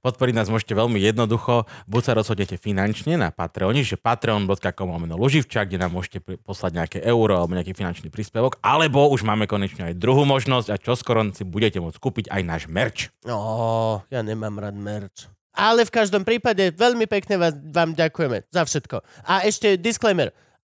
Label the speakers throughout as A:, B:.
A: Podporiť nás môžete veľmi jednoducho, buď sa rozhodnete finančne na Patreon, že patreon.com lomeno Luživčák, kde nám môžete pri- poslať nejaké euro alebo nejaký finančný príspevok, alebo už máme konečne aj druhú možnosť a čoskoro si budete môcť kúpiť aj náš merch.
B: No, ja nemám rád merch. Ale v každom prípade veľmi pekne vás, vám ďakujeme za všetko. A ešte disclaimer.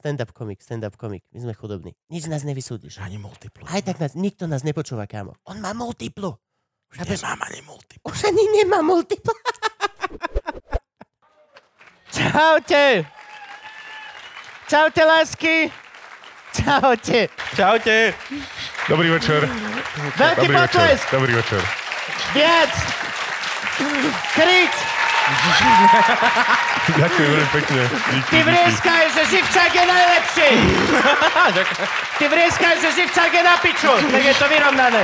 B: Stand-up komik, stand-up komik. My sme chudobní. Nič nás nevysúdiš.
A: Ani multiplu.
B: Aj tak nás, nikto nás nepočúva, kámo. On má multiplu.
A: Už nemám ani multiplu.
B: Už ani nemá multiplu. Čaute. Čaute, lásky. Čaute.
C: Čaute. Dobrý večer.
B: Veľký
C: Dobrý večer.
B: potlesk.
C: Dobrý večer.
B: Viac. Krik.
C: Ďakujem veľmi pekne. Díky,
B: Ty
C: díky.
B: vrieskaj, že Živčák je najlepší. Ty vrieskaj, že Živčák je na piču. Tak je to vyrovnané.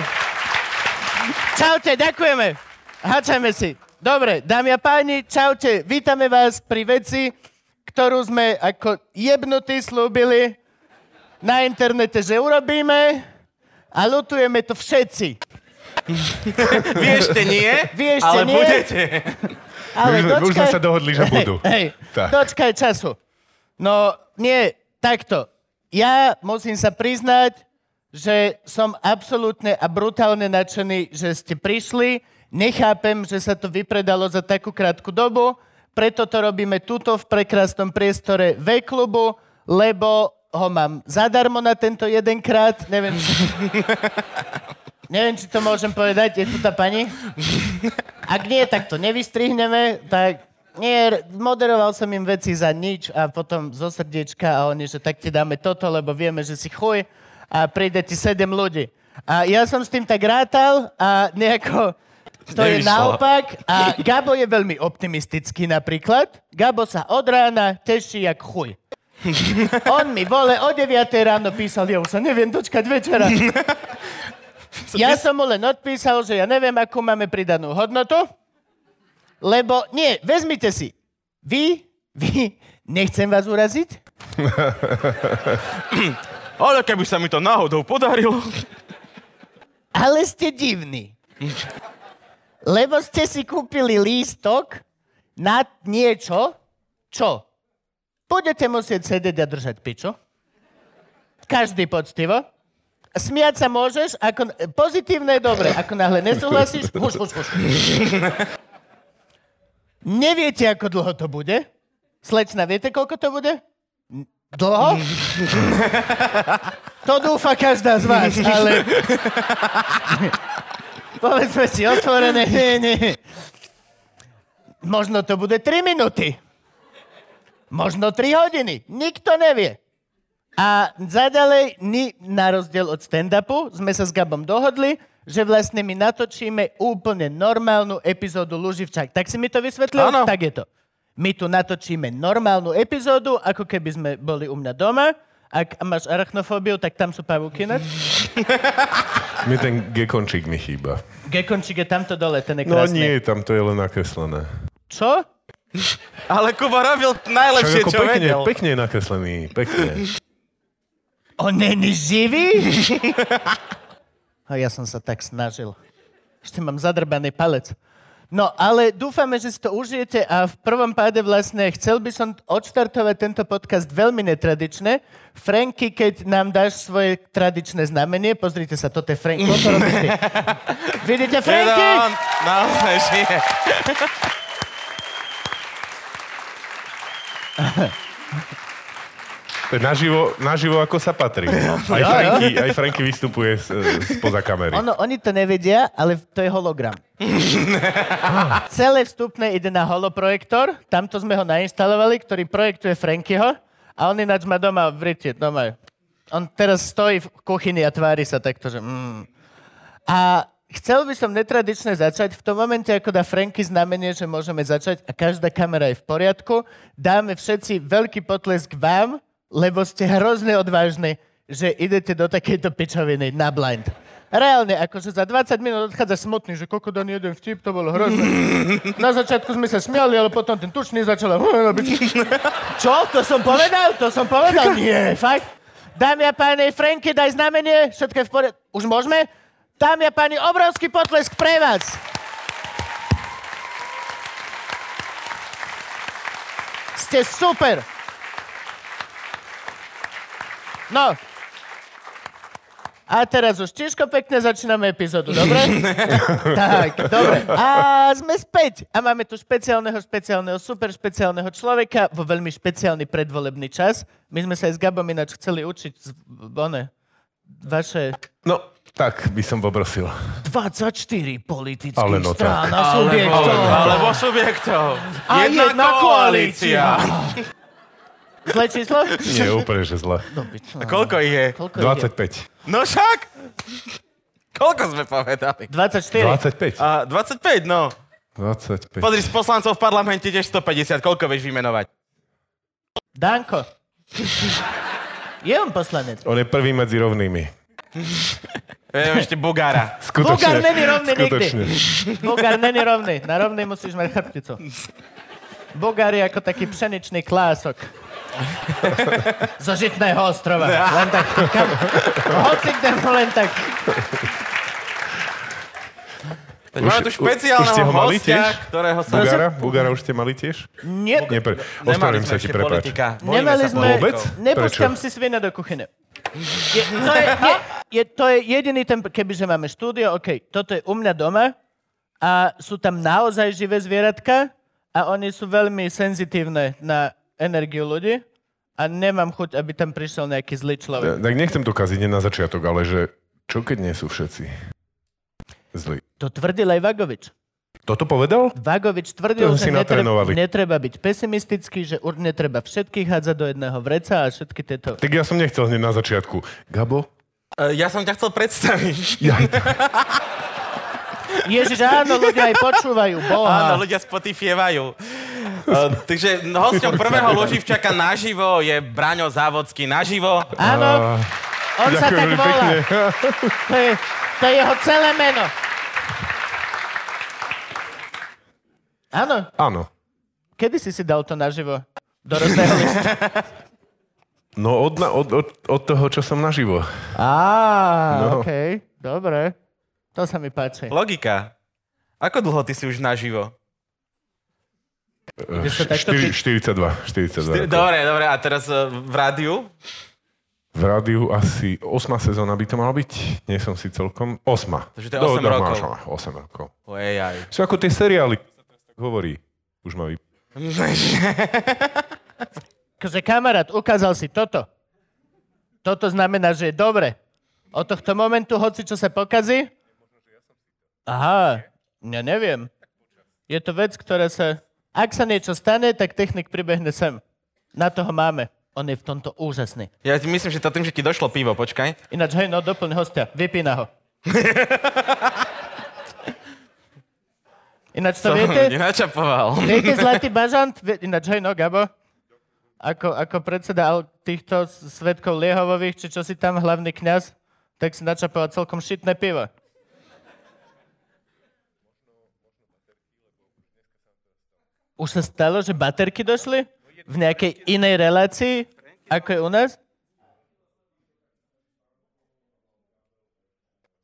B: Čaute, ďakujeme. Hačajme si. Dobre, dámy a páni, čaute. Vítame vás pri veci, ktorú sme ako jebnutí slúbili na internete, že urobíme a lutujeme to všetci.
A: Vy ešte nie,
B: Vy ešte ale nie, budete. Ale
C: My sme- už sme sa dohodli, že budú.
B: Hej,
C: Tak.
B: dočkaj času. No, nie, takto. Ja musím sa priznať, že som absolútne a brutálne nadšený, že ste prišli. Nechápem, že sa to vypredalo za takú krátku dobu, preto to robíme tuto v prekrásnom priestore V-klubu, lebo ho mám zadarmo na tento jedenkrát. Neviem, či... Neviem, či to môžem povedať. Je tu tá pani? Ak nie, tak to nevystrihneme, tak nie, moderoval som im veci za nič a potom zo srdiečka a oni, že tak ti dáme toto, lebo vieme, že si chuj a príde ti sedem ľudí. A ja som s tým tak rátal a nejako to je
A: Nevyšlo.
B: naopak a Gabo je veľmi optimistický napríklad. Gabo sa od rána teší jak chuj. On mi vole o 9 ráno písal, ja už sa neviem dočkať večera. Ja som mu len odpísal, že ja neviem, akú máme pridanú hodnotu, lebo nie, vezmite si. Vy, vy, nechcem vás uraziť,
A: ale keby sa mi to náhodou podarilo.
B: ale ste divní. Lebo ste si kúpili lístok na niečo, čo? Budete musieť sedieť a držať piču. Každý poctivo. Smiať sa môžeš, ako, pozitívne je dobre. Ako náhle nesúhlasíš, huš, huš, huš. Neviete, ako dlho to bude? Slečna, viete, koľko to bude? N- Dlho? To dúfa každá z vás, ale... Povedzme si otvorené, nie, nie. Možno to bude 3 minúty. Možno 3 hodiny. Nikto nevie. A zaďalej, ni, na rozdiel od stand-upu, sme sa s Gabom dohodli, že vlastne my natočíme úplne normálnu epizódu Luživčák. Tak si mi to vysvetlil?
A: Áno.
B: Tak je to. My tu natočíme normálnu epizódu, ako keby sme boli u mňa doma. Ak máš arachnofóbiu, tak tam sú pavúky ináč.
C: Mne ten gekončík mi chýba.
B: Gekončík je tamto dole, ten je
C: No
B: krásny.
C: nie, tam to je len nakreslené.
B: Čo?
A: Ale Kuba robil
C: Však
A: najlepšie,
C: ako pekne, pekne je nakreslený, pekne.
B: On není živý? A ja som sa tak snažil. Ešte mám zadrbaný palec. No, ale dúfame, že si to užijete a v prvom páde vlastne chcel by som odštartovať tento podcast veľmi netradične. Franky, keď nám dáš svoje tradičné znamenie, pozrite sa, toto je Franky. Vidíte Franky?
A: Teda Naozaj žije.
C: To je Naživo, naživo ako sa patrí. Aj Franky, aj Franky vystupuje z, z poza kamery.
B: Ono, oni to nevedia, ale to je hologram. Celé vstupné ide na holoprojektor, tamto sme ho nainstalovali, ktorý projektuje Frankyho A on ináč má doma v rite, doma. On teraz stojí v kuchyni a tvári sa takto, že mm. A chcel by som netradične začať v tom momente, ako dá Franky znamenie, že môžeme začať a každá kamera je v poriadku. Dáme všetci veľký potlesk vám, lebo ste hrozne odvážni, že idete do takejto pičoviny na blind. Reálne, akože za 20 minút odchádza smutný, že koko dan jeden vtip, to bolo hrozné. Na začiatku sme sa smiali, ale potom ten tučný začal... Čo? To som povedal? To som povedal? Nie, fakt. Dámy a páni, Franky, daj znamenie, všetko je v poriadku. Už môžeme? Dámy a páni, obrovský potlesk pre vás. Ste super. No. A teraz už tiežko pekne začíname epizódu, dobre? tak, dobre. A sme späť. A máme tu špeciálneho, špeciálneho, super špeciálneho človeka vo veľmi špeciálny predvolebný čas. My sme sa aj s Gabom ináč chceli učiť z, one, vaše
C: No, tak by som poprosil.
B: 24 politických
C: Ale no tak.
B: strán a subjektov.
A: Alebo subjektov.
B: A jedna koalícia. Zlé číslo?
C: Nie, úplne, že zle.
B: No,
A: A koľko ich je?
B: Koľko ich
C: 25.
A: No však! Koľko sme povedali?
B: je? 24.
C: 25.
A: A 25, no.
C: 25.
A: Pozri, z poslancov v parlamente tiež 150. Koľko vieš vymenovať?
B: Danko. Je on poslanec.
C: On je prvý medzi rovnými.
A: Viem ešte Bugára.
B: Bulgár
C: Skutočne.
B: není rovný nikdy.
C: Skutočne.
B: Bulgár není rovný. Na rovný musíš mať chrbticu. Bulgár je ako taký pšeničný klások. Zo žitného ostrova. Len tak. Kam, hoci kde mu len tak.
A: Teď máme tu
C: už- už ste
A: špeciálneho
C: ho mali
A: hostia,
C: tiež?
A: ktorého sa...
C: Bugára? Bugára už ste mali tiež?
B: Nie,
C: Nepre...
A: Nemali
C: Ospravedlňujem
A: sme
C: sa ti,
A: ešte
C: prepáč.
A: politika. Bojíme
B: Nemali
A: sa
B: sme...
C: Vôbec?
B: Nepúšťam
C: Prečo?
B: si svina do kuchyne. Je, to, je, je, je, to je jediný ten... Kebyže máme štúdio, OK, toto je u mňa doma a sú tam naozaj živé zvieratka a oni sú veľmi senzitívne na energiu ľudí a nemám chuť, aby tam prišiel nejaký zlý človek.
C: Tak nechcem to kaziť nie na začiatok, ale že čo keď nie sú všetci zlí?
B: To tvrdil aj Vagovič.
C: Toto povedal?
B: Vagovič tvrdil,
C: To
B: že
C: si
B: netreba,
C: natrénovali.
B: netreba byť pesimistický, že ur- netreba všetkých hádzať do jedného vreca a všetky tieto...
C: Tak ja som nechcel hneď na začiatku. Gabo?
A: E, Ja som ťa chcel predstaviť.
C: Ja,
B: Ježiš, áno, ľudia aj počúvajú. Boha.
A: Áno, ľudia spotifievajú. Uh, takže hosťom prvého Loživčaka naživo je Braňo Závodský naživo.
B: áno, On sa
C: Ďakujem
B: tak
C: veľmi
B: volá.
C: pekne.
B: To je, to je jeho celé meno. Áno.
C: Áno.
B: Kedy si si dal to naživo? Do rodného listu.
C: No od, na, od, od, od toho, čo som naživo.
B: Á,
C: No.
B: OK. Dobre. To sa mi páči.
A: Logika. Ako dlho ty si už naživo?
C: Eh,
B: sa takto
C: štyri-
B: pri-
C: 42. 42 rokov.
A: Dobre, dobre, a teraz e, v rádiu?
C: V rádiu asi 8 sezóna by to malo byť. Nie som si celkom... 8.
A: Takže to je osem rokov.
C: 8 rokov.
A: Ojej, aj.
C: Sú ako tie seriály. čo sa teraz tak Hovorí. Už ma vy...
B: Akože kamarát, ukázal si toto. Toto znamená, že je dobre. Od tohto momentu, hoci čo sa pokazí... Aha, ja neviem. Je to vec, ktorá sa... Ak sa niečo stane, tak technik pribehne sem. Na toho máme. On je v tomto úžasný.
A: Ja ti myslím, že to tým, že ti došlo pivo, počkaj.
B: Ináč, hej, no, doplň hostia. Vypína ho. Ináč to viete?
A: nenačapoval.
B: Viete, Zlatý Bažant, vie- ináč hej, no, Gabo, ako, ako predseda al- týchto s- svetkov Liehovových, či čo si tam hlavný kňaz, tak si načapoval celkom šitné pivo. Už sa stalo, že baterky došli? V nejakej inej relácii, ako je u nás?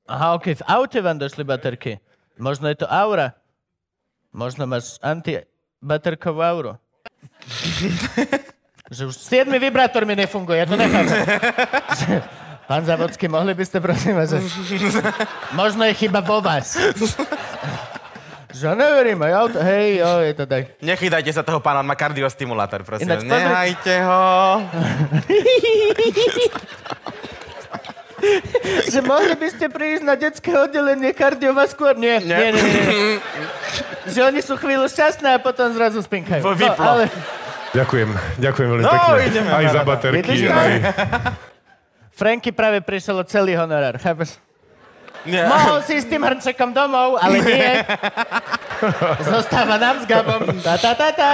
B: Aha, ok, v aute vám došli baterky. Možno je to aura. Možno máš antibaterkovú auru. že už siedmy vibrátor mi nefunguje, ja to nechápem. Že- Pán Zavodský, mohli by ste prosím vás... že- Možno je chyba vo vás. že ja neverím, aj auto, hej, jo, je to tak.
A: Nechytajte sa toho pána, on má kardiostimulátor, prosím. vás.
B: Ináč pozri-
A: Nehajte ho.
B: že mohli by ste prísť na detské oddelenie kardiovaskúr? Nie, nie, nie, nie, nie. Že oni sú chvíľu šťastné a potom zrazu spinkajú.
A: Vo-
B: No,
A: vyplo.
B: ale,
C: Ďakujem, ďakujem veľmi
D: No,
C: pekne.
D: ideme
C: aj
D: na-
C: za
B: Vidíš
C: baterky,
B: to?
C: aj...
B: Franky práve prišiel o celý honorár, chápeš?
D: Nie.
B: Mohol si s tým hrnčekom domov, ale nie. Zostáva nám s Gabom. Ta, ta, ta, ta.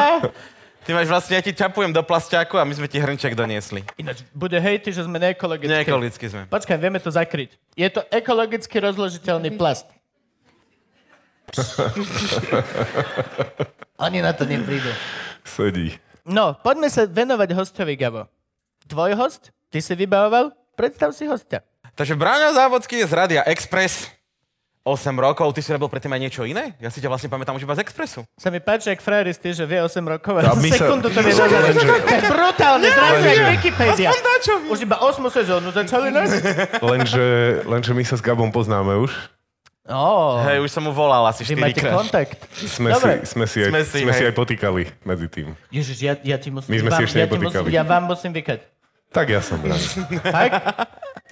D: Ty máš vlastne, ja ti čapujem do plastiaku a my sme ti hrnček doniesli.
B: Ináč bude hejty, že sme neekologické.
D: Neekologicky sme.
B: Počkaj, vieme to zakryť. Je to ekologicky rozložiteľný plast. Oni na to neprídu.
C: Sedí.
B: No, poďme sa venovať hostovi, Gabo. Tvoj host? Ty si vybavoval? Predstav si hostia.
D: Takže Braňo Závodský je z Radia Express. 8 rokov, ty si robil predtým aj niečo iné? Ja si ťa vlastne pamätám už iba z Expressu.
B: Sa mi páči, ak frajer istý, že vie 8 rokov,
C: A
B: ale
C: my
B: za
C: sa-
B: sekundu to vie
C: Čo-
B: dozvedať.
C: čo- čo-
B: To je brutálne, zrazu je Wikipedia.
D: Aspoň dačo vie.
B: Už iba 8 sezónu začali, ne?
C: Lenže, lenže my sa s Gabom poznáme už.
B: Ó,
D: Hej, už som mu volal asi
B: vy máte
D: 4 krát.
B: kontakt.
C: Sme,
B: Dobre.
C: si, sme, si, aj,
D: Sme
C: sme,
D: si,
C: si, sme si
D: hej.
C: aj potýkali medzi tým.
B: Ježiš, ja, ja ti musím...
C: My sme si
B: vám,
C: ešte
B: ja, ti musím,
C: nepotýkali.
B: ja vám musím vykať.
C: Tak ja som rád.
B: Tak?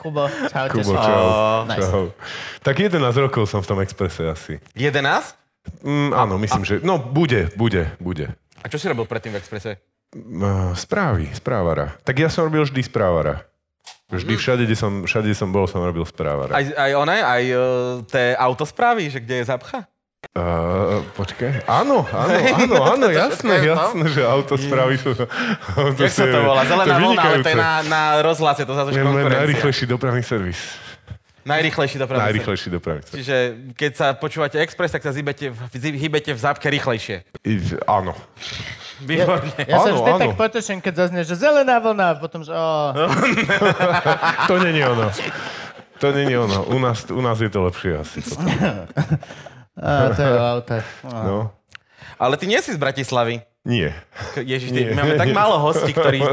B: Kubo, čaute.
C: Kubo,
B: čau.
C: čau.
B: nice.
C: čau. Tak 11 rokov som v tom exprese asi.
D: 11?
C: Mm, áno, myslím, že... No, bude, bude, bude.
D: A čo si robil predtým v Expresse?
C: Mm, Správy, správara. Tak ja som robil vždy správara. Vždy
D: Mhm.
C: všade, kde som, všade, kde som bol, som robil správara.
D: Aj, aj one, aj uh, tie autosprávy, že kde je zapcha?
C: Uh, počkaj. Áno, áno, áno, áno, jasné, jasné, že auto správy sú... auto
D: Jak sa to volá?
C: je
D: Zelená vlna, ale to je
C: vynikajúce.
D: na, na rozhlase, to zase už
C: Len- len
D: konkurencia.
C: najrychlejší dopravný servis.
D: Najrychlejší dopravný servis.
C: Najrychlejší dopravný servis.
D: Čiže keď sa počúvate Express, tak sa zibete, v- zi- hýbete v zápke rýchlejšie.
C: I- Áno.
D: Výborne.
B: Ja sa
C: Áno,
B: vždy
C: áno.
B: tak poteším, keď zaznie, že zelená vlna, a potom, že ó,
C: To není ono. To není ono. U nás, u nás je to lepšie asi. potom.
B: á, to je o autách. Á.
C: No.
D: Ale ty nie si z Bratislavy.
C: Nie.
D: K- Ježiš, ty,
C: Nie.
D: máme tak málo hostí, ktorí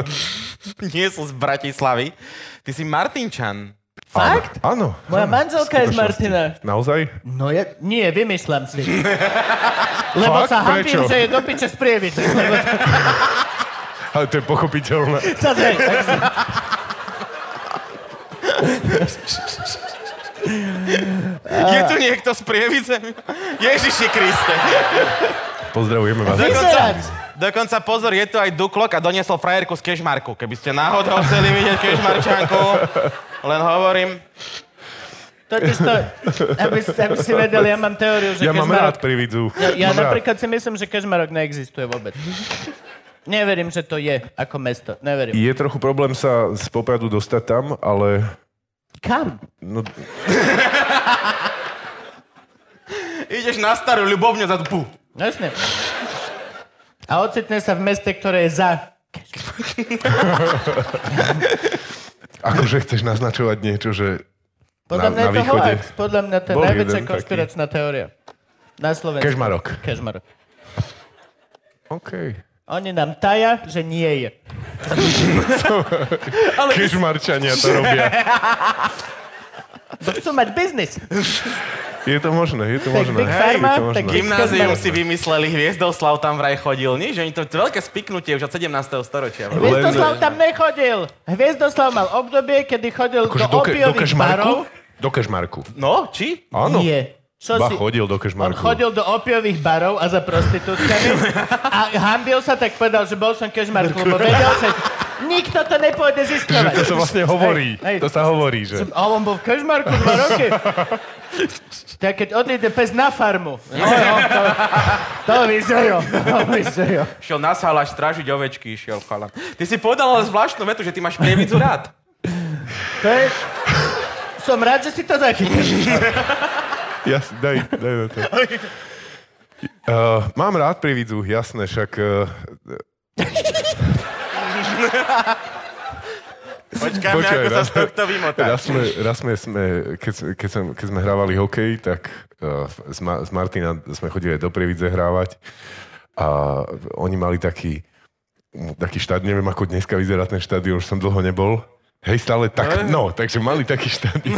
D: nie sú z Bratislavy. Ty si Martinčan.
B: Fakt?
C: Áno.
B: Moja
C: áno.
B: manželka je z Martina.
C: Naozaj?
B: No ja, nie, vymýšľam si. Lebo
C: Fakt?
B: sa hambím,
C: Prečo?
B: že je do piče z prievice. Lebo
C: Ale to je pochopiteľné.
B: sa zrej, takže...
D: Je tu niekto z Prievidze? Ježiši Kriste.
C: Pozdravujeme vás.
B: Vyzerať.
D: Dokonca pozor, je tu aj Duklok a doniesol frajerku z Kešmarku. Keby ste náhodou chceli vidieť Kešmarčanku, len hovorím.
B: Totiž to, aby, aby si vedel, ja mám teóriu, že
C: Ja mám rád
B: kežmarok...
C: prividzu.
B: Ja, ja
C: Mám rád.
B: napríklad si myslím, že kežmarok neexistuje vôbec. Neverím, že to je ako mesto. Neverím.
C: Je trochu problém sa z Popradu dostať tam, ale...
B: Kam?
C: No,
D: Ideš na starú ľubovňu za tu.
B: No jasne. A ocitne sa v meste, ktoré je za...
C: akože chceš naznačovať niečo, že...
B: Podľa
C: Na-
B: mňa
C: na
B: je to
C: východe.
B: hoax. Podľa mňa to je
C: Bol
B: najväčšia
C: jeden taký.
B: konšpiračná teória. Na Slovensku.
C: Kežmarok.
B: Kežmarok.
C: OK.
B: Oni nám taja, že nie je.
C: Kežmarčania to robia.
B: Chcú mať biznis.
C: Je to možné, je to
B: Tak
C: možné.
B: Big
C: Hej,
B: Pharma,
C: je to
B: tak
C: možné.
D: Gymnázium si vymysleli, Hviezdoslav tam vraj chodil. Nie, že oni to, to veľké spiknutie už od 17. storočia. vraj.
B: Hviezdoslav tam nechodil. Hviezdoslav mal obdobie, kedy chodil
C: Akože
B: do
C: do, ke, do
B: opiových
C: Kežmarku?
B: barov.
C: Do Kežmarku.
D: No, či?
C: Áno.
B: Nie. Čo
C: Ba
B: si...
C: chodil do
B: On
C: Kežmarku.
B: chodil do opiových barov a za prostitútkami a hambil sa, tak povedal, že bol som kežmark, lebo vedel, že nikto to nepôjde
C: Že
B: zistovať.
C: to sa vlastne hovorí.
B: Hej, hej.
C: To sa hovorí, že...
B: A on bol v kežmarku dva roky. Tak keď odíde pes na farmu. No, jo, to, to vyzejo. To vyzejo.
D: Šiel na sálaž strážiť ovečky, šiel chalan. Ty si povedal ale zvláštnu vetu, že ty máš prievidzu rád.
B: To je... Som rád, že si to zachytil.
C: Jas, daj, daj na to. Uh, mám rád prividzu, jasné, však... Uh,
D: Počkajme,
C: Počkaj, no. Teda.
D: ako sa
C: raz-
D: z tohto vymotá.
C: raz sme, raz sme, sme keď, keď, som, keď sme hrávali hokej, tak uh, z, Ma, z Martina sme chodili do Prievidze hrávať a oni mali taký, taký štát, neviem ako dneska vyzerá ten štadión, už som dlho nebol. Hej, stále tak, no, takže mali taký štadión.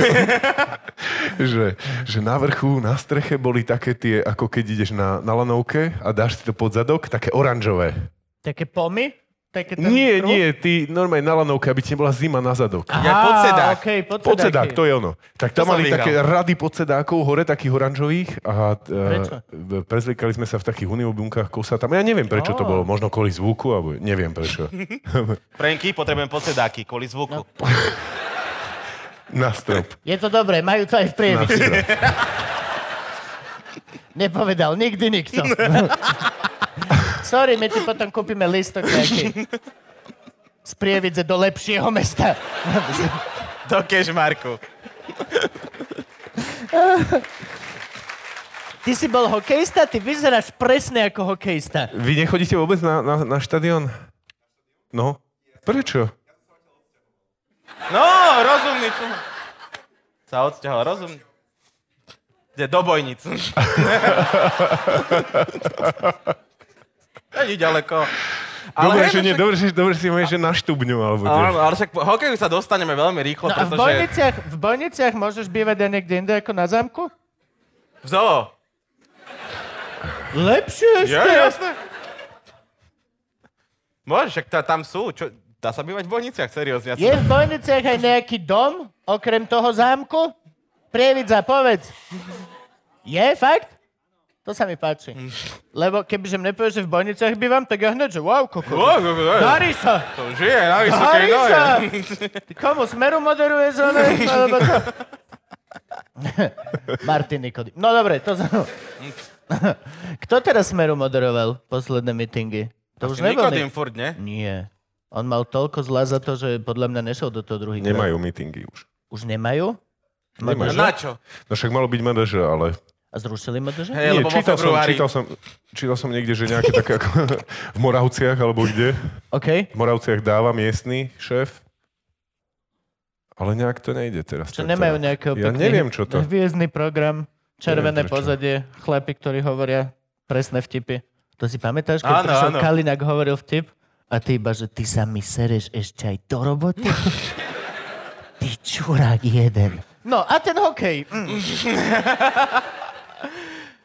C: že, že na vrchu, na streche boli také tie, ako keď ideš na, na lanovke a dáš si to pod zadok, také oranžové.
B: Také pomy? Také ten
C: Nie,
B: kruh?
C: nie, ty normálne na lanovke, aby ti nebola zima na zadok.
D: Ja podsedák.
B: okej, podsedáky.
C: Podsedák, to je ono. Tak tam
D: To som
C: mali
D: vyhral.
C: také rady podsedákov hore, takých oranžových a
B: Prečo?
C: e, prezliekali sme sa v takých uniobunkách kosa tam. Ja neviem, prečo
B: Á.
C: to bolo. Možno kvôli zvuku, alebo neviem prečo.
D: Franky, potrebujem podsedáky kvôli zvuku.
C: na strop.
B: Je to dobré, majú to aj v
C: Na
B: priemysle.
C: strop.
B: Nepovedal nikdy nikto. Sorry, my ti potom kúpime listok nejaký. Z Prievidze do lepšieho mesta.
D: Do kešmarku.
B: Ty si bol hokejista, ty vyzeráš presne ako hokejista.
C: Vy nechodíte vôbec na, na, na štadión? No. Prečo?
D: No, rozumný. čo? Sa odsťahol, rozumný. Ide do bojnic. Není ďaleko.
C: Dobre,
D: hej,
C: že
D: no
C: nie,
D: však-
C: dobre, že, dobre, že si môžeš, že na štubňu, alebo
D: Áno,
C: kde.
D: ale však po hokeju sa dostaneme veľmi rýchlo,
B: No a v
D: pretože...
B: bojniciach, v bojniciach môžeš bývať aj niekde inde ako na zámku?
D: V zoo.
B: Lepšie
D: Je,
B: ešte.
D: jasné. Môžeš, však tá, tam sú. Čo, dá sa bývať v bojniciach, seriózne. Ja
B: Je
D: som-
B: v Bojniciach aj nejaký dom, okrem toho zámku? Prievidza, povedz. Je fakt? To sa mi páči. Lebo kebyže mne povieš, že v Bojniciach bývam, tak ja hneď, že wow, koko.
D: Ó, go, go, go,
B: Darí sa!
D: To žije na vysokej
B: Darí
D: nohe.
B: sa! Ty komu smeru moderuješ? ale- Alebo čo? Martin Nikodým. No dobre, to sa... Kto teraz smeru moderoval posledné mítingy? To už nebol
D: Nikodým
B: Nikodým.
D: furt, nie?
B: Nie. On mal toľko zla za to, že podľa mňa nešiel do toho druhý krát.
C: Nemajú mítingy už.
B: Už nemajú?
D: A
C: Nemajú.
D: na čo?
C: No však malo byť MDŽ, ale...
B: A zrušili MDŽ?
D: Hej,
C: Nie,
D: lebo vo
C: čítal som,
D: februári...
C: čítal som, čítal som niekde, že nejaké také ako v Moravciach, alebo kde.
B: OK.
C: V Moravciach dáva miestny šéf. Ale nejak to nejde teraz.
B: Čo
C: tento-
B: nemajú nejakého
C: Ja neviem, čo to.
B: Hviezdny program, červené
C: Neviem, prečo.
B: pozadie, chlapi, ktorí hovoria presné vtipy. To si pamätáš, keď
D: Áno,
B: prišiel
D: áno.
B: Kalinak hovoril vtip? A ty iba, že ty sa mi sereš ešte aj do roboty? ty čurák jeden. No a ten hokej. Mm.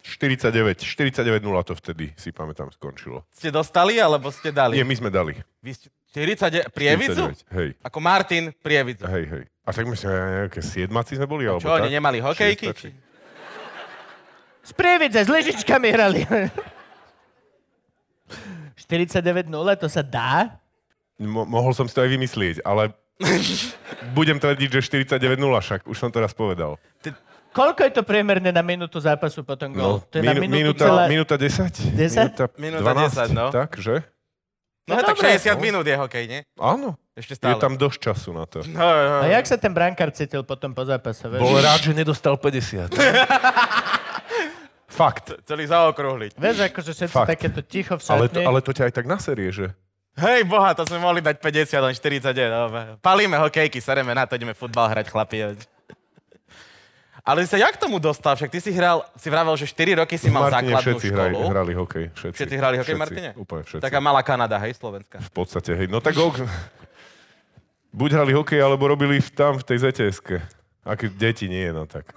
C: 49, 49.0 to vtedy, si pamätám, skončilo.
D: Ste dostali, alebo ste dali?
C: Nie, my sme dali.
D: Vy ste 49... Prievidzu?
C: 49, Hej,
D: Ako Martin Prievidzu.
C: hej, hej. A tak my sme nejaké siedmaci sme boli, alebo
D: Čo,
C: tak?
D: oni nemali hokejky?
C: Či stačí?
B: Z prievidze, s lyžičkami hrali. 49-0, to sa dá?
C: Mo- mohol som si to aj vymyslieť, ale budem tvrdiť, že 49.0 však, už som to raz povedal.
B: Koľko je to priemerne na minútu zápasu potom gol? No, to je na
C: No, Minu-
B: minútu
C: minúta,
B: celá...
C: minúta 10?
B: 10?
D: Minúta
C: 12,
D: 10, no.
C: Tak, že?
D: No,
B: No
D: tak
B: dobre.
D: 60 minút je hokej, nie?
C: Áno.
D: Ešte
C: Je
D: stále.
C: tam dosť času na to.
D: No,
B: A
D: no, no.
B: jak sa ten brankár cítil potom po zápase? Vieš?
C: Bol rád, že nedostal 50. Fakt.
D: Celý zaokrúhliť.
B: Vieš, akože všetci
C: Fakt.
B: takéto ticho v
C: Ale
B: šatni.
C: to, ale to ťa aj tak naserie, že?
D: Hej, boha, to sme mohli dať 50, len 49. dobre. Palíme hokejky, sereme na to, ideme futbal hrať, chlapi. Ale sa jak k tomu dostal? Však ty si hral, si vravel, že 4 roky si mal
C: Martine
D: základnú
C: všetci
D: školu.
C: hrali, hrali hokej. Všetci,
D: Všetci hrali hokej,
C: Všetci,
D: Martine?
C: Úplne všetci.
D: Taká malá Kanada, hej, Slovenska.
C: V podstate, hej. No tak ok. Buď hrali hokej, alebo robili v, tam v tej zts A keď deti nie, no tak.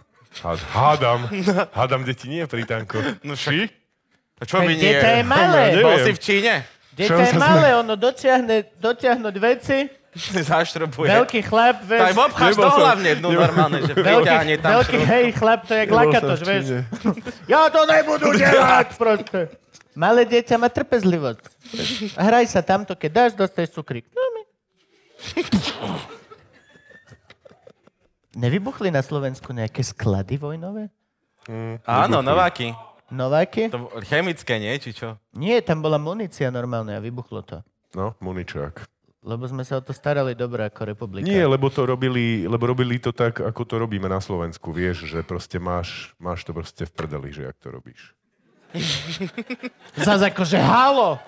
C: Há- Hádam. Hádam deti nie, pritanko.
D: No však. Čo by
B: Veď
D: nie?
B: Dieťa je malé.
C: Ja neviem.
D: Bol si v Číne?
B: Dieťa
C: Čo
B: je
C: sa
B: malé, ono dotiahne, dotiahnuť veci.
D: Zaštrobuje.
B: Veľký chlap,
D: Taj
B: vieš.
D: obcháš
C: Nebol
D: to
C: som-
D: hlavne, no
C: nebol-
D: normálne, že vyťahne
B: Veľký,
D: tam
B: veľký
D: šrob.
B: hej, chlap, to je jak lakatoš, vieš. Ja to nebudu delať proste. Malé dieťa má trpezlivosť. Hraj sa tamto, keď dáš, dostaneš cukrík. No, my... Nevybuchli na Slovensku nejaké sklady vojnové?
D: Áno, Nováky.
B: Nováky?
D: To bol- chemické, nie? Či čo?
B: Nie, tam bola munícia normálne a vybuchlo to.
C: No, Muničák.
B: Lebo sme sa o to starali dobre ako republika.
C: Nie, lebo to robili, lebo robili to tak, ako to robíme na Slovensku. Vieš, že proste máš, máš to proste v prdeli, že jak to robíš.
B: Zas akože halo!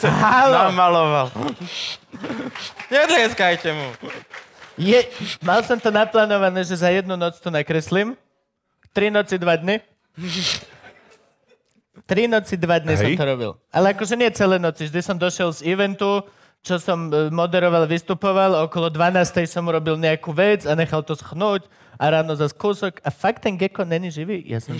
B: halo!
D: Namaloval. Nedlieskajte mu.
B: Je, mal som to naplánované, že za jednu noc to nakreslím. Tri noci, dva dny. Tri noci, dva dny som
C: Hej.
B: to robil. Ale akože nie celé noci. Vždy som došiel z eventu, čo som e, moderoval, vystupoval. Okolo 12. som urobil nejakú vec a nechal to schnúť. A ráno zase kúsok. A fakt ten geko není živý. Ja som...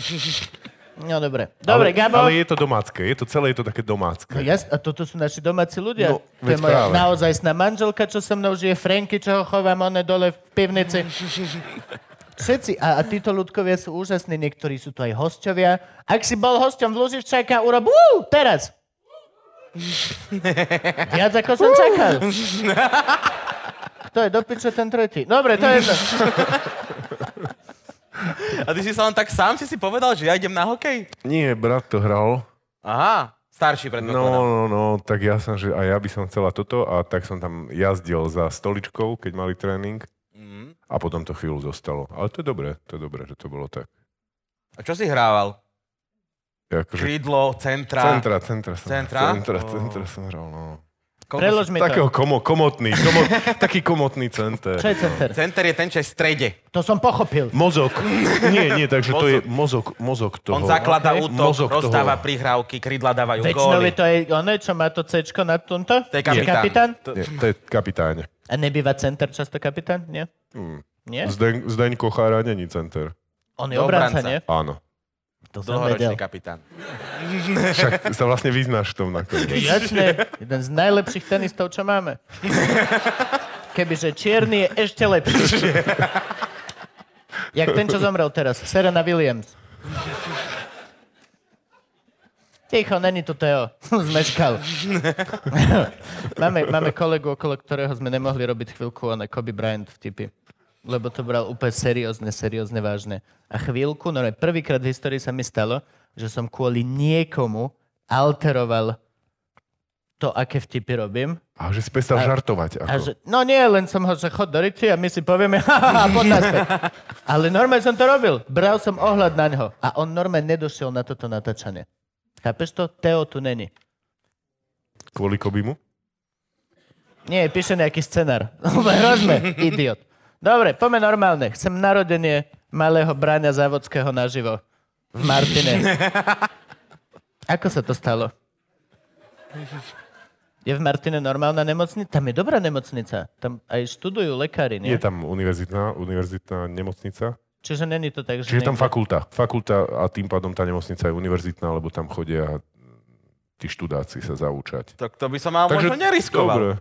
B: No dobre. Dobre,
C: ale,
B: Gabo.
C: Ale je to domácké, je to celé, je to také domácké.
B: No jas, a toto sú naši domáci ľudia.
C: No,
B: to je
C: veď
B: moja
C: práve.
B: naozaj sná manželka, čo so mnou žije, Franky, čo ho chovám, one dole v pivnici. Všetci. A, a títo ľudkovia sú úžasní, niektorí sú to aj hostovia. Ak si bol hostom v Luživčáka, urob Uú, teraz. Viac ako som čakal. Kto je do piče ten tretí? Dobre, to je jedno.
D: A ty si sa len tak sám si si povedal, že ja idem na hokej?
C: Nie, brat to hral.
D: Aha, starší predpokladám.
C: No, no, no, tak ja som, že aj ja by som chcela toto a tak som tam jazdil za stoličkou, keď mali tréning
D: Mm.
C: a potom to chvíľu zostalo. Ale to je dobré, to je dobré, že to bolo tak.
D: A čo si hrával?
C: Ja Akože,
D: Krídlo, centra.
C: centra, centra som,
D: Centra?
C: Centra,
D: Oh.
C: centra som hral, no.
D: Koľko
B: Prelož mi
C: Takého
B: to.
C: komo, komotný, komo, taký komotný center.
B: Čo je center?
D: si- Center je ten, čo je v strede.
B: To som pochopil.
C: Mozog. Nie, nie, takže to je mozog, mozog toho.
D: On zaklada
C: Okej.
D: útok,
C: Mozog
D: rozdáva
C: toho.
D: prihrávky, krídla dávajú
B: Väčšinou
D: góly.
B: je to aj ono, čo má to C na tomto?
D: To je kapitán.
B: kapitán?
C: Nie, to je kapitáne.
B: A nebýva center často kapitán? Nie? Nie?
C: Hmm. Zdeň, Zdeň Kochára není center.
B: On je
D: Do
B: obranca,
D: obranca.
B: nie?
C: Áno.
B: To som vedel.
D: Dlhoročný kapitán.
C: Však sa vlastne vyznáš v tom nakoniec.
B: Jasne, jeden z najlepších tenistov, čo máme. Kebyže čierny je ešte lepší. Jak ten, čo zomrel teraz. Serena Williams. Ticho, není to Teo. Zmeškal. máme, máme kolegu, okolo ktorého sme nemohli robiť chvíľku na Kobe Bryant vtipy. Lebo to bral úplne seriózne, seriózne, vážne. A chvíľku, no ne, prvýkrát v histórii sa mi stalo, že som kvôli niekomu alteroval to, aké vtipy robím.
C: A že si prestal žartovať.
B: A
C: Ako.
B: že, no nie, len som ho, že chod do reči a my si povieme, ha, ha, ha, poď naspäť. Ale normálne som to robil. Bral som ohľad na ňo. A on normálne nedošiel na toto natáčanie. Chápeš to? Teo tu není.
C: Kvôli Kobimu?
B: Nie, píše nejaký scenár. Hrozné, idiot. Dobre, poďme normálne. Chcem narodenie malého bráňa závodského naživo. V Martine. Ako sa to stalo? Je v Martine normálna nemocnica? Tam je dobrá nemocnica. Tam aj študujú lekári, nie?
C: Je tam univerzitná, univerzitná nemocnica.
B: Čiže není to tak, že...
C: Čiže je tam
B: niekto-
C: fakulta. Fakulta a tým pádom tá nemocnica je univerzitná, lebo tam chodia tí študáci sa zaučať.
D: Tak to by som mal možno neriskoval.
C: Dobre.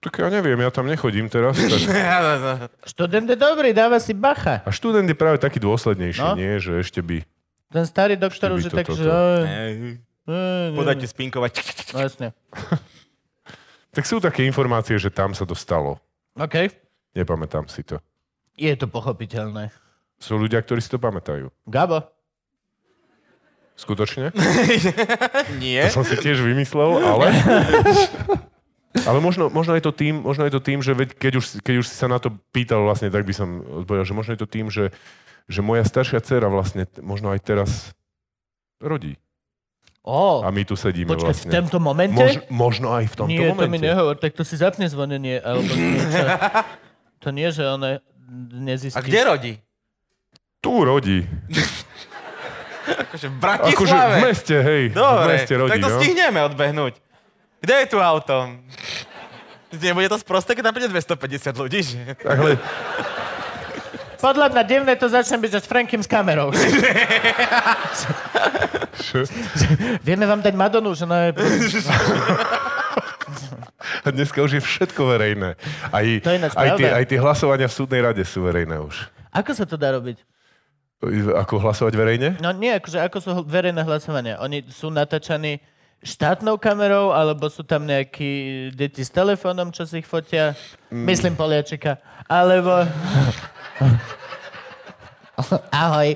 C: Tak ja neviem, ja tam nechodím teraz. Tak.
B: Študent je dobrý, dáva si bacha.
C: A študent je práve taký dôslednejší,
B: No.
C: no? nie? Že ešte by...
B: Ten starý doktor už
C: Ešte by
B: je
C: to-
B: tak,
C: toto.
B: že... "Aj, aj,
D: Podať ti spinkovať.
B: No jasne.
C: Tak sú také informácie, že tam sa to stalo.
B: OK.
C: Nepamätám si to.
B: Je to pochopiteľné.
C: Sú ľudia, ktorí si to pamätajú.
B: Gabo,
C: Skutočne?
D: Nie.
C: Som si tiež vymyslel, ale... Ale možno, možno, je to tým, možno je to tým, že veď, keď, už, si- keď už si sa na to pýtal vlastne, tak by som odpovedal, že možno je to tým, že, že moja staršia dcera vlastne t- možno aj teraz rodí.
B: Ó,
C: A my tu sedíme
B: počkaj, v
C: vlastne.
B: tomto momente?
C: Mož, možno aj v tomto
B: nie, to mi
C: momente.
B: nehovor, tak to si zapne zvonenie, alebo niečo. To nie, že ona nezistí.
D: A kde rodí?
C: Tu rodí.
D: Akože
C: Akože v
D: v Bratislave.
C: meste, hej. v
D: Dobre,
C: meste rodí,
D: tak to
C: no.
D: stihneme odbehnúť. Kde je tu auto? Nebude to sprosté, keď tam príde 250 ľudí, že?
C: Takhle,
B: Podľa mňa divné to začne byť že s Frankim s kamerou. Vieme vám dať Madonu, že ona je...
C: a dneska už je všetko verejné. Aj,
B: To je ináč
C: aj, tie,
B: pravda.
C: aj tie hlasovania v súdnej rade sú verejné už.
B: Ako sa to dá robiť?
C: Ako hlasovať verejne?
B: No nie, akože ako sú hl- verejné hlasovania? Oni sú natáčaní štátnou kamerou, alebo sú tam nejakí deti s telefónom, čo si ich fotia? Myslím Poliačika. Alebo... Ahoj.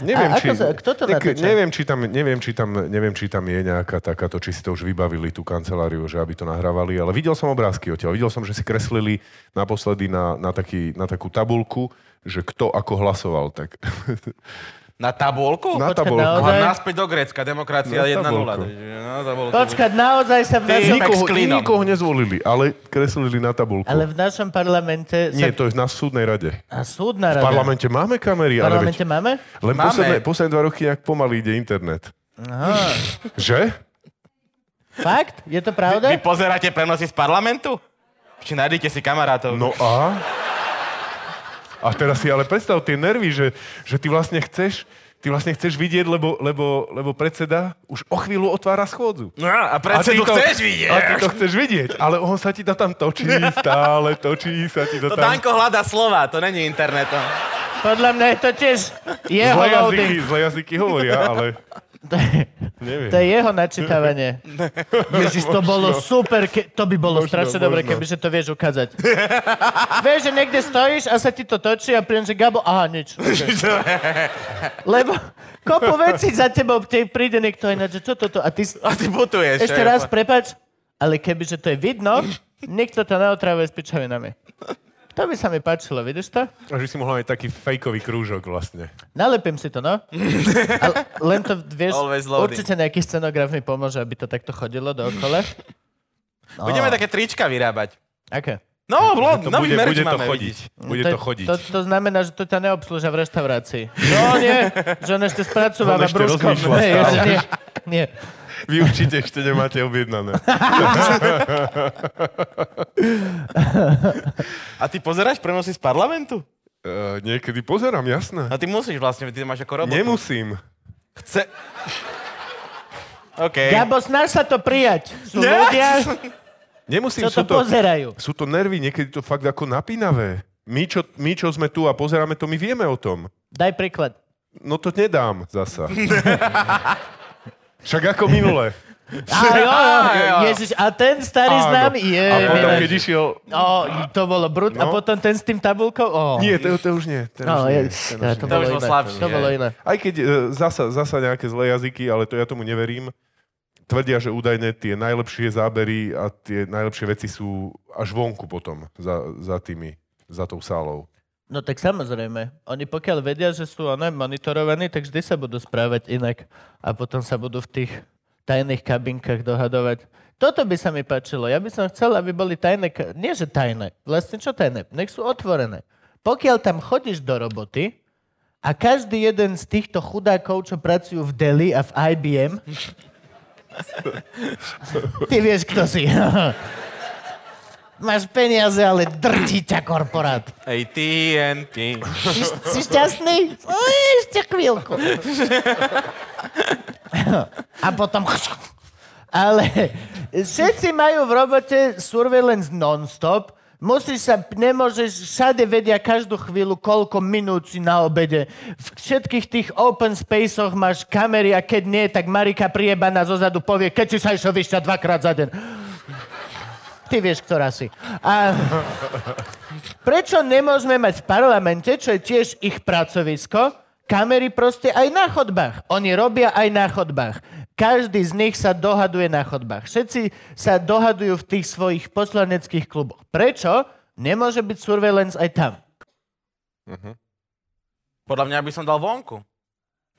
C: Neviem,
B: A
C: či,
B: ako sa- kto to
C: tak,
B: natáča?
C: neviem, či tam, neviem, či tam, neviem, či tam je nejaká takáto, či si to už vybavili tú kanceláriu, že aby to nahrávali, ale videl som obrázky odtiaľ. Videl som, že si kreslili naposledy na, na, taký, na takú tabulku, že kto ako hlasoval. Tak.
D: Na tabulku?
C: Na
B: Počkaj,
C: tabulku.
B: naozaj?
D: A naspäť do Grécka, demokracia
C: Na
D: 1-0.
C: tabulku.
D: takže no, Na tabulku.
B: Počkať, naozaj sa v
D: Ty,
B: našom...
D: Niko-
C: Nikoho,
D: s klínom.
C: nikoho nezvolili, ale kreslili na tabulku.
B: Ale v našom parlamente... sa...
C: Nie, to je na súdnej rade.
B: A súdna
C: V
B: rada.
C: parlamente máme
B: v
C: kamery, ale veď
B: parlamente máme?
C: Len
D: Máme.
C: posledné, posledné dva roky, jak pomaly ide internet.
B: Aha.
C: Že?
B: Fakt? Je to
D: Vy
B: pravda?
D: pozeráte prenosy z parlamentu? Či nájdete si kamarátov?
C: No a? No A teraz si ale predstav tie nervy, že, že ty vlastne chceš, ty vlastne chceš vidieť, lebo, lebo, lebo predseda už o chvíľu otvára schôdzu.
D: No, a predsedu
C: to-
D: chceš vidieť.
C: A ty to chceš vidieť, ale on sa ti to tam točí, stále točí sa ti to,
D: To
C: tam.
D: Danko hľadá slova, to není internetom.
B: Podľa mňa je to tiež jeho
C: Zlé jazyky,
B: loading.
C: zlé jazyky hovoria, ale
B: To je-
C: neviem.
B: To je jeho načítavanie. Ježiš, to bolo super, ke- to by bolo
C: Možno,
B: strašne dobre,
C: možno.
B: kebyže to vieš ukázať. vieš, že niekde stojíš a sa ti to točí a príjem, že Gabo, aha, nič. Lebo kopu veci za tebou tie príde niekto ináč, že čo toto? A ty s-
D: A ty putuješ.
B: ešte
D: čo je?
B: raz, prepač, ale kebyže to je vidno, nikto to neotravuje s pičovinami. To by sa mi páčilo, vidíš to?
C: A že si mohla mať taký fejkový krúžok vlastne.
B: Nalepím si to, no. A len to, vieš,
D: Always loading.
B: určite nejaký scenograf mi pomôže, aby to takto chodilo dookola. No.
D: Budeme také trička vyrábať.
B: Aké? No
D: No, blo,
C: To
D: nový
C: bude,
D: merch
C: bude to
D: máme,
C: chodiť.
D: vidíš. No
C: Bude to chodiť.
B: To, to znamená, že to ťa neobslúžia v reštaurácii. No nie, že on ešte
C: On
B: spracováva
C: ešte
B: brúško.
C: rozmýšľa
B: Hej,
C: stále.
B: že nie, nie.
C: Vy určite ešte nemáte objednané.
D: A ty pozeráš prenosy z parlamentu?
C: Uh, niekedy pozerám, jasné.
D: A ty musíš vlastne, ty máš ako robotu.
C: Nemusím.
D: Chce... OK.
B: Gabo, snaž sa to prijať. Sú
D: Nie.
B: ľudia,
C: Nemusím,
B: čo to
C: sú to,
B: pozerajú.
C: sú to nervy, niekedy to fakt ako napínavé. My čo, my, čo sme tu a pozeráme to, my vieme o tom.
B: Daj príklad.
C: No to nedám zasa. Však ako minule.
B: Á, jo,
D: Á, jo.
B: jo, Ježiš, a ten starý
C: Áno.
B: známy je...
C: A potom,
B: milé.
C: keď išiel...
B: O, to bolo brut. A
C: No.
B: potom ten s tým tabulkou? O.
C: Nie, to, to už nie. To už
B: No, je,
C: nie, to už
B: ja,
C: nie.
B: to,
D: To
B: bolo
D: už bol
B: iné.
D: slabší,
B: to bolo
D: hej.
B: iné.
C: Aj keď e, zasa, zasa nejaké zlé jazyky, ale to ja tomu neverím, tvrdia, že údajne tie najlepšie zábery a tie najlepšie veci sú až vonku potom, za, za tými, za tou sálou.
B: No tak samozrejme. Oni pokiaľ vedia, že sú one monitorovaní, tak vždy sa budú správať inak. A potom sa budú v tých tajných kabinkách dohadovať. Toto by sa mi páčilo. Ja by som chcel, aby boli tajné... Ka- Nie, že tajné. Vlastne čo tajné? Nech sú otvorené. Pokiaľ tam chodíš do roboty a každý jeden z týchto chudákov, čo pracujú v Deli a v IBM... Ty vieš, kto si. Máš peniaze, ale drtí ťa korporát.
D: AT&T.
B: Si, si šťastný? Oj, ešte chvíľku. A potom... Ale všetci majú v robote surveillance non-stop. Musíš sa, nemôžeš, všade vedia každú chvíľu, koľko minút si na obede. V všetkých tých open spaceoch máš kamery a keď nie, tak Marika priebaná zozadu povie, keď si sa išiel vyšťať dvakrát za deň. Ty vieš, ktorá si. A... Prečo nemôžeme mať v parlamente, čo je tiež ich pracovisko, kamery proste aj na chodbách. Oni robia aj na chodbách. Každý z nich sa dohaduje na chodbách. Všetci sa dohadujú v tých svojich poslaneckých kluboch. Prečo nemôže byť surveillance aj tam?
D: Podľa mňa by som dal vonku.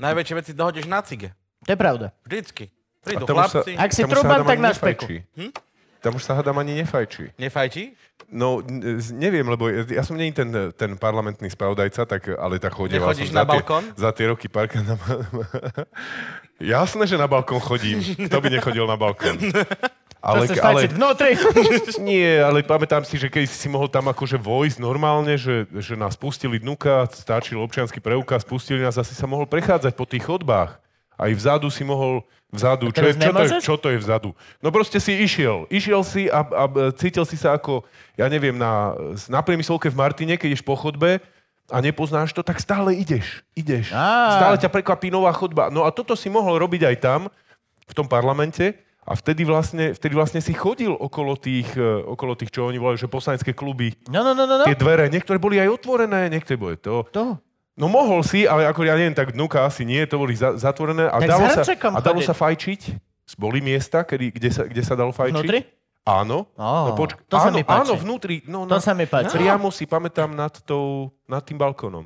D: Najväčšie veci dohodíš na cige.
B: To je pravda.
D: Vždycky. Prídu
C: tam už sa-
D: no chlapci. Hm?
B: Ak si
C: tam už sa
B: trúban,
C: hádam
B: tak
C: ani
B: na špeku.
C: nefajčí. Tam už sa hádam ani nefajčí.
D: Nefajčí?
C: No, n- z- neviem, lebo ja, ja som není ten, ten parlamentný spravodajca, tak, ale tak chodieval som
D: Nechodíš
C: za,
D: na balkón?
C: Tie, za tie roky parka na... Jasné, že na balkón chodím. Kto by nechodil na balkón?
B: Ale,
C: Ale,
B: Chceš
C: ale,
B: ale... vnútri?
C: nie, ale pamätám si, že keď si mohol tam akože vojsť normálne, že, že nás pustili dnuka, stačil občiansky preukaz, pustili nás, asi sa mohol prechádzať po tých chodbách. Aj vzadu si mohol, vzadu, čo,
B: teraz
C: je, čo, to je,
B: nemôžeš?
C: čo to je vzadu? No proste si išiel, išiel si a, a e, cítil si sa ako, ja neviem, na, na priemyselke v Martine, keď ideš po chodbe a nepoznáš to, tak stále ideš, ideš.
B: Á.
C: Stále ťa prekvapí nová chodba. No a toto si mohol robiť aj tam, v tom parlamente a vtedy vlastne, vtedy vlastne si chodil okolo tých, eh, okolo tých, čo oni volajú, že poslanecké kluby.
B: No, no, no, no. no.
C: Tie dvere, niektoré boli aj otvorené, niektoré boli to.
B: To.
C: No mohol si, ale ako ja neviem, tak vnúka asi nie, to boli za, zatvorené. A
B: Tak s
C: dalo, sa,
B: hrnčekom
C: a dalo
B: chodiť.
C: sa fajčiť. Boli miesta, kedy, kde, sa, kde sa dalo fajčiť.
B: Vnútri?
C: Áno.
B: Ó,
C: počk-
B: to sa
C: áno,
B: mi páči.
C: Áno, vnútri. No,
B: To sa mi páči.
C: Priamo si pamätám nad, tou, nad tým balkónom.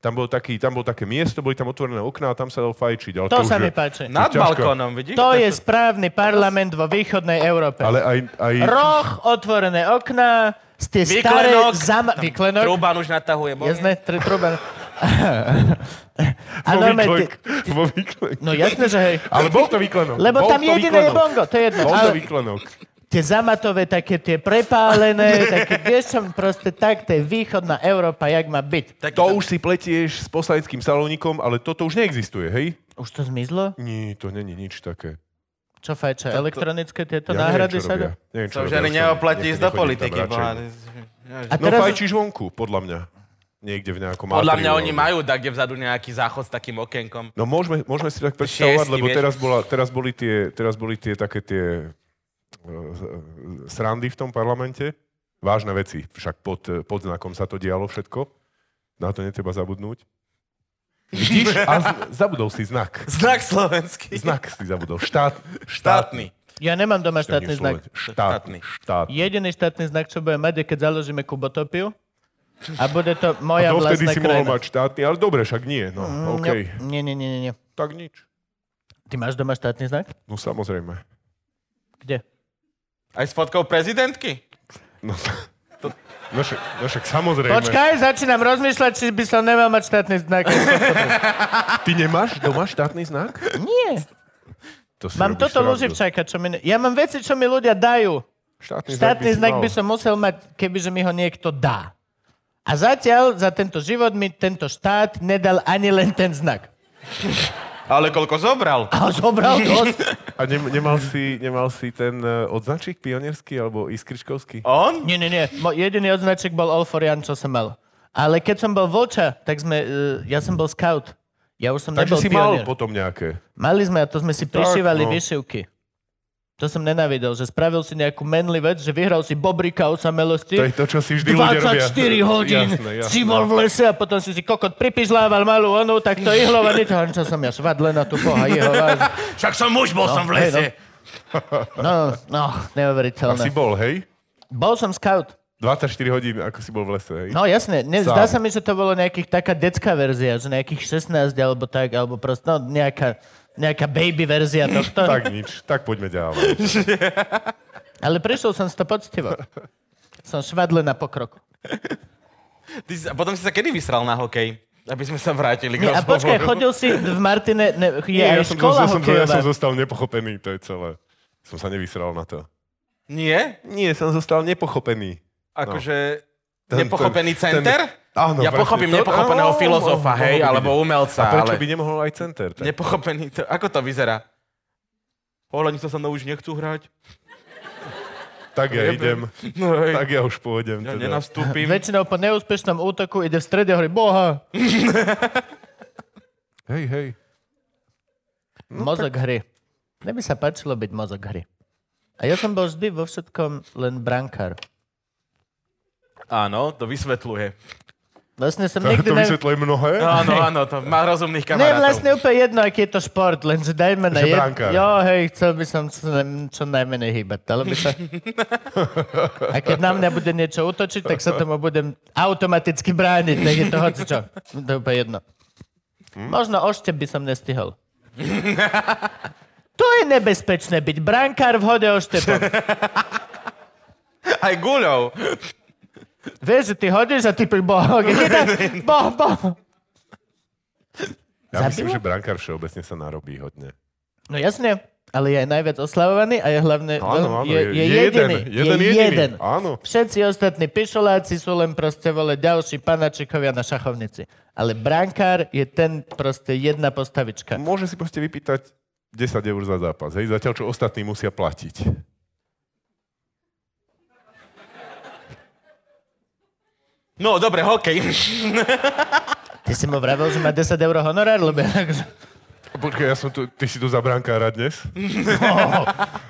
C: Tam bolo, taký, tam bolo také miesto, boli tam otvorené okná a tam sa dalo fajčiť. Ale
B: To
C: to,
B: sa
C: už
B: mi
C: je-
B: páči.
D: Nad
C: ťažko.
D: balkónom, vidíš?
B: To je správny parlament vo východnej Európe.
C: Ale aj, aj...
B: Roh, otvorené okná, ste staré...
D: Výklenok.
B: Zam... Výklenok.
D: Trúban už natahuje. bol-
B: Jasné, tri trúba. A
C: Vo
B: normálne, ty,
C: výklenk- Vo výklenok.
B: no jasné, že hej.
C: Ale bol to výklenok.
B: Lebo
C: bol
B: tam
C: to
B: jediné je
C: výklenok.
B: bongo, to je jedno.
C: Bol to
B: Ale
C: výklenok.
B: tie zamatové, také tie prepálené, také, vieš čo, proste tak, to je východná Európa, jak má byť.
D: Tak
C: To už si pletieš s posadeckým salónikom, ale toto už neexistuje, hej?
B: Už to zmizlo?
C: Nie, to není nič také.
B: Čo fajče, elektronické tieto
C: Ja
B: náhrady
C: neviem, čo
B: sa
C: robia.
B: dá?
C: Neviem, čo
D: To už
C: robia,
D: ani
C: som-
D: neoplatí
C: nech-
D: ísť do
C: nechodím tam
D: politiky,
C: radšej.
D: boha.
B: A
C: No
B: teraz,
C: fajčíš vonku, podľa mňa. Niekde v nejakom
D: Podľa mňa
C: atriu,
D: oni
C: alebo-
D: majú tak, kde vzadu nejaký záchod s takým okienkom.
C: No môžeme, môžeme si tak predstavovať,
D: Šiesti,
C: lebo
D: vieš.
C: teraz, bola, teraz, boli tie, teraz boli tie také tie eh, srandy v tom parlamente. Vážne veci, však pod, eh, pod znakom sa to dialo všetko. Na to netreba zabudnúť. Vidíš? A z, zabudol si znak.
D: Znak slovenský.
C: Znak si zabudol. Štát, štátny.
D: Štátny.
B: ja nemám doma
C: To nie
B: štátny
C: je
B: znak.
C: Sloven- Štátny. Štátny.
B: Jediný štátny znak, čo budem mať, je keď založíme Kubotopiu a bude to moja
C: Ja Dovtedy
B: vlastná
C: si mohol
B: krajina.
C: mať štátny, ale dobre, však nie. No,
B: Mm,
C: OK.
B: Nope. Nie, nie, nie, nie, nie.
C: Tak nič.
B: Ty máš doma štátny znak?
C: No samozrejme.
B: Kde?
D: Aj s fotkou prezidentky?
C: No, no, však, no však samozrejme.
B: Počkaj, začínam rozmýšľať, či by som nemal mať štátny znak.
C: Ty nemáš doma štátny znak?
B: Nie.
C: To si
B: Mám
C: robíš
B: toto
C: srandu.
B: Luživčaka, čo mi... Ne... Ja mám veci, čo mi ľudia dajú.
C: Štátny,
B: Štátny znak by
C: si
B: som musel mať, kebyže mi ho niekto dá. A zatiaľ za tento život mi tento štát nedal ani len ten znak.
D: Ale koľko zobral?
B: A zobral dosť.
C: mal. A ne, nemal, si, nemal si ten eh, odznačík pionierský alebo iskričkovský?
D: On?
B: Nie, nie, nie. Mo- jediný odznaček bol All for Jan, čo som mal. Ale keď som bol voča, tak sme... Uh, ja som bol scout. Ja už som nebol
C: Takže si mal
B: pionier.
C: potom nejaké.
B: Mali sme a to sme si prišívali
C: no.
B: vyšivky. To som nenávidel, že spravil si nejakú menlý vec, že vyhral si bobrika osamelosti.
C: To je to, čo si vždy ľudia robia.
B: 24 hodín
C: Jasné, jasné.
B: si bol v lese a potom si si kokot pripižlával malú onu, tak to ihlova nič. Hovorím, Čo som ja, švadlena tu boha, jeho vážne.
D: Však som muž, bol som v
B: hej, No, no,
C: A si
B: neuveriteľné.
C: bol, hej?
B: Bol som scout.
C: 24 hodín, ako si bol v lese, hej?
B: No jasne, ne,
C: Sám.
B: zdá sa mi, že to bolo nejakých taká detská verzia, že nejakých 16 alebo tak, alebo proste, no nejaká, nejaká baby verzia tohto.
C: Tak nič, tak poďme ďalej.
B: Ale prišiel som si to poctivo. Som švadle na pokroku.
D: Ty si, a potom si sa kedy vysral na hokej? Aby sme sa vrátili
B: Nie,
D: k
B: a
D: rozhovoru.
B: počkaj, chodil si v Martine, ne, je aj
C: Nie, ja, som,
B: škola
C: ja, som, ja
B: hokejová.
C: som zostal nepochopený, to je celé. Som sa nevysral na to.
D: Nie?
C: Nie, som zostal nepochopený.
D: Akože...
C: Ten-
D: nepochopený
C: No. ten-
D: center?
C: ten- áno,
D: ja
C: presne.
D: pochopím
C: To-
D: nepochopeného
C: áno,
D: filozofa,
C: mohol
D: hej,
C: by byť.
D: alebo
C: A
D: umelca,
C: prečo
D: ale...
C: by nemohol aj center? Tak?
D: Nepochopený, to, ako to vyzerá? Ohľadní sa sa mnou už nechcú hrať.
C: Tak ja
D: Jebe.
C: idem,
D: No, hej.
C: tak ja už pôjdem.
D: Ja
C: Teda.
D: nenastúpim.
B: Väčšinou po neúspešnom útoku ide v strede a hovorí, boha,
C: No, Hej, hej.
B: mozog hry. Mne by sa páčilo byť mozog hry. A ja som bol vždy vo všetkom len brankár.
D: Áno, to vysvetľuje.
B: Vlastne som
C: To,
B: nikdy...
C: to
B: ne-
C: vysvetľuje mnohé.
D: Áno, áno, to má rozumných
B: Ne,
D: kamarátov.
B: vlastne úplne jedno, aký je to šport, lenže dajme na
C: Že
B: jed...
C: brankár.
B: Jo, hej, chcel by som čo, naj- čo najmenej hýbať. Dalo by sa... A keď na mňa bude niečo útočiť, tak sa tomu budem automaticky brániť. Nech je to hocičo. To je úplne jedno.
C: Hm?
B: Možno ošte by som nestihol. To je nebezpečné byť brankár v hode oštepom.
D: Aj guľou.
B: Vieš, že ty hodíš a ty pri bohu. Boh, boh.
C: Ja myslím,
B: Zabilo?
C: že brankár všeobecne sa narobí hodne.
B: No jasne, ale je aj najviac oslavovaný a je hlavne...
C: No, Áno, áno,
B: No, je, je, jediný.
C: Jeden,
B: je
C: jediný.
B: jeden.
C: Áno.
B: Všetci ostatní pišoláci sú len proste vole ďalší panačikovia na šachovnici. Ale brankár je ten proste jedna postavička.
C: Môže si proste vypýtať 10 eur za zápas, hej, zatiaľ čo ostatní musia platiť.
D: No, dobre, hokej.
B: Ty si mu vravel, že má 10 eur honorár, lebo ja,
C: Počkaj, ja som tu, ty si tu za brankára dnes?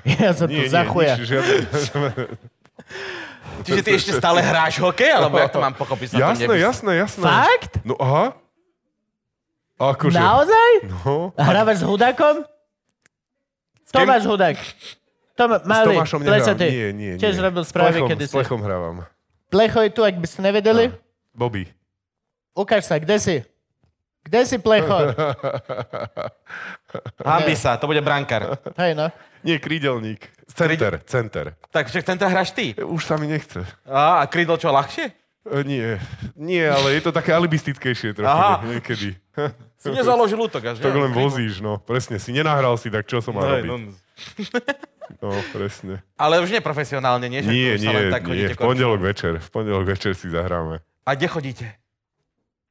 B: ja som tu za chuja.
C: nič, žiadne.
D: Čiže ty ešte stále hráš hokej, alebo ja to mám pochopiť? som na
C: jasné,
D: tom nepísal.
C: jasné, jasné.
B: Fakt?
C: No aha. Akože.
B: Naozaj?
C: No.
B: A hrávaš s hudákom? Tomáš Hudák. Tom,
C: S
B: malý,
C: Tomášom nehrám.
B: plešatý.
C: Nie, nie, nie.
B: Tiež robil správy
C: S plechom,
B: kedysi.
C: S plechom hrávam.
B: Plecho je tu, ak by ste nevedeli.
C: Bobby. No.
B: Ukáž sa, kde si? Kde si plecho?
D: Hambi sa, to bude brankár.
B: Hej, no.
C: Nie, krídelník. Center, center.
D: Tak však tento hráš ty.
C: Už sa mi nechce.
D: Á, a krídlo čo, ľahšie?
C: E, Nie, nie, ale je to také alibistickejšie trochu
D: Aha.
C: nie- niekedy.
D: Si nezaložil útok, až
C: Tak len vozíš, no. Presne, si nenahral si, tak čo som mal
D: Hej,
C: robiť?
D: no.
C: No, presne.
D: Ale už neprofesionálne, nie? Že
C: Nie,
D: už sa
C: nie,
D: len tak
C: nie.
D: chodíte
C: V
D: ko-
C: pondelok večer. V pondelok večer si zahráme.
D: A kde chodíte?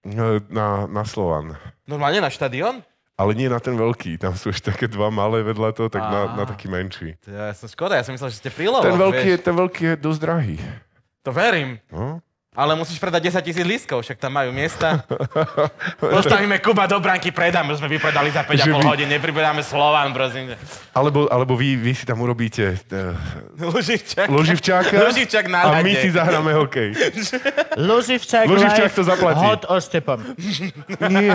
C: No, Na, na Slovan.
D: Normálne na štadión?
C: Ale nie na ten veľký. Tam sú ešte také dva malé vedľa toho, tak na, na taký menší.
D: To Ja som škoda, ja som myslel, že ste pri Lovok,
C: Ten veľký, je,
D: vieš.
C: ten veľký je dosť drahý.
D: To verím.
C: No?
D: Ale musíš predať 10 tisíc lístkov, však tam majú miesta. Postavíme Kuba do bránky, predáme, už sme vypredali za 5,5
C: Že
D: vy...
C: vy-
D: hodín, nepripredáme Slován, prosím. ťa.
C: Alebo, alebo vy, vy si tam urobíte eh,
D: Luživčak.
C: loživčáka
D: Loživčak na
C: a my
D: ľade.
C: si zahráme hokej.
B: Luživčák,
C: Luživčák
B: live,
C: to zaplatí.
B: Hod oštepom.
C: Nie.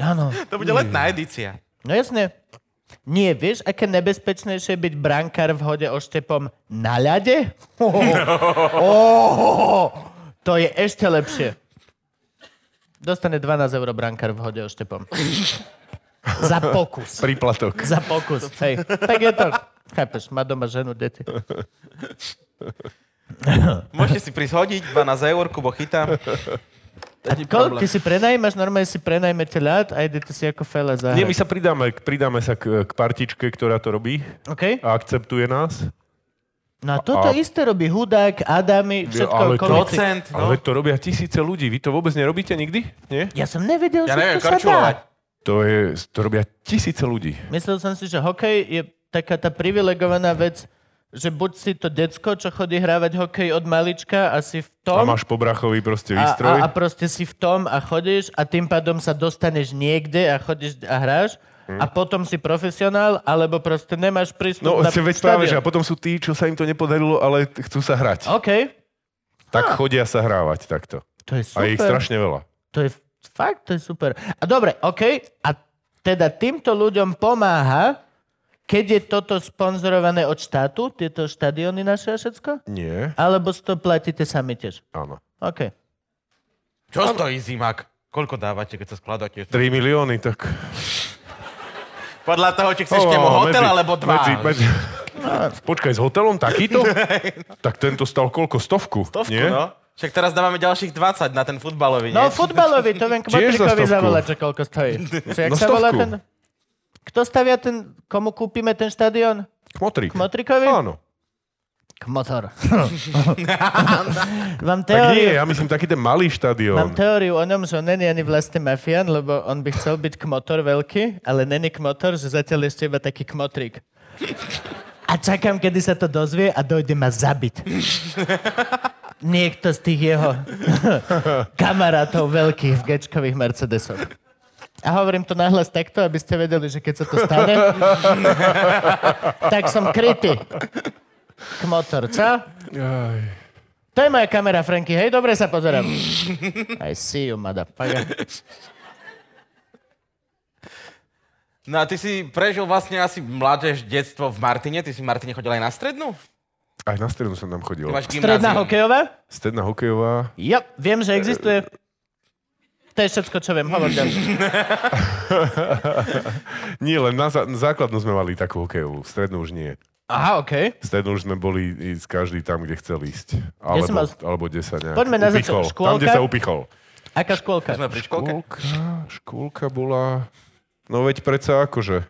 B: Áno.
D: To bude letná edícia.
B: No jasne. Nie, vieš, aké nebezpečnejšie je byť brankár v hode oštepom na ľade?
C: No.
B: Oh, to je ešte lepšie. Dostane 12 eur brankár v hode oštepom. Za pokus.
C: Príplatok.
B: Za pokus, hej. Tak je to. Chápeš, má doma ženu, deti.
D: Môžete si prísť hodiť, 12 eur, Kubo chytám.
B: A koľko ty si prenajímaš, normálne si prenajmete ľad a idete si ako fele zahrať.
C: Nie, my sa pridáme, k- pridáme sa k, k partičke, ktorá to robí
B: OK?
C: a akceptuje nás.
B: No a toto
C: A-
B: isté robí hudák, Adami, všetko
C: ale to-
B: okolo.
D: Procent, no.
C: Ale to robia tisíce ľudí. Vy to vôbec nerobíte nikdy? Nie?
B: Ja som nevedel,
D: Ja
B: že
D: neviem
B: to sa dá.
D: korčulovať.
C: To, je, to robia tisíce ľudí.
B: Myslel som si, že hokej je taká tá privilegovaná vec, že buď si to decko, čo chodí hrávať hokej od malička a si v
C: A
B: tom
C: máš pobrachový proste
B: a, a,
C: výstroj.
B: a proste si v tom a chodíš a tým pádom sa dostaneš niekde a chodíš a hráš a potom si profesionál, alebo proste nemáš prístup
C: Hm. No,
B: na
C: ste veď práve, že a
B: štadión.
C: potom sú tí, čo sa im to nepodarilo, ale t- chcú sa hrať.
B: OK,
C: Tak chodia sa hrávať takto.
B: to je super.
C: A je ich strašne veľa.
B: To je fakt, to je super. A dobre, OK. A teda týmto ľuďom pomáha, keď je toto sponzorované od štátu, tieto štadióny naše a všetko?
C: Nie.
B: Alebo si to platíte sami tiež?
C: Áno.
B: OK.
D: Čo stojí zimak? Koľko dávate, keď sa skladáte?
C: 3 milióny, tak...
D: Podľa toho, či chceš k nemu
C: Ó,
D: hotel
C: medzi-
D: alebo dva. No.
C: Medzi, medzi... Počkaj, s hotelom takýto? tak tento stal koľko? Stovku?
D: Stovku,
C: nie?
D: no. Však teraz dávame ďalších 20 na ten futbalový, nie?
B: No futbalovi, to viem
C: Tiež za
B: Kmotrikovi
C: stovku.
B: zavolať, že koľko stojí. Že jak
C: No
B: sa volá
C: stovku.
B: ten... Kto stavia ten... Komu kúpime ten štadión?
C: Kmotrík.
B: Kmotrikovi?
C: Áno.
B: Kmotor. Mám
C: Tak nie,
B: teóriu.
C: ja myslím taký ten malý štadión.
B: Mám teóriu o ňom, že on není ani vlastne mafián, lebo on by chcel byť kmotor veľký, ale není kmotor, že zatiaľ ešte iba taký kmotrik. A čakám, kedy sa to dozvie a dojde ma zabiť. Niekto z tých jeho kamarátov veľkých v gečkových Mercedesoch. A hovorím to nahlas takto, aby ste vedeli, že keď sa to stane, tak som krytý. Kmotor, čo?
C: Aj.
B: To je moja kamera, Franky, hej, dobre sa pozerám. I see you, motherfucker.
D: No a ty si prežil vlastne asi mládež, detstvo v Martine. Ty si v Martine chodil aj na strednú?
C: Aj na strednú som tam chodil.
D: Ty máš
B: Stredná
D: gymnázium.
B: hokejová?
C: Stredná hokejová.
B: Jo, viem,
D: E,
B: že existuje. To je všetko, čo viem, hovor ďalej.
C: Nie, len na, zá- na základnú sme mali takú hokejovú. Strednú už nie.
B: Aha, okej.
C: Strednú už sme boli ísť každý tam, kde chcel ísť.
B: Ja som
C: Alebo,
B: mal-
C: alebo 10 nejak.
B: Poďme na začiatok.
C: Upichol. Tam,
B: Škôlka?
C: kde sa upichol.
B: Aká škôlka?
D: Sme pri školke?
C: Škôlka, škôlka bola... No veď predsa akože.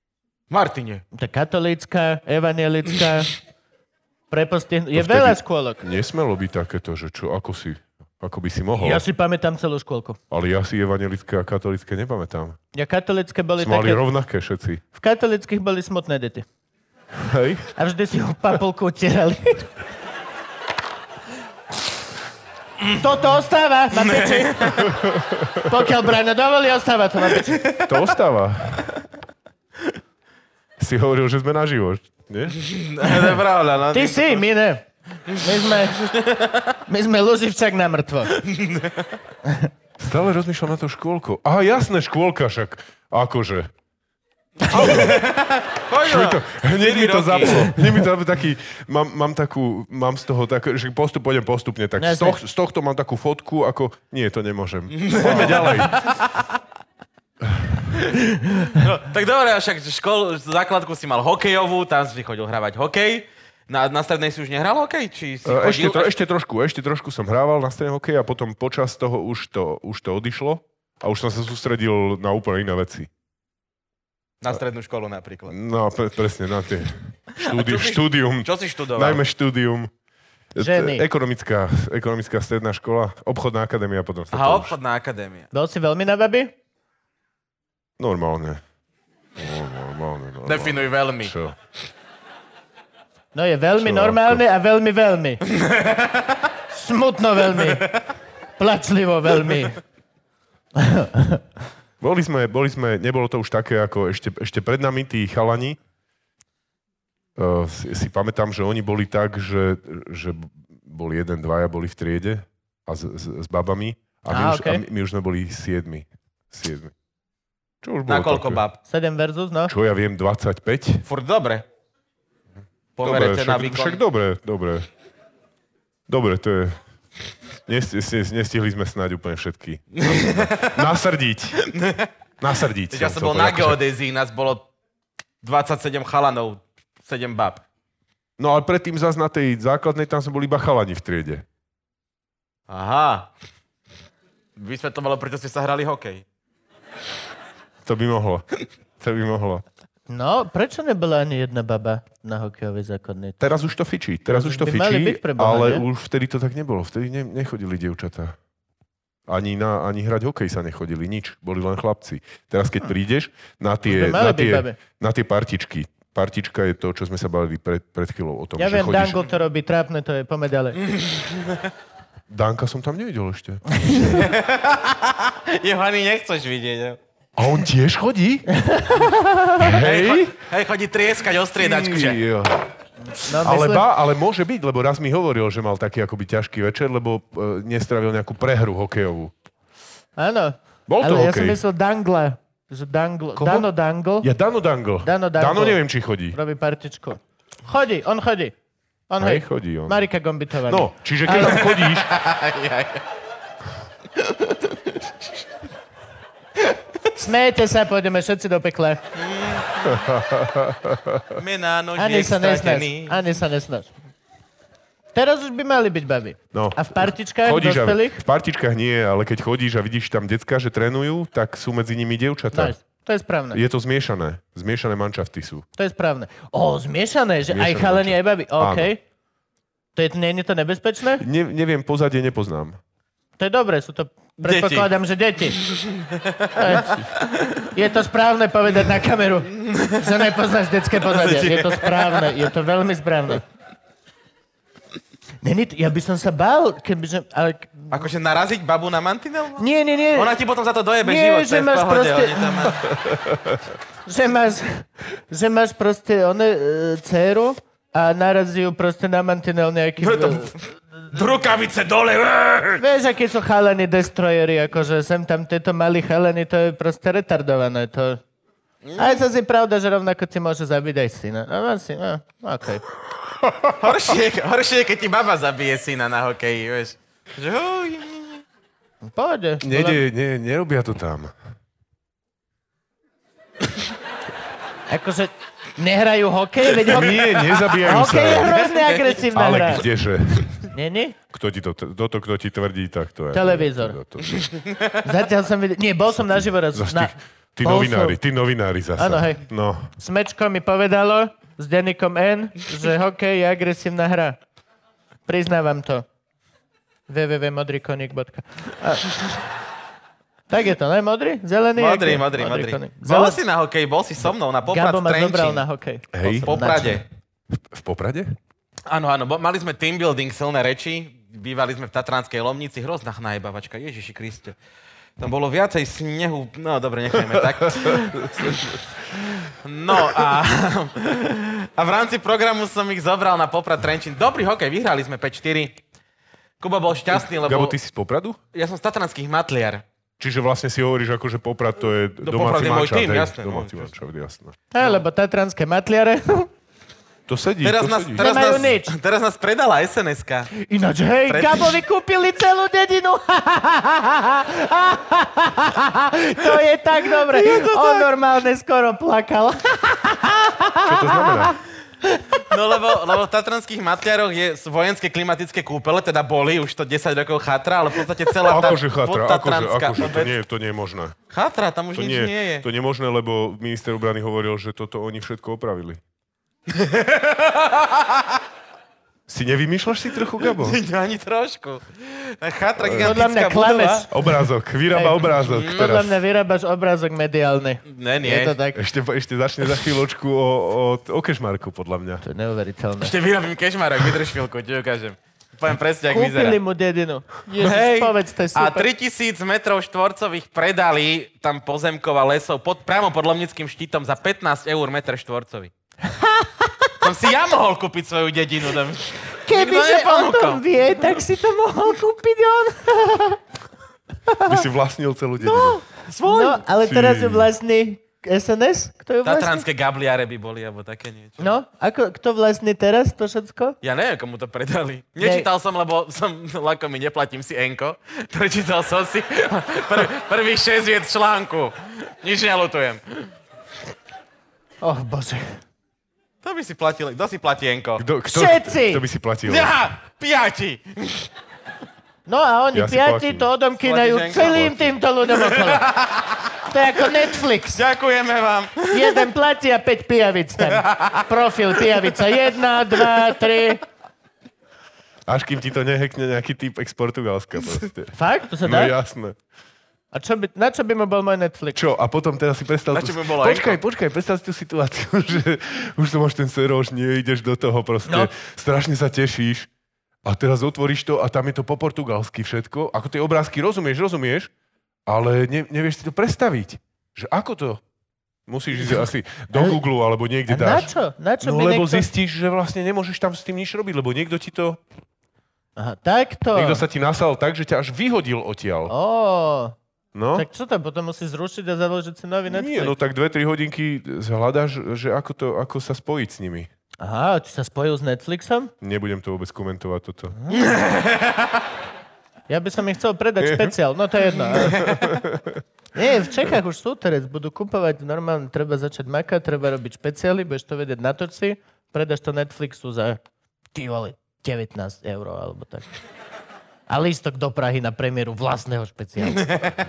D: Martine.
B: To je katolícka, evanielická, prepostihnutá. Je
C: To vtedy-
B: veľa škôlok.
C: Nesmelo byť takéto, že čo, ako si... Ako by si mohol.
B: Ja si pamätám celú škôlku.
C: Ale ja si evangelické a katolické nepamätám.
B: Ja katolické boli
C: Sme mali
B: také...
C: rovnaké všetci.
B: V katolických boli smutné deti.
C: Hej?
B: A vždy si ho papulku utierali. Toto ostáva na peči. Pokiaľ Brano dovolí, ostáva to na peči.
C: To ostáva. Si hovoril, že sme na život. Nie?
D: to je pravda, no.
B: Ty si, my ne. My sme, my sme Luživčak na mŕtvo.
C: Stále rozmýšľam na to škôlko. Aha, jasné, škôlka však. Akože.
D: Chodil.
C: Mi to, hneď mi to
D: roky.
C: zaplo. Hneď mi to zaplo taký, mám, mám takú, mám z toho tak, že postup, pôjdem postupne, tak
B: No,
C: z, toh, z tohto mám takú fotku, ako, nie, to nemôžem. Poďme ďalej.
D: No, tak dobre, však školu, základku si mal hokejovú, tam si chodil hravať hokej. Na, na strednej si už nehral hokej? Či si
C: E, Ešte,
D: chodil?
C: tro, ešte trošku, ešte trošku som hrával na strane hokej a potom počas toho už to, už to odišlo a už som sa sústredil na úplne iné veci.
D: Na strednú školu napríklad.
C: No, pre, presne, na tie. Štúdiu, štúdium.
D: Čo si študoval?
C: Najmä štúdium. E,
B: Ženy.
C: t- Ekonomická, ekonomická stredná škola, obchodná akadémia potom sa
D: Aha,
C: to už-
D: obchodná akadémia.
B: Bol si veľmi na babi?
C: Normálne. No, Normálne, normálne.
D: Definuj veľmi.
C: Čo?
B: No je veľmi
C: Čo
B: normálne a veľmi veľmi. Smutno veľmi. Plačlivo veľmi.
C: Boli sme, boli sme, nebolo to už také, ako ešte, ešte pred nami tí chalani. Uh, si, si pamätám, že oni boli tak, že, že bol jeden, dvaja boli v triede a s, s, s babami. A my,
B: Á,
C: už,
B: okej.
C: a my, my už sme boli siedmi. siedmi. Čo už bolo
D: Na koľko
C: také?
D: bab?
B: 7 versus, no.
C: Čo ja viem, 25?
D: Furt dobre.
C: Dobre,
D: Pomerete
C: však,
D: na
C: však
D: výkon.
C: dobre, dobre. Dobre, to je... Nesti, si- nestihli sme snáď úplne všetky. Nasrdiť. Nasrdiť.
D: Keď ja som bol na geodézii, nás bolo 27 chalanov, 7 bab.
C: No ale predtým zase na tej základnej, tam sme boli iba chalani v triede.
D: Aha. Vysvetľovalo, prečo ste sa hrali hokej.
C: To by mohlo. To by mohlo.
B: No, prečo nebola ani jedna baba na hokejovej základnej?
C: Teraz už to fičí, teraz už to
B: By mali byť
C: fičí,
B: pre Boha,
C: ale
B: nie?
C: už vtedy to tak nebolo. Vtedy ne, nechodili dievčatá. Ani, na, ani hrať hokej sa nechodili, nič. Boli len chlapci. Teraz keď prídeš na
B: Hm. Už by
C: tie,
B: mali
C: na
B: byť babe.
C: tie, na tie partičky, partička je to, čo sme sa bavili pred, pred chvíľou o tom,
B: Ja
C: že
B: viem,
C: chodíš...
B: Dango to robí, trápne to je, poďme ďalej.
C: Danka som tam nevidel ešte.
D: Jeho ani nechceš vidieť. ne?
C: A on tiež chodí?
D: Hej,
C: Hej?
D: hej, chodí trieskať o striedačku, že
C: Jo.
B: No,
C: Ale,
B: myslím-
C: ba, ale môže byť, lebo raz mi hovoril, že mal taký akoby ťažký večer, lebo e, nestravil nejakú prehru hokejovú.
B: Áno.
C: Bol to
B: Ale ja
C: hokej.
B: som myslel Dangla. Že Dangl,
C: Koho?
B: Dano Dango
C: Ja Dano Dango.
B: Oh. Dano Dango.
C: Dano neviem, či chodí.
B: robí partičku. Chodí, on chodí. On
C: Hej,
B: hej.
C: chodí on.
B: Marika Gombitová.
C: No, čiže keď tam chodíš...
B: Smejte sa, pôjdeme všetci do pekla.
D: my na nožiek
B: Ani sa nesnaž.
D: stratený.
B: Ani sa nesnaž. Teraz už by mali byť baby.
C: No.
B: A v partičkách
C: Chodíš a,
B: dospelých?
C: v partičkách nie, ale keď chodíš a vidíš tam decka, že trénujú, tak sú medzi nimi dievčatá.
B: Nice. To je správne.
C: Je to zmiešané. Zmiešané manšafty sú.
B: To je správne. O, zmiešané, že aj
C: Zmiešané,
B: chalani,
C: čo?
B: aj baby. OK. To je, nie je to nebezpečné?
C: Ne, neviem, pozadie nepoznám.
B: To je dobré, sú to... Predpokladám, že deti. Eh, Je to správne povedať na kameru, že nepoznáš detské pozadie. Je to správne, je to veľmi správne. Není, to- ja by som sa bál, kebyže... Ale,
D: Akože naraziť babu na mantinel?
B: nie, nie, nie.
D: Ona ti potom za to dojebe
B: Nie,
D: život, to
B: že
D: je v
B: máš
D: pohode.
B: proste-
D: oni tam-
B: že máš, že máš proste one, e, dceru a narazí ju proste na mantinel nejaký...
D: Preto- Rukavice dole!
B: Vieš, akí sú chalani destroyery, akože sem tam tieto malí chalani, to je proste retardované. To...
C: Mm.
B: Aj sa si pravda, že rovnako ti môže zabiť aj syna. No, no, si, no, okay.
D: Horšie, horšie je, keď ti baba zabije syna na hokeji, vieš. Že, uj,
B: Pôjde. Bola-
C: Nede, ne, nerobia to tam.
B: Akože nehrajú hokej, veď hokej,
C: Nie, nezabíjajú sa.
B: hokej je hrozne agresívna
C: Ale
B: hra.
C: kdeže?
B: Nie, nie?
C: Kto ti to, kto to, kto ti tvrdí, tak to je.
B: Televízor.
C: To, to, to,
B: Zatiaľ som videl... Nie, bol som naživo raz.
C: Zas
B: Na...
C: ty, ty
B: Bol
C: novinári, ty novinári zasa.
B: Áno, hej.
C: No,
B: Smečko mi povedalo s denníkom N, že hokej je agresívna hra. Priznávam to. www.modrikonik.com A- Tak je to, ne? Modrý? Zelený? aký?
D: modrý, modrý, modrý.
B: koník.
D: Bol
B: Zelen-
D: si na hokeji, bol si so mnou na Poprad
B: Gabo ma zobral
D: Trenčín.
B: na hokej.
C: hej,
D: V Poprade.
C: v Poprade?
D: Áno, áno, bo- mali sme team building, silné reči, bývali sme v Tatranskej Lomnici, hrozná najbavačka, Ježiši Kriste. Tam bolo viacej snehu, no dobre, nechajme tak. No a, a v rámci programu som ich zobral na Poprad Trenčín. Dobrý hokej, vyhrali sme 5-4. Kuba bol šťastný, lebo
C: Gabo, ty si z Popradu?
D: ja som z Tatranských matliar.
C: Čiže vlastne si hovoríš, ako, že Poprad to je
D: No, Poprad
C: domáci
D: je môj
C: mančat,
D: tým,
C: hej,
D: jasné,
C: Domáci
D: no.
C: mančat, jasné.
B: Á, lebo tatranské matliare.
C: To sedí,
D: Teraz
C: to
D: nás,
C: sedí.
D: teraz,
B: Nemajú
D: nás,
B: nič.
D: teraz nás predala SNSK.
B: Ináč, hej,
D: Pred-
B: Gabovi kúpili celú dedinu. to je tak dobre. On normálne skoro plakal.
C: Čo to znamená?
D: No lebo, lebo v Tatranských Matliaroch je, sú vojenské klimatické kúpele, teda boli, už to 10 rokov chatra, ale v podstate celá tá
C: Akože chatra, akože,
D: podtatranská
C: akože, to
D: obec-
C: nie, to nie je možné.
D: Chatra, tam
C: To
D: už nič
C: nie,
D: nie je.
C: to nie je možné, lebo minister obrany hovoril, že toto oni všetko opravili. si nevymýšľaš si trochu, Gabo?
D: Ani trošku. Chatra,
B: Podľa mňa
D: gigantická
B: klameš.
D: budova.
C: Obrázok, vyrába obrázok
D: Mm.
B: Podľa
C: teraz.
B: No, mňa vyrábaš obrázok mediálny.
D: Ne, nie.
B: Je to tak.
C: Ešte, ešte začne za chvíľočku o, o, o kešmarku, podľa mňa.
B: To je neuveriteľné.
D: Ešte vyrobím kešmarok, vydrž chvíľku, ti ukážem. Poviem presne, ak vyzerá.
B: Kúpili mu dedinu. Ježiš, povedz, to je
D: a
B: super.
D: 3000 metrov štvorcových predali tam pozemkov a lesov pod, priamo pod Lomnickým štítom za 15 eur meter štvorcový. Som si ja mohol kúpiť svoju dedinu. Tam.
B: Kebyže
D: nikto
B: o
D: neponúkal.
B: tom vie, tak si to mohol kúpiť on.
C: By si vlastnil celú dedinu. No.
B: Svoj. No, ale
C: Ty.
B: teraz je vlastný SNS? Kto ju vlastní?
D: Tatranské gabliare by boli, alebo také niečo.
B: No, ako, kto vlastní teraz to všetko?
D: Ja neviem, komu to predali. Nečítal som, lebo som lakomý, neplatím si enko. Prečítal som si pr- prvých 6 viet článku. Nič nelutujem.
B: Oh, bože.
D: To by si platil, kto si platí enko?
C: Kto, kto,
B: Všetci!
C: Kto by si platil?
D: Ja, piati!
B: No a oni
C: Ja si
B: piati
C: platím.
B: to odomkýnajú
D: Sladiženka.
B: celým týmto ľuďom okolo. To je ako Netflix.
D: Ďakujeme vám.
B: Jeden platí a 5 pijavic tam. Profil pijavica 1, 2, 3.
C: Až kým ti to nehekne nejaký typ ex Portugalska. Proste.
B: Fakt? To sa
C: No
B: dá?
C: jasné.
B: A čo by, na čo by mu bol môj Netflix?
C: Čo, a potom teraz si predstav...
D: Na
C: tú-
D: čo by bola
C: počkaj, počkaj, predstav si tú situáciu, že už to máš ten serož, nie, ideš do toho proste.
B: No.
C: No. Strašne sa tešíš a teraz otvoríš to a tam je to po portugalsky všetko. Ako tie obrázky rozumieš, rozumieš, ale ne, nevieš si to predstaviť. Že ako to? Musíš ísť asi do
B: Ale-
C: Google alebo
B: A
C: niekde
B: na
C: dáš.
B: čo? Na čo
C: No
B: by
C: lebo
B: niekto...
C: zistíš, že vlastne nemôžeš tam s tým nič robiť, lebo niekto ti to...
B: Aha, takto.
C: Niekto sa ti nasal tak, že ťa až vyhodil odtiaľ.
B: Ó,
C: No?
B: tak čo to potom musí zrušiť a založiť si nový Netflix?
C: Nie, no tak 2-3 hodinky hľadaš, že ako, to, ako sa spojiť s nimi.
B: Aha, či sa spojil s Netflixom?
C: Nebudem to vôbec komentovať toto.
B: Ja by som im chcel
C: Eh.
B: predať špeciál, no to je jedno. ale- Nie, v Čechách už sú teraz, budú kupovať normálne, treba začať makať, treba robiť špeciály, budeš to vedieť na toci, predáš to Netflixu za, ty vole, 19 eur alebo tak. A lístok do Prahy na premiéru vlastného špeciálu.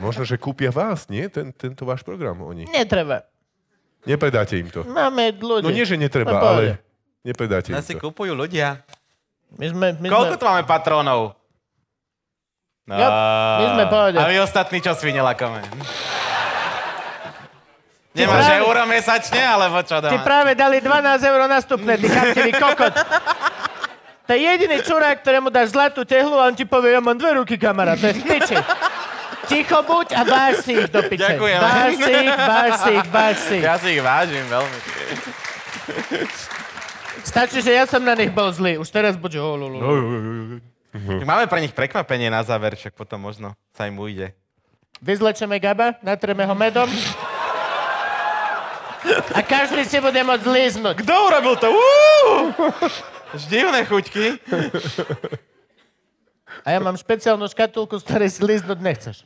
C: Možno, že kúpia vás, nie? Ten, tento váš program oni.
B: Netreba.
C: Nepredáte im to.
B: Máme ľudí.
C: No nie, že netreba,
B: No, pohode.
C: ale nepredáte im
D: Nás si
C: to.
D: kupujú ľudia.
B: My sme, my
D: Koľko
B: sme...
D: tu máme patronov? No.
B: Ja- my sme pohode.
D: A vy ostatní čo svinelakome? Nemáš
B: práve-
D: euro mesačne, alebo čo
B: Ty
D: doma?
B: práve dali 12 eur nastupné, ty chamtivý kokot. To je jediný čurák, ktorému dáš zlatú tehlu a on ti povie, ja mám dve ruky, kamera, to je v piči. Ticho buď a váž si ich do piče.
D: Ďakujem.
B: Váž si ich, váž si ich, váž si ich.
D: Ja si ich vážim veľmi.
B: Stačí, že ja som na nich bol zlý. Už teraz buď
C: No.
B: holulu.
D: Máme pre nich prekvapenie na záver, však potom možno sa im ujde.
B: Vyzlečeme Gaba, natreme ho medom. A každý si bude môcť zliznúť.
D: Kto urobil to? Uú! Až divné chuťky.
B: A ja mám špeciálnu škatulku, z ktorej si liznúť nechceš.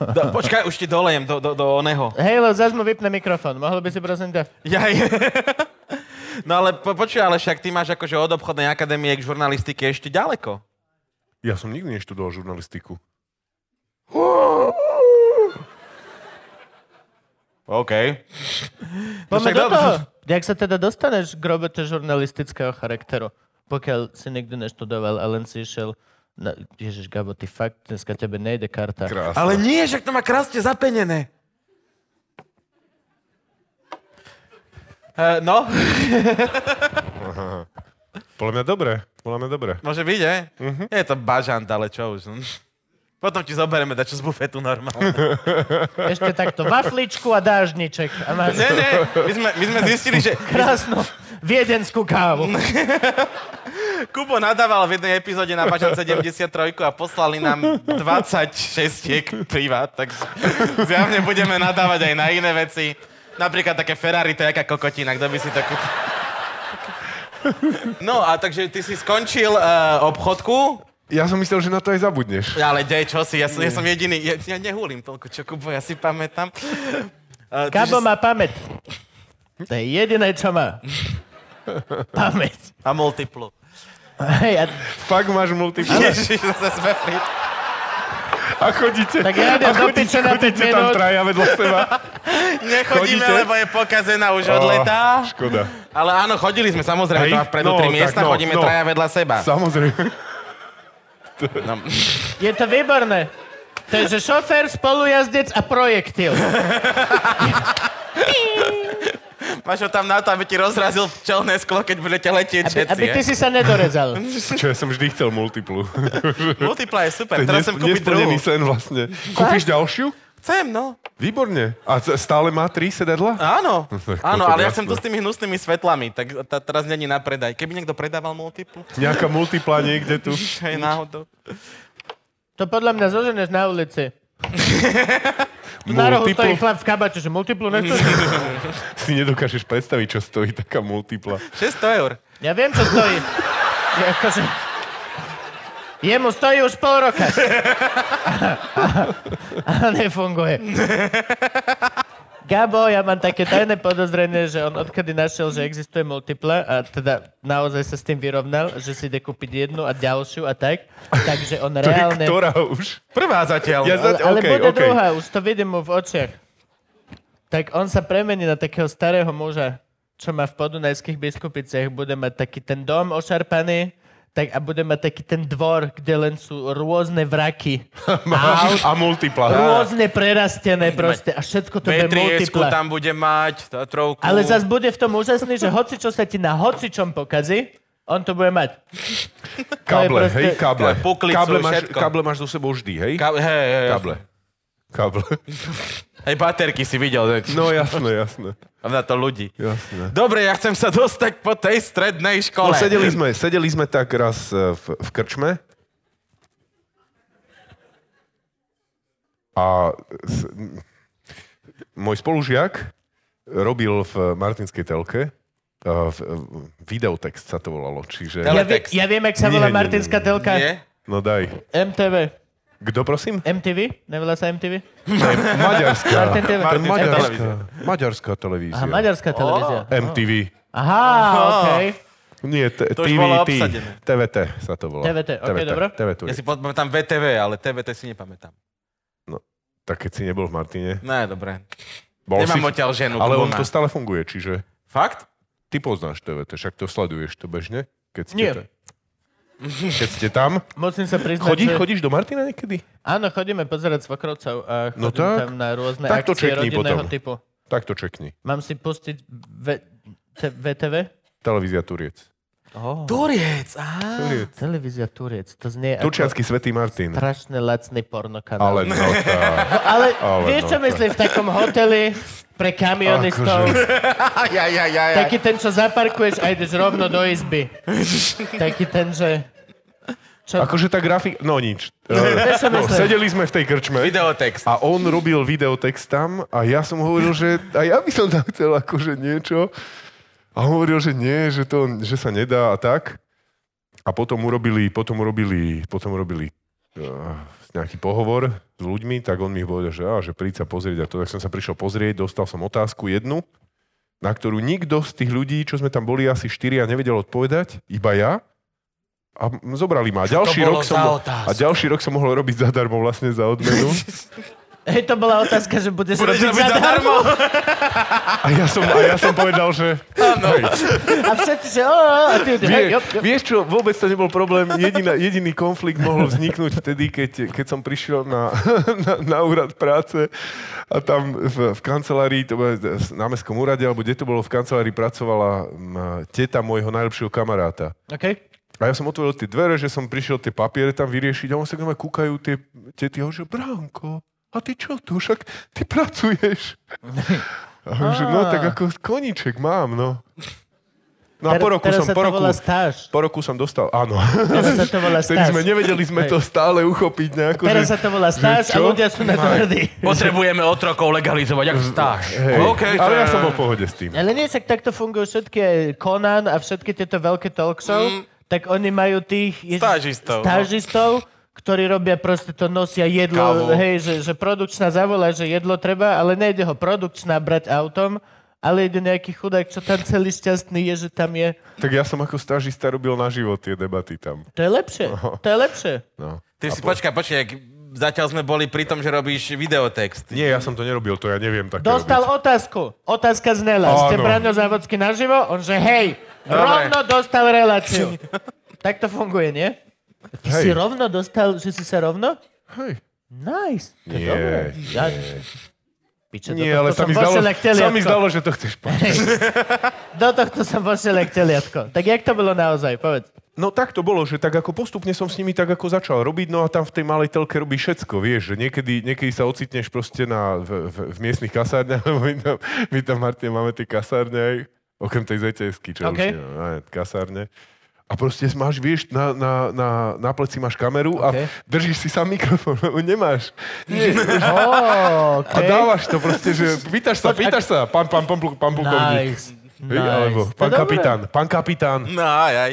D: Do, počkaj, už ti dolejem do, do, do oného.
B: Hej, lebo zase mu vypne mikrofón. Mohol by si prosím ťa...
D: Jaj. No ale po, počuj, ale však ty máš akože od obchodnej akadémie k žurnalistike ešte ďaleko.
C: Ja som nikdy neštudoval žurnalistiku.
D: OK.
B: Poďme
D: No však
B: do
D: dobre.
B: toho. Jak sa teda dostaneš k robote žurnalistického charakteru, pokiaľ si nikdy neštudoval a len si išiel na... Ježiš, Gabo, ty fakt, dneska tebe nejde karta.
C: Krásne.
D: Ale nie, však to má krásne zapenené. Uh, no,
C: Podľa mňa dobre, podľa mňa dobre.
D: môže byť, je? Uh-huh. Je to bažant, ale čo už. hm. Potom ti zoberieme dačo z bufetu normálne.
B: Ešte takto vafličku a dážniček. A máš
D: nie, nie, my sme, my sme zistili, že
B: krásnu viedenskú kávu.
D: Kubo nadával v jednej epizóde na Bažant 73 a poslali nám 26 privát, takže zjavne budeme nadávať aj na iné veci. Napríklad také Ferrari, to je jaká kokotina, kto by si to kúpil. No a takže ty si skončil uh, obchodku,
C: Ja som myslel, že na to aj zabudneš.
D: ale dej, čo si, ja som, ja som jediný, ja, ja nehulím toľko, čo Kubo, ja si pamätám. Uh,
B: Gabo má pamäť. To je jediné, čo má. Pamäť.
D: A multiplu.
B: Hej, a,
C: Fakt máš multiple.
D: Ježiš, zase sme pri...
C: A chodíte,
B: Tak ja idem
C: a
B: do piče
C: chodíte,
B: na
C: chodíte
B: 5
C: tam
B: minút.
C: traja vedľa seba.
D: Nechodíme,
C: Chodíte?
D: lebo je pokazená už od leta.
C: Á, Škoda.
D: Ale áno, chodili sme samozrejme,
C: Hej,
D: to má vpredu
C: no,
D: tri
C: tak
D: miesta,
C: no,
D: chodíme
C: no.
D: traja vedľa seba.
C: Samozrejme.
D: No.
B: je to výborné. To je, že šofér, spolujazdec a projektil.
D: Máš ho tam na to, aby ti rozrazil čelné sklo, keď budete letieť
B: Aby,
D: všetci.
B: aby ty si sa nedorezal.
C: Čo ja som vždy chcel multiplu.
D: Multipla je super,
C: To je
D: teraz
C: nes-
D: chcem kúpiť druhú.
C: nesplnený sen vlastne. Kúpiš ďalšiu?
D: Chcem, no.
C: Výborne. A c- stále má tri sedadla?
D: Áno,
C: Tak
D: áno,
C: potom
D: ale ja
C: jasné.
D: chcem tu s tými hnusnými svetlami, tak tá, teraz není na predaj. Keby niekto predával multiplu,
C: Nejaká multipla niekde tu.
D: hej, náhodou.
B: To podľa mňa zoženeš na ulici. Tu na rohu stojí
C: Multiplu?
B: chlap v kabače, že multiplu nechceš?
C: Si nedokážeš predstaviť, čo stojí taká multipla.
D: 600 eur.
B: Ja viem, čo stojí. Je akože... Jemu stojí už pol roka. A nefunguje. Gabo, ja mám také tajné podozrenie, že on odkedy našiel, že existuje multipla a teda naozaj sa s tým vyrovnal, že si ide kúpiť jednu a ďalšiu a tak, takže on
C: To je
B: reálne...
C: ktorá už?
D: Prvá zatiaľ.
C: Ja
D: Ja
C: za-
B: Ale, ale
C: okej,
B: bude
C: okej.
B: druhá, už to vidím mu v očiach. Tak on sa premení na takého starého muža, čo má v podunajských biskupiciach. Bude mať taký ten dom ošarpaný tak, a bude mať taký ten dvor, kde len sú rôzne vraky. Aut,
C: A multipla.
B: rôzne prerastené proste a všetko to bude
D: Petriesku
B: multipla.
D: tam bude mať, Tatrovku.
B: Ale zas bude v tom úžasný, že hoci čo sa ti na hocičom pokazí, on to bude mať.
C: Kable,
B: proste-
C: hej, kable.
D: Puklicu,
C: Kable máš,
D: všetko.
C: kable máš so sebou vždy, hej?
D: Ka- hej, hej, hej.
C: Kable. Kable.
D: Hej, baterky si videl, že?
C: No jasné, jasné.
D: Na to ľudí.
C: jasné.
D: Dobre, ja chcem sa dostať po tej strednej
C: No,
D: škole.
C: sedeli, sme, sedeli sme tak raz e, v, v krčme. A s, m- môj spolužiak robil v Martinskej telke e, v, v- videotext sa to volalo, čiže...
B: Ja,
D: Tele-
B: vi-
D: text.
B: ja viem, jak sa
C: Nie,
B: volá
C: nie, nie,
B: Martinská
C: nie.
B: telka.
D: Nie?
C: No daj.
B: MTV.
C: Kto prosím?
B: MTV? Nevolá sa MTV?
C: Maďarská.
B: Martin TV.
C: To je
B: Martin
C: Maďarská,
D: televízia.
C: Maďarská televízia.
B: Aha, maďarská televízia.
C: MTV.
B: Aha, okej.
C: Nie, t-
D: To už
C: TV,
D: bolo
C: T.
D: obsadené.
C: TVT sa to volá.
B: TVT, ok, dobro.
C: TVT.
D: Ja si pamätám VTV, ale TVT si nepamätám.
C: Tak keď si nebol v Martine.
D: No, dobre.
C: Bol si...
D: Nemám odtiaľ ženu.
C: Ale on
D: Kubona.
C: to stále funguje, čiže
D: Fakt?
C: ty poznáš TVT, však to sleduješ to bežne, keď ste,
B: Nie.
C: ta- keď ste tam.
B: Musím sa priznať,
C: Chodí,
B: že...
C: chodíš do Martina niekedy?
B: Áno, chodíme pozerať svokrovcov a chodím
C: No tak.
B: tam na rôzne
C: Tak to
B: akcie
C: čekni
B: rodinného
C: potom.
B: typu.
C: Tak to čekni.
B: Mám si pustiť v... te- VTV?
C: Televízia Turiec.
B: Oh.
D: Turiec, aha.
C: Turiec.
B: Televízia Turiec, to znie ako
C: Turčiansky svätý Martin.
B: strašne lacný pornokanál.
C: Ale no tá.
B: ale,
C: ale
B: vieš, čo
C: no,
B: myslím v takom hoteli pre kamionistov?
C: Akože.
D: Ja, ja, ja, ja.
B: Taký ten, čo zaparkuješ a ideš rovno do izby. Taký ten, že... Čo...
C: Akože tá grafika... No nič. Eh,
B: Vieš, čo
C: No,
B: myslím?
C: sedeli sme v tej krčme.
D: Videotext.
C: A on robil videotext tam a ja som hovoril, že a ja by som tam chcel akože niečo. A on hovoril, že nie, že, to, že sa nedá a tak. A potom urobili, potom urobili, potom urobili uh, nejaký pohovor s ľuďmi, tak on mi povedal, že, á, že príď sa pozrieť a to. Tak som sa prišiel pozrieť, dostal som otázku jednu, na ktorú nikto z tých ľudí, čo sme tam boli asi štyria, nevedel odpovedať, iba ja. A m- zobrali ma. A ďalší, rok
D: bolo
C: som,
D: za
C: mo-
D: otázku?
C: a ďalší rok som mohol robiť zadarmo vlastne za odmenu.
B: Hej, to bola otázka, že budeš, robiť
D: Budeš robiť zadarmo?
C: A ja som, a ja som povedal, že... Hej,
B: A všetci, že o, o, a ty,
C: vie,
B: hej, jop, jop.
C: vieš čo, vôbec to nebol problém. Jediná, jediný konflikt mohol vzniknúť vtedy, keď, keď som prišiel na, na, na úrad práce a tam v, v kancelárii, to bolo na mestskom úrade, alebo kde to bolo, v kancelárii pracovala m, teta môjho najlepšieho kamaráta.
B: Okay.
C: A ja som otvoril tie dvere, že som prišiel tie papiere tam vyriešiť a on sa k nám kúkajú tie tety a hovorí, že Bránko, a ty čo tu? Však ty pracuješ. A hovorím, že
B: Ah.
C: no tak ako koníček mám, no. No a po roku
B: teraz
C: som,
B: sa
C: po
B: to
C: roku,
B: volá stáž.
C: po roku som dostal, áno.
B: Teraz sa to volá
C: Vtedy
B: stáž.
C: sme nevedeli sme
B: Hej.
C: to stále uchopiť nejako,
B: Teraz
C: že,
B: sa to volá stáž a
C: že čo?
B: ľudia sú na to hrdí.
D: Potrebujeme otrokov legalizovať, ak stáž.
C: Hej,
D: Okay,
C: ale ja
D: to-
C: som bol v pohode s tým.
B: Ale nie, však takto fungujú všetky aj Conan a všetky tieto veľké talk show,
C: Mm.
B: tak oni majú tých ježiš,
D: Stážistov, no.
B: stážistov ktorí robia proste to, nosia jedlo,
D: Kávu.
B: hej, že, že produkčná zavolá, že jedlo treba, ale nejde ho produkčná brať autom, ale ide nejaký chudák, čo tam celý šťastný je, že tam je.
C: Tak ja som ako stážista robil na život tie debaty tam.
B: To je lepšie, to je lepšie.
C: No.
D: Ty si, počkaj, počkaj, jak zatiaľ sme boli pri tom, že robíš videotext.
C: Nie, ja som to nerobil, to ja neviem také
B: Dostal
C: robiť.
B: otázku. Otázka znela. Ste
C: Áno.
B: Braňo Závodský naživo? On že hej,
D: Dobre.
B: rovno dostal reláciu. tak to funguje, nie? Ty
C: Hej.
B: si rovno dostal, že si sa rovno?
C: Hej.
B: Nice. To je
C: Nie,
B: dobré. Ja... Piče, do
C: Nie, ale
B: tohto
C: sa
B: som vošiel
C: mi, zdalo,
B: jak
C: sa mi
B: teliatko.
C: zdalo, že to chceš povedať.
B: Do tohto som vošiel jak teliatko. Tak jak to bolo naozaj? Povedz.
C: No tak to bolo, že tak ako postupne som s nimi tak ako začal robiť, no a tam v tej malej telke robí všetko, vieš, že niekedy, niekedy sa ocitneš proste na, v, v, v miestnych kasárniach, lebo my tam, my tam Martin máme tie kasárne aj, okrem tej ZTSky, čo
B: OK.
C: okay. už nemám, aj, kasárne. A proste máš, vieš, na, na, na, na pleci máš kameru okay.
B: OK.
C: a držíš si sám mikrofón, lebo nemáš.
B: Oh,
C: A dávaš to proste, že pýtaš sa, pýtaš sa, pán, pán, pán, plu- pán plukovník.
B: Nice.
C: Hej, Alebo
B: Nice. To je dobré.
C: pán
B: Mm,
C: kapitán, pán kapitán.
D: No aj, aj.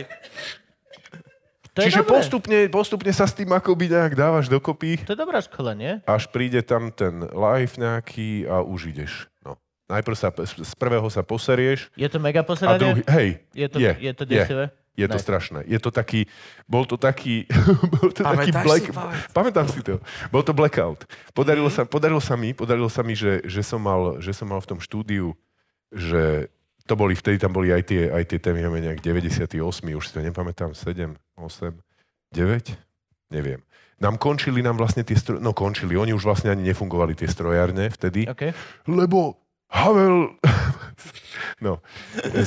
B: To je
C: Čiže
B: dobré.
C: postupne, postupne sa s tým akoby nejak dávaš dokopy,
B: To je dobrá škola, nie?
C: až príde tam ten live nejaký a už ideš. No. Najprv sa, z z prvého sa poserieš
B: Je to mega
C: a
B: posranie?
C: druhý, hej,
B: Je to,
C: je,
B: je to
C: je,
B: desivé?
C: je to
B: Nice.
C: strašné. Je to taký, bol to taký, bol to taký
D: Pamätáš
C: black,
D: si, Mhm. povedz.
C: pamätám si to, bol to blackout. Podarilo, sa, podarilo sa mi, podarilo sa mi, že, že, som mal, že som mal v tom štúdiu, že to boli, vtedy tam boli aj tie, aj tie témy, máme nejak 98, už si to nepamätám, 7, 8, 9, neviem. Nám končili nám vlastne tie stroje, no končili, oni už vlastne ani nefungovali tie strojárne vtedy,
B: OK.
C: lebo Havel... No,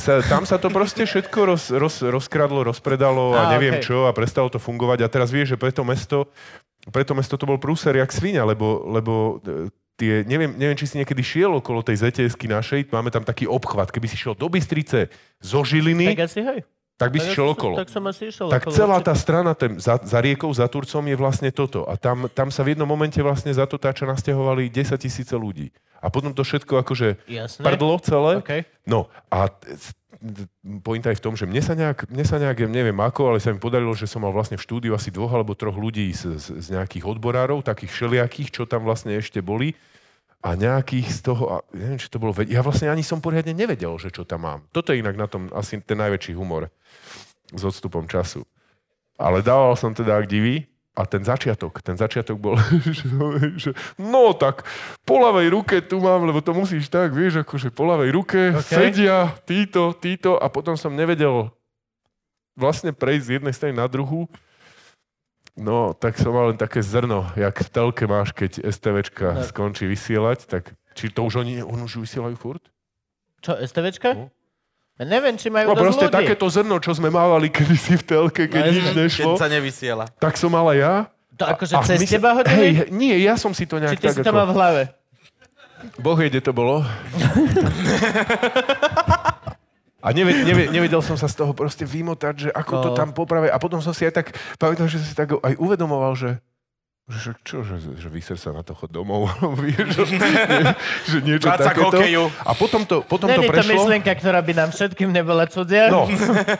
C: sa, tam sa to proste všetko roz, roz, rozkradlo, rozpredalo a,
B: Á,
C: neviem
B: okej.
C: čo a prestalo to fungovať. A teraz vieš, že pre to mesto, pre to mesto to bol prúser jak svinia, lebo, lebo e, tie, neviem, neviem, či si niekedy šiel okolo tej ZTS-ky našej, máme tam taký obchvat. Keby si šiel do Bystrice zo
B: Tak
C: Žiliny, tak,
B: asi hej.
C: tak by
B: Tak
C: si
B: asi
C: šiel
B: som-
C: okolo.
B: Tak som asi išiel
C: Tak
B: okolo.
C: celá tá strana ten, za, za riekou, za Turcom je vlastne toto. A tam, tam sa v jednom momente vlastne za to táča nasťahovali 10 tisíce ľudí. A potom to všetko akože
B: Jasné.
C: prdlo celé.
B: OK.
C: No a t- s- d- pointa je v tom, že mne sa, nejak, mne sa nejak, neviem ako, ale sa mi podarilo, že som mal vlastne v štúdiu asi dvoch alebo troch ľudí z, z, z nejakých odborárov, takých všelijakých, čo tam vlastne ešte boli. A nejakých z toho, a neviem, či to bolo, ve- ja vlastne ani som poriadne nevedel, že čo tam mám. Toto je inak na tom asi ten najväčší humor s odstupom času. Ale dával som teda ak divý a ten začiatok, ten začiatok bol, že, že no tak po ľavej ruke tu mám, lebo to musíš tak, vieš, akože po ľavej ruke
B: OK.
C: okay. sedia títo, títo a potom som nevedel vlastne prejsť z jednej strany na druhú. No, tak som mal len také zrno, jak v telke máš, keď
B: No.
C: STVčka skončí vysielať, tak či to už oni, on už vysielajú furt?
B: Čo, STVčka?
C: No.
B: Ja neviem, či majú
C: No
B: dosť
C: proste
B: ľudí.
C: takéto zrno, čo sme mávali kedysi v telke, keď
B: No,
C: nič
B: jasné.
C: nešlo,
D: Keď sa nevysiela.
C: tak som mal aj ja.
B: To akože
C: A- a
B: cez
C: my sa-
B: teba
C: Hej,
B: hodili?
C: nie, ja som si
B: Či
C: to nejak
B: ty
C: tak
B: si to mal
C: ako...
B: v hlave?
C: Boh vie, kde to bolo. A neved, neved, nevedel som sa z toho proste vymotať, že ako to
B: No.
C: tam poprave. A potom som si aj tak, pamätám, že som si tak aj uvedomoval, že že však čo, že, že vyser sa na to chod domov, vieš, že, že niečo
D: Vráť sa k
C: takéto.
D: hokeju.
C: A potom to, potom to
B: Není to
C: prešlo.
B: myšlienka, ktorá by nám všetkým nebola cudzia.
C: No,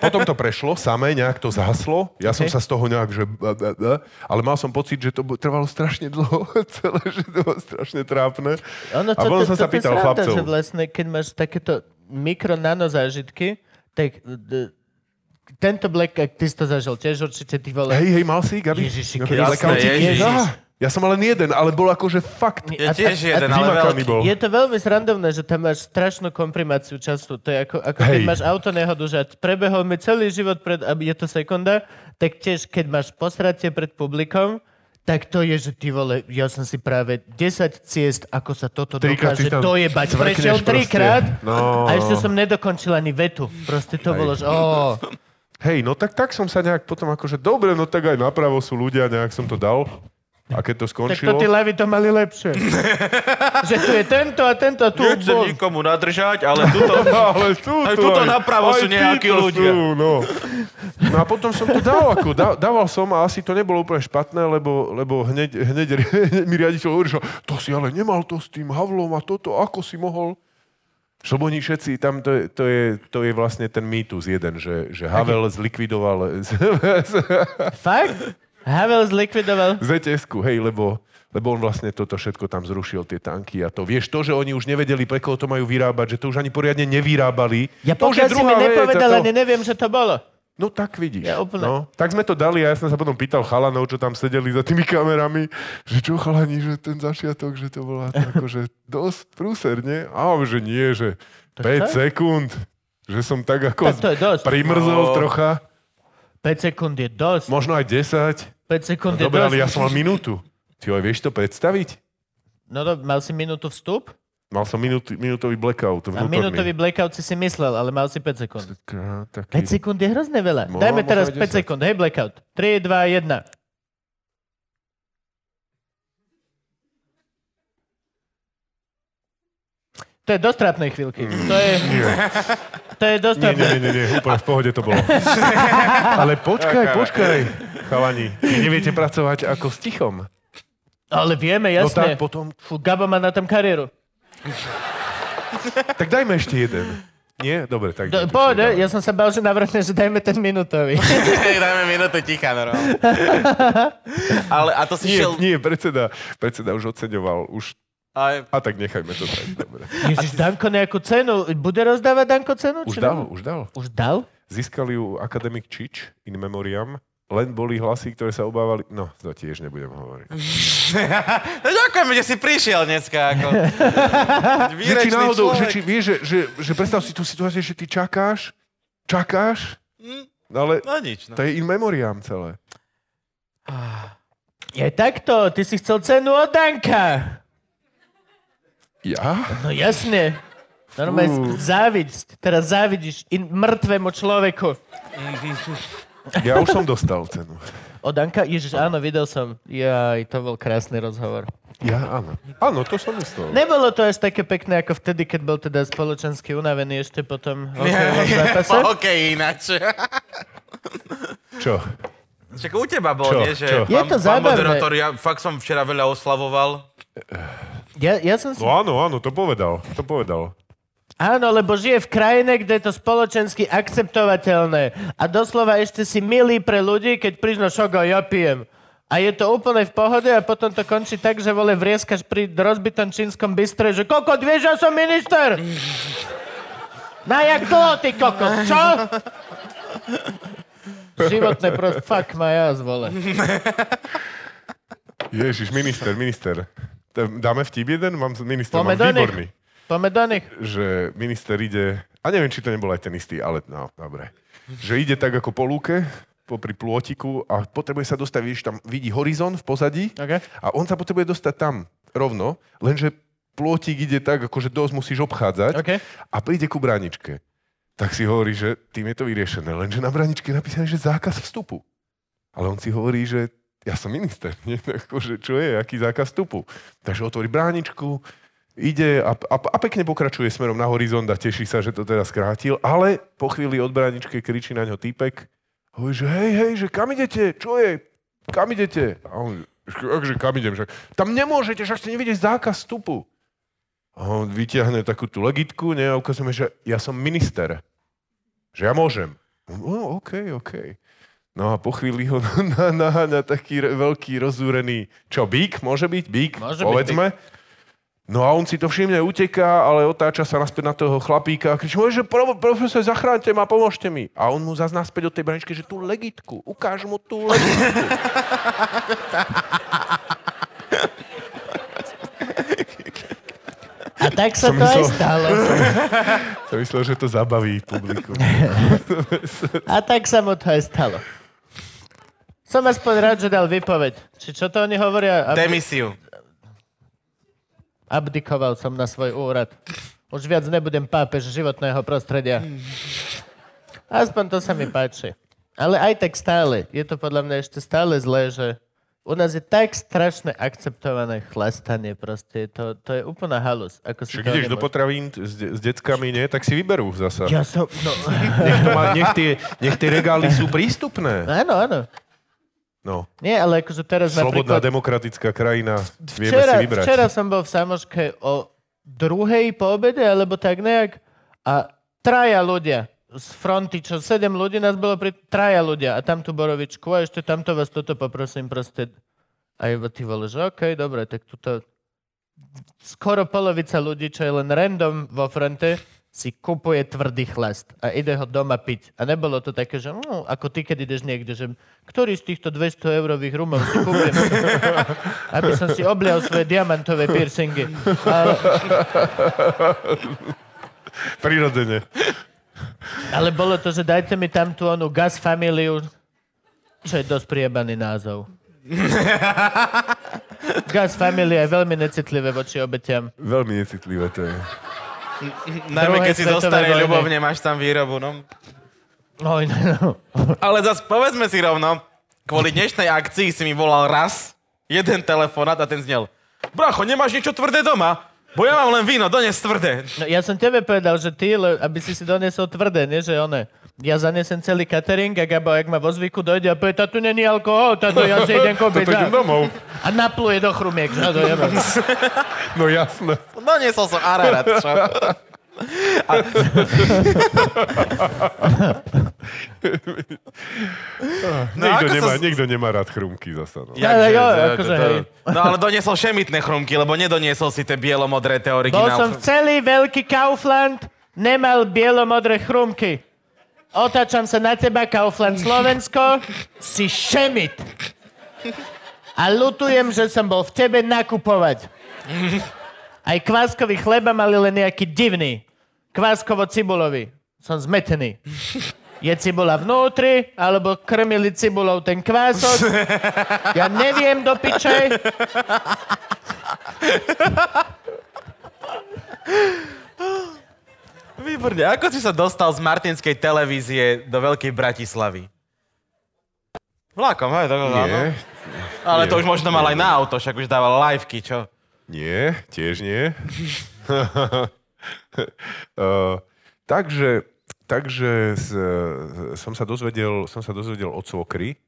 C: potom to prešlo samé, nejak to zahaslo. Ja som
B: Okay.
C: sa z toho nejak, že... b- b- b- Ale mal som pocit, že to bo- trvalo strašne dlho, celé, že to bolo strašne trápne.
B: Ono,
C: A potom som sa pýtal chlapcov.
B: Že vlastne, keď máš takéto mikro-nano zážitky, tak d- tento Black, ak ty si to zažil tiež určite, ty vole.
C: Hej, hej, mal si, Gabi?
B: Ježiši
C: Nejaké
B: Kriste,
C: blackouty?
D: Ježiš.
C: Á, Ah, Ja som ale jeden, ale bol akože fakt.
D: Je tiež jeden, ale
C: Vymakaný
D: veľký.
C: bol.
B: Je to veľmi srandovné, že tam máš strašnú komprimáciu času. To je ako, ako keď
C: Hej.
B: máš auto nehodu, že prebehol mi celý život pred, a je to sekunda, tak tiež keď máš posratie pred publikom, tak to je, že ty vole, ja som si práve 10 ciest, ako sa toto
C: Trikrát
B: dokáže
C: si tam
B: dojebať.
C: cvrkneš
B: Prešiel
C: proste.
B: trikrát
C: No.
B: a ešte som nedokončil ani vetu. Proste to bolo, že ó,
C: Hej, no tak, tak som sa nejak potom akože, dobre, no tak aj napravo sú ľudia, nejak som to dal. A
B: tak
C: keď to
B: to
C: skončilo...
B: tí levy to mali lepšie. že tu je tento a tento a tu
D: Nechcem
B: bol.
D: nikomu nadržať, ale tuto...
C: Ale sú
D: Aj
C: tu
D: tuto napravo sú
C: aj
D: nejakí
C: títo
D: ľudia.
C: Sú, no. no a potom som to dal, ako, da, dával som a asi to nebolo úplne špatné, lebo, lebo hneď, hneď mi riaditeľ hovorí, že to si ale nemal to s tým Havlom a toto, ako si mohol? Že Lebo oni všetci, tam to je, to je, to je vlastne ten mýtus jeden, že, že Havel zlikvidoval z, z,
B: Fakt? Havel zlikvidoval.
C: zts hej, lebo, Lebo on vlastne toto všetko tam zrušil, tie tanky a to. Vieš, to, že oni už nevedeli, pre koho to majú vyrábať, že to už ani poriadne nevyrábali.
B: Ja
C: to už je
B: pokiaľ si mi
C: druhá vec a
B: nepovedal,
C: to-
B: ani neviem, že to bolo.
C: No tak vidíš.
B: Ja úplne-
C: no. Tak sme to dali a ja som sa potom pýtal chalanov, čo tam sedeli za tými kamerami, že čo chalani, že ten začiatok, že to bola akože dosť prúser, nie? A on, že nie, že 5
B: čo?
C: sekúnd, že som tak ako
B: Tak to je dosť.
C: primrzol
D: No.
C: trocha,
B: 5 sekúnd je dosť.
C: možno aj 10.
B: 5 sekúnd je
C: No Dobre,
B: dosť.
C: ale ja som mal minútu. Ty oj, vieš to predstaviť?
B: No dob- mal si minútu vstup
C: Mal som minút, minútový blackout
B: a
C: vnútorný.
B: minútový blackout si si myslel, ale mal si 5 sekúnd.
C: Krá,
B: 5
C: taký...
B: sekúnd je hrozne veľa.
C: No,
B: Dajme
C: možno
B: teraz
C: aj
B: 5
C: 10.
B: sekúnd. Hej, blackout. 3, 2, 1. To je dostrápnej chvíľky. To je, to je
C: Mm. Nie, nie,
B: dostrápnej.
C: nie, nie, nie, úplne v pohode to bolo. Ale počkaj, počkaj, chalani. Vy neviete pracovať ako s tichom.
B: Ale vieme,
C: No
B: jasne.
C: tak potom...
B: Fú, Gabo má na tom kariéru.
C: Tak dajme ešte jeden. Nie? Dobre, tak...
B: Do,
C: jeden
B: pohode,
C: ešte
B: ja som sa bál, že navrhne, že dajme ten minútový.
D: Dáme minútu ticha, no. Ale a to si
C: Nie,
D: šiel...
C: nie, predseda, predseda už oceňoval. Už,
D: Aj,
C: a tak nechajme to tak, dobre.
B: Ježiš, Danko nejakú cenu. Bude rozdávať Danko cenu? či
C: Už dal,
B: ne?
C: už dal.
B: Už dal?
C: Získali ju akademik Čič in memoriam. Len boli hlasy, ktoré sa obávali... No, to tiež nebudem hovoriť.
D: no ďakujeme, že si prišiel dneska. Ako.
C: že či
D: Výrečný
C: náhodou, že
D: človek.
C: či vieš, že, že, že predstav si tú situáciu, že ty čakáš, čakáš,
B: Hm?
C: no ale
D: No nič, no.
C: to je in memoriam celé.
B: Je takto, ty si chcel cenu od Danka.
C: Ja?
B: No jasne. Normálne
C: Fú.
B: závidť. Teraz závidíš in, mŕtvemu človeku.
C: Ja už som dostal cenu.
B: Od Anka? Ježiš, áno, videl som. Jaj, to bol krásny rozhovor.
C: Ja, áno. Áno, to som myslel.
B: Nebolo to až také pekné ako vtedy, keď bol teda spoločensky unavený ešte potom hokejovom zápase.
D: Po hokeji ináč.
C: Čo?
D: Čak u teba bol,
C: Čo?
D: nie? Že
C: Čo?
D: Pán,
B: Je to
D: pán
B: zábavné.
D: moderátor, ja fakt som včera veľa oslavoval.
B: Ja, ja som si...
C: No áno, áno, to povedal. To povedal.
B: Áno, lebo žije v krajine, kde je to spoločensky akceptovateľné. A doslova ešte si milý pre ľudí, keď prísno šogo, ja pijem. A je to úplne v pohode a potom to končí tak, že vole vrieskaš pri rozbitom čínskom bystre, že kokot, vieš, ja som minister! Na jak dlho, ty kokot, čo? Životné prost... Fuck ma ja, vole.
C: Ježiš, minister, minister. T- Dáme vtip jeden? Mám z- minister,
B: Poďme
C: mám
B: do nich.
C: výborný.
B: Poďme do nich.
C: Že minister ide, a neviem, či to nebol aj ten istý, ale no, dobre. Že ide tak ako po lúke, popri plôtiku a potrebuje sa dostať, vidíš, tam vidí horizont v pozadí
B: Okay.
C: A on sa potrebuje dostať tam rovno, lenže plôtik ide tak, akože dosť musíš obchádzať
B: OK.
C: a príde ku bráničke. Tak si hovorí, že tým je to vyriešené, lenže na bráničke je napísané, že zákaz vstupu. Ale on si hovorí, že ja som minister, nie? Tak Akože, čo je, aký zákaz vstupu. Takže otvorí bráničku, ide a, a, a pekne pokračuje smerom na horizont a teší sa, že to teda skrátil, ale po chvíli od bráničke kričí na ňo týpek, hovorí, že hej, hej, že kam idete, čo je, kam idete? A on, "Š- akože kam idem, že tam nemôžete, však ste nevidieť zákaz vstupu. A on vyťahne takú tú legitku, ne, a ukazujeme, že ja som minister, že ja môžem. On, o, OK, OK. No a po chvíli ho na- naháňa taký re- veľký, rozúrený, čo, bík? Môže byť? Bík?
B: Môže byť
C: Povedzme. No a on si to všimne, uteká, ale otáča sa naspäť na toho chlapíka a kričí, "Môj, že pro, profesor, zachránte ma, pomôžte mi. A on mu zase naspäť od tej braničky, že tú legitku, ukáž mu tú legitku.
B: A tak sa
C: Som
B: to aj
C: myslel-
B: stalo.
C: Som myslel, že to zabaví publikum.
B: A tak sa mu to aj stalo. Som aspoň rád, že dal výpoveď. Či čo to oni hovoria? Abdi-
D: Demisiu.
B: abdikoval som na svoj úrad. Už viac nebudem pápež životného prostredia. Aspoň to sa mi páči. Ale aj tak stále. Je to podľa mňa ešte stále zlé, že u nás je tak strašne akceptované chlastanie proste. To, to je úplná halus. Ako si
C: Však
B: to
C: ideš
B: oni
C: do
B: môžu-
C: potravín t- s, de- s deckami, nie? Tak si vyberú zasa.
B: Ja som... No,
C: Nech, to má, nech, tie, nech tie regály sú prístupné.
B: áno, áno.
C: No,
B: Nie, ale akože teraz
C: slobodná
B: napríklad...
C: demokratická krajina. Vieme
B: včera,
C: si vybrať.
B: včera som bol v Samoške o druhej po obede, alebo tak nejak. A traja ľudia z fronty, čo sedem ľudí nás bolo pri... Traja ľudia a tam tú borovičku a ešte tamto vás toto poprosím proste. A iba ty vole, že OK, dobre, tak tuto skoro polovica ľudí, čo je len random vo fronte, si kupuje tvrdý chlast a ide ho doma piť. A nebolo to také, že no, ako ty, keď ideš niekde, že ktorý z týchto 200 eurových rumov si kúpim, aby som si oblial svoje diamantové piercingy. A,
C: Prirodzene.
B: ale bolo to, že dajte mi tam tú onú gas familiu, čo je dosť priebaný názov. gas family je veľmi necitlivé voči obetiam.
C: Veľmi necitlivé to je.
D: Najmä keď si
B: svetovej
D: zostane
B: vojny.
D: ľubovne, máš tam výrobu, no.
B: No, no.
D: Ale zas povedzme si rovno, kvôli dnešnej akcii si mi volal raz jeden telefonát a ten znel. Bracho, nemáš niečo tvrdé doma? Bo ja mám len víno, dones tvrdé.
B: No, ja som tebe povedal, že ty, le- aby si si doniesol tvrdé, nie že one. Ja zanesem celý catering a Gabo, ak ma vo zvyku dojde a povie, tu není alkohol, táto ja si idem kúpiť.
C: Toto
B: na-"
C: idem domov.
B: A napluje do chrumiek, že no, to jebe.
C: No jasné.
D: Doniesol som ararat, čo? No,
C: Niekto,
D: ako sa
C: nemá,
D: z-
C: niekto nemá rád chrumky zasa. No.
B: Ja,
D: Jakže,
B: jo,
D: to-
B: akože
D: to-
B: hej.
D: No ale doniesol šemitné chrumky, lebo nedoniesol si tie bielomodré, tie
B: Bol
D: originál.
B: som v celý veľký Kaufland, nemal bielomodré chrumky. Otáčam sa na teba, Kaufland Slovensko, si šemit. A lutujem, že som bol v tebe nakupovať. Aj kváskový chleba mali len nejaký divný. Kváskovo-cibulový. Som zmetený. Je cibula vnútri, alebo krmili cibulou ten kvások. Ja neviem do piče.
D: Výborne. Ako si sa dostal z Martinskej televízie do Veľkej Bratislavy? Vlakom, hej, tak áno.
C: Nie,
D: no. Ale to už možno mal aj na auto, však už dával liveky, čo?
C: Nie, tiež nie. Eh, takže takže z, som, sa dozvedel, som sa dozvedel od svokry.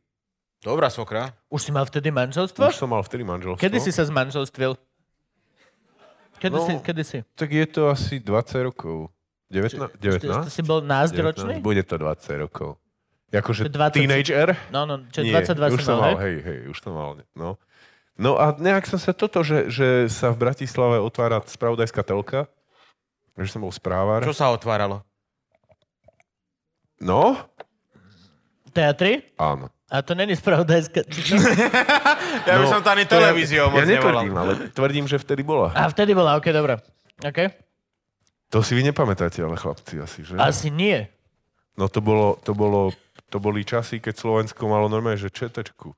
D: Dobrá svokra.
B: Už si mal vtedy manželstvo?
C: Už som mal vtedy manželstvo.
B: Kedy si sa zmanželstvil? Kedy,
C: No,
B: si, kedy si?
C: Tak je to asi 20 rokov. 19?
B: Ešte- ešte
C: 19?
B: si bol názdročný?
C: Bude to 20 rokov.
B: To
C: Akože
B: je 20.
C: teenager?
B: No, no, čo
C: Nie,
B: 22
C: už
B: si mal, hej?
C: hej, hej, už som mal, no. No a nejak som sa toto, že, že sa v Bratislave otvára spravodajská telka, že som bol správar.
D: Čo sa otváralo?
C: No,
B: Teatry?
C: áno.
B: A to není spravodajská... či čo?
D: Ja by som to ani televíziou
C: No, ja, ja
D: moc nevolal.
C: netvrdím, ale tvrdím, že vtedy bola.
B: A vtedy bola, ok, dobre. OK?
C: To si vy nepamätáte, ale chlapci asi, že?
B: Asi nie.
C: No to bolo, to bolo, to boli časy, keď Slovensko malo normálne, že četečku.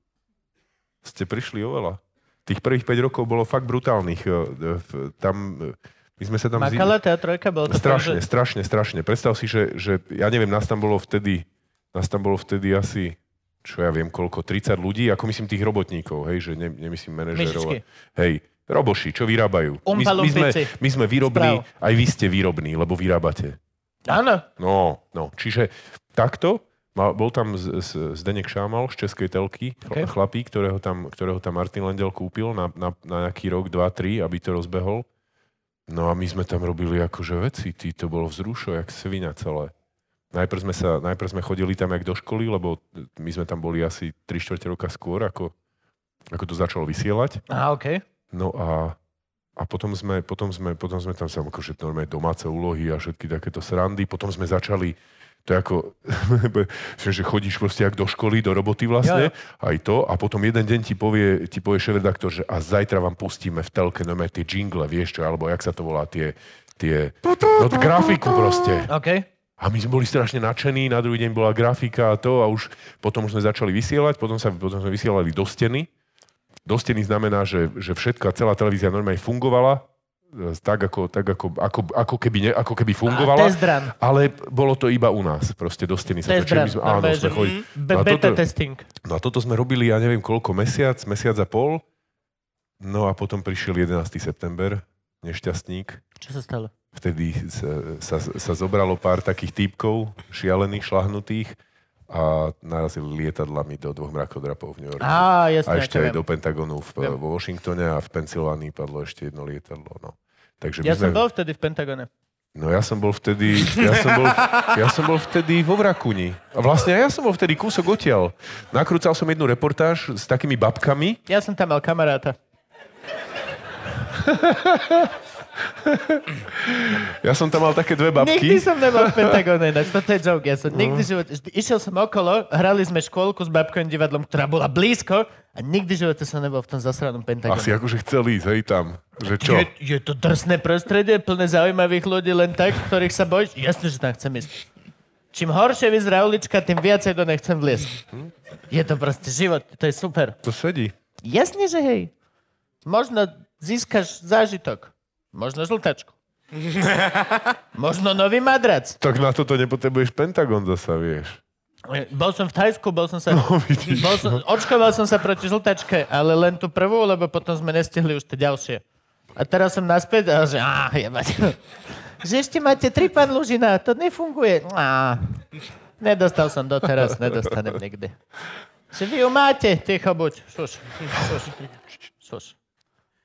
C: Ste prišli oveľa. Tých prvých 5 rokov bolo fakt brutálnych. e, e, v- Tam, e, my sme sa tam... zim-
B: Makala teatrojka, bolo to... Že...
C: Strašne, strašne, strašne. Predstav si, že, že ja neviem, nás tam bolo vtedy, nás tam bolo vtedy asi čo ja viem koľko, 30 ľudí, ako myslím tých robotníkov, hej, že ne, nemyslím manažerov.
B: Myšičky.
C: Hej, roboši, čo vyrábajú. My, my, sme,
B: Umpalumpici.
C: my sme výrobní,
B: Správ.
C: aj vy ste výrobní, lebo vyrábate.
B: Áno.
C: No, no. Čiže takto, mal, bol tam z, z, Zdenek Šámal z Českej telky, okay.
B: Ok.
C: chlapík, ktorého tam, ktorého tam Martin Lendel kúpil na, na, na nejaký rok, dva, tri, aby to rozbehol. No a my sme tam robili akože veci, ty, to bolo vzrušo, jak svina celé. Najprv sme, sa, najprv sme chodili tam jak do školy, lebo my sme tam boli asi 3 čtvrte roka skôr, ako, ako to začalo vysielať.
B: Aha, OK.
C: No a, a potom, sme, potom, sme, potom sme tam sa akože normálne domáce úlohy a všetky takéto srandy. Potom sme začali to je ako, že chodíš proste jak do školy, do roboty vlastne,
B: Jo,
C: aj to, a potom jeden deň ti povie, ti povie šéf-redaktor, že a zajtra vám pustíme v telke normálne tie jingle, vieš čo, alebo jak sa to volá, tie, tie, no grafiku proste.
B: OK.
C: A my sme boli strašne nadšení, na druhý deň bola grafika a to a už potom už sme začali vysielať, potom, sa, potom sme vysielali do steny. Do steny znamená, že, že všetko, celá televízia normálne fungovala, e, tak ako, tak ako, ako, ako, keby, ne, ako keby
B: A
C: fungovala.
B: test run.
C: Ale bolo to iba u nás, proste do steny sa
B: Test
C: točili,
B: run.
C: my sme, áno,
B: normálne, že-
C: sme
B: mhm. Mm-hmm.
C: chodili.
B: Be-
C: No a
B: Beta
C: toto-
B: testing.
C: No a toto sme robili, ja neviem koľko, mesiac, mesiac a pol. No a potom prišiel 11. september, nešťastník.
B: Čo sa stalo?
C: Vtedy sa, sa, sa zobralo pár takých týpkov, šialených, šlahnutých a narazili lietadlami do dvoch mrakodrapov v New Yorku.
B: Á, jasne,
C: a ešte
B: ako
C: aj
B: viem.
C: do Pentagonu v,
B: Viem.
C: vo Washingtone a v Pensylvánii padlo ešte jedno lietadlo. No. Takže my
B: Ja
C: sme,
B: som bol vtedy v Pentagone.
C: No ja som bol vtedy, ja som bol, ja som bol vtedy vo Vrakuni. A vlastne aj ja som bol vtedy kúsok odtiaľ. Nakrúcal som jednu reportáž s takými babkami.
B: Ja som tam mal kamaráta.
C: Ja som tam mal také dve babky.
B: Nikdy som nemal v Pentagóne, ináč. Toto je joke. Ja som nikdy v živote... Vždy, išiel som okolo, hrali sme škôlku s babkovým divadlom, ktorá bola blízko a nikdy v živote som nebol v tom zasranom Pentagóne.
C: Asi akože chcel ísť, hej, tam. Že čo?
B: Je, je to drsné prostredie, plné zaujímavých ľudí, len tak, ktorých sa bojíš. Jasne, že tam chcem ísť. Čím horšie vyzerá ulička, tým viacej do nej chcem vliesť. Je to proste život, to je super.
C: To sedí.
B: Jasne, že hej. Možno získaš zážitok. Možno žltačku. Možno nový madrac.
C: Tak na toto nepotrebuješ Pentagon zasa, vieš.
B: E, Bol som v Thajsku, bol som sa...
C: No,
B: Bol som, očkoval som sa proti žltačke, ale len tú prvú, lebo potom sme nestihli už tie ďalšie. A teraz som naspäť a že... Á, jebať. Že ešte máte tri pán Lužina, to nefunguje. Á, nedostal som doteraz, nedostanem nikdy. Že vy ju máte, ticho buď. Šuš, šuš, šuš.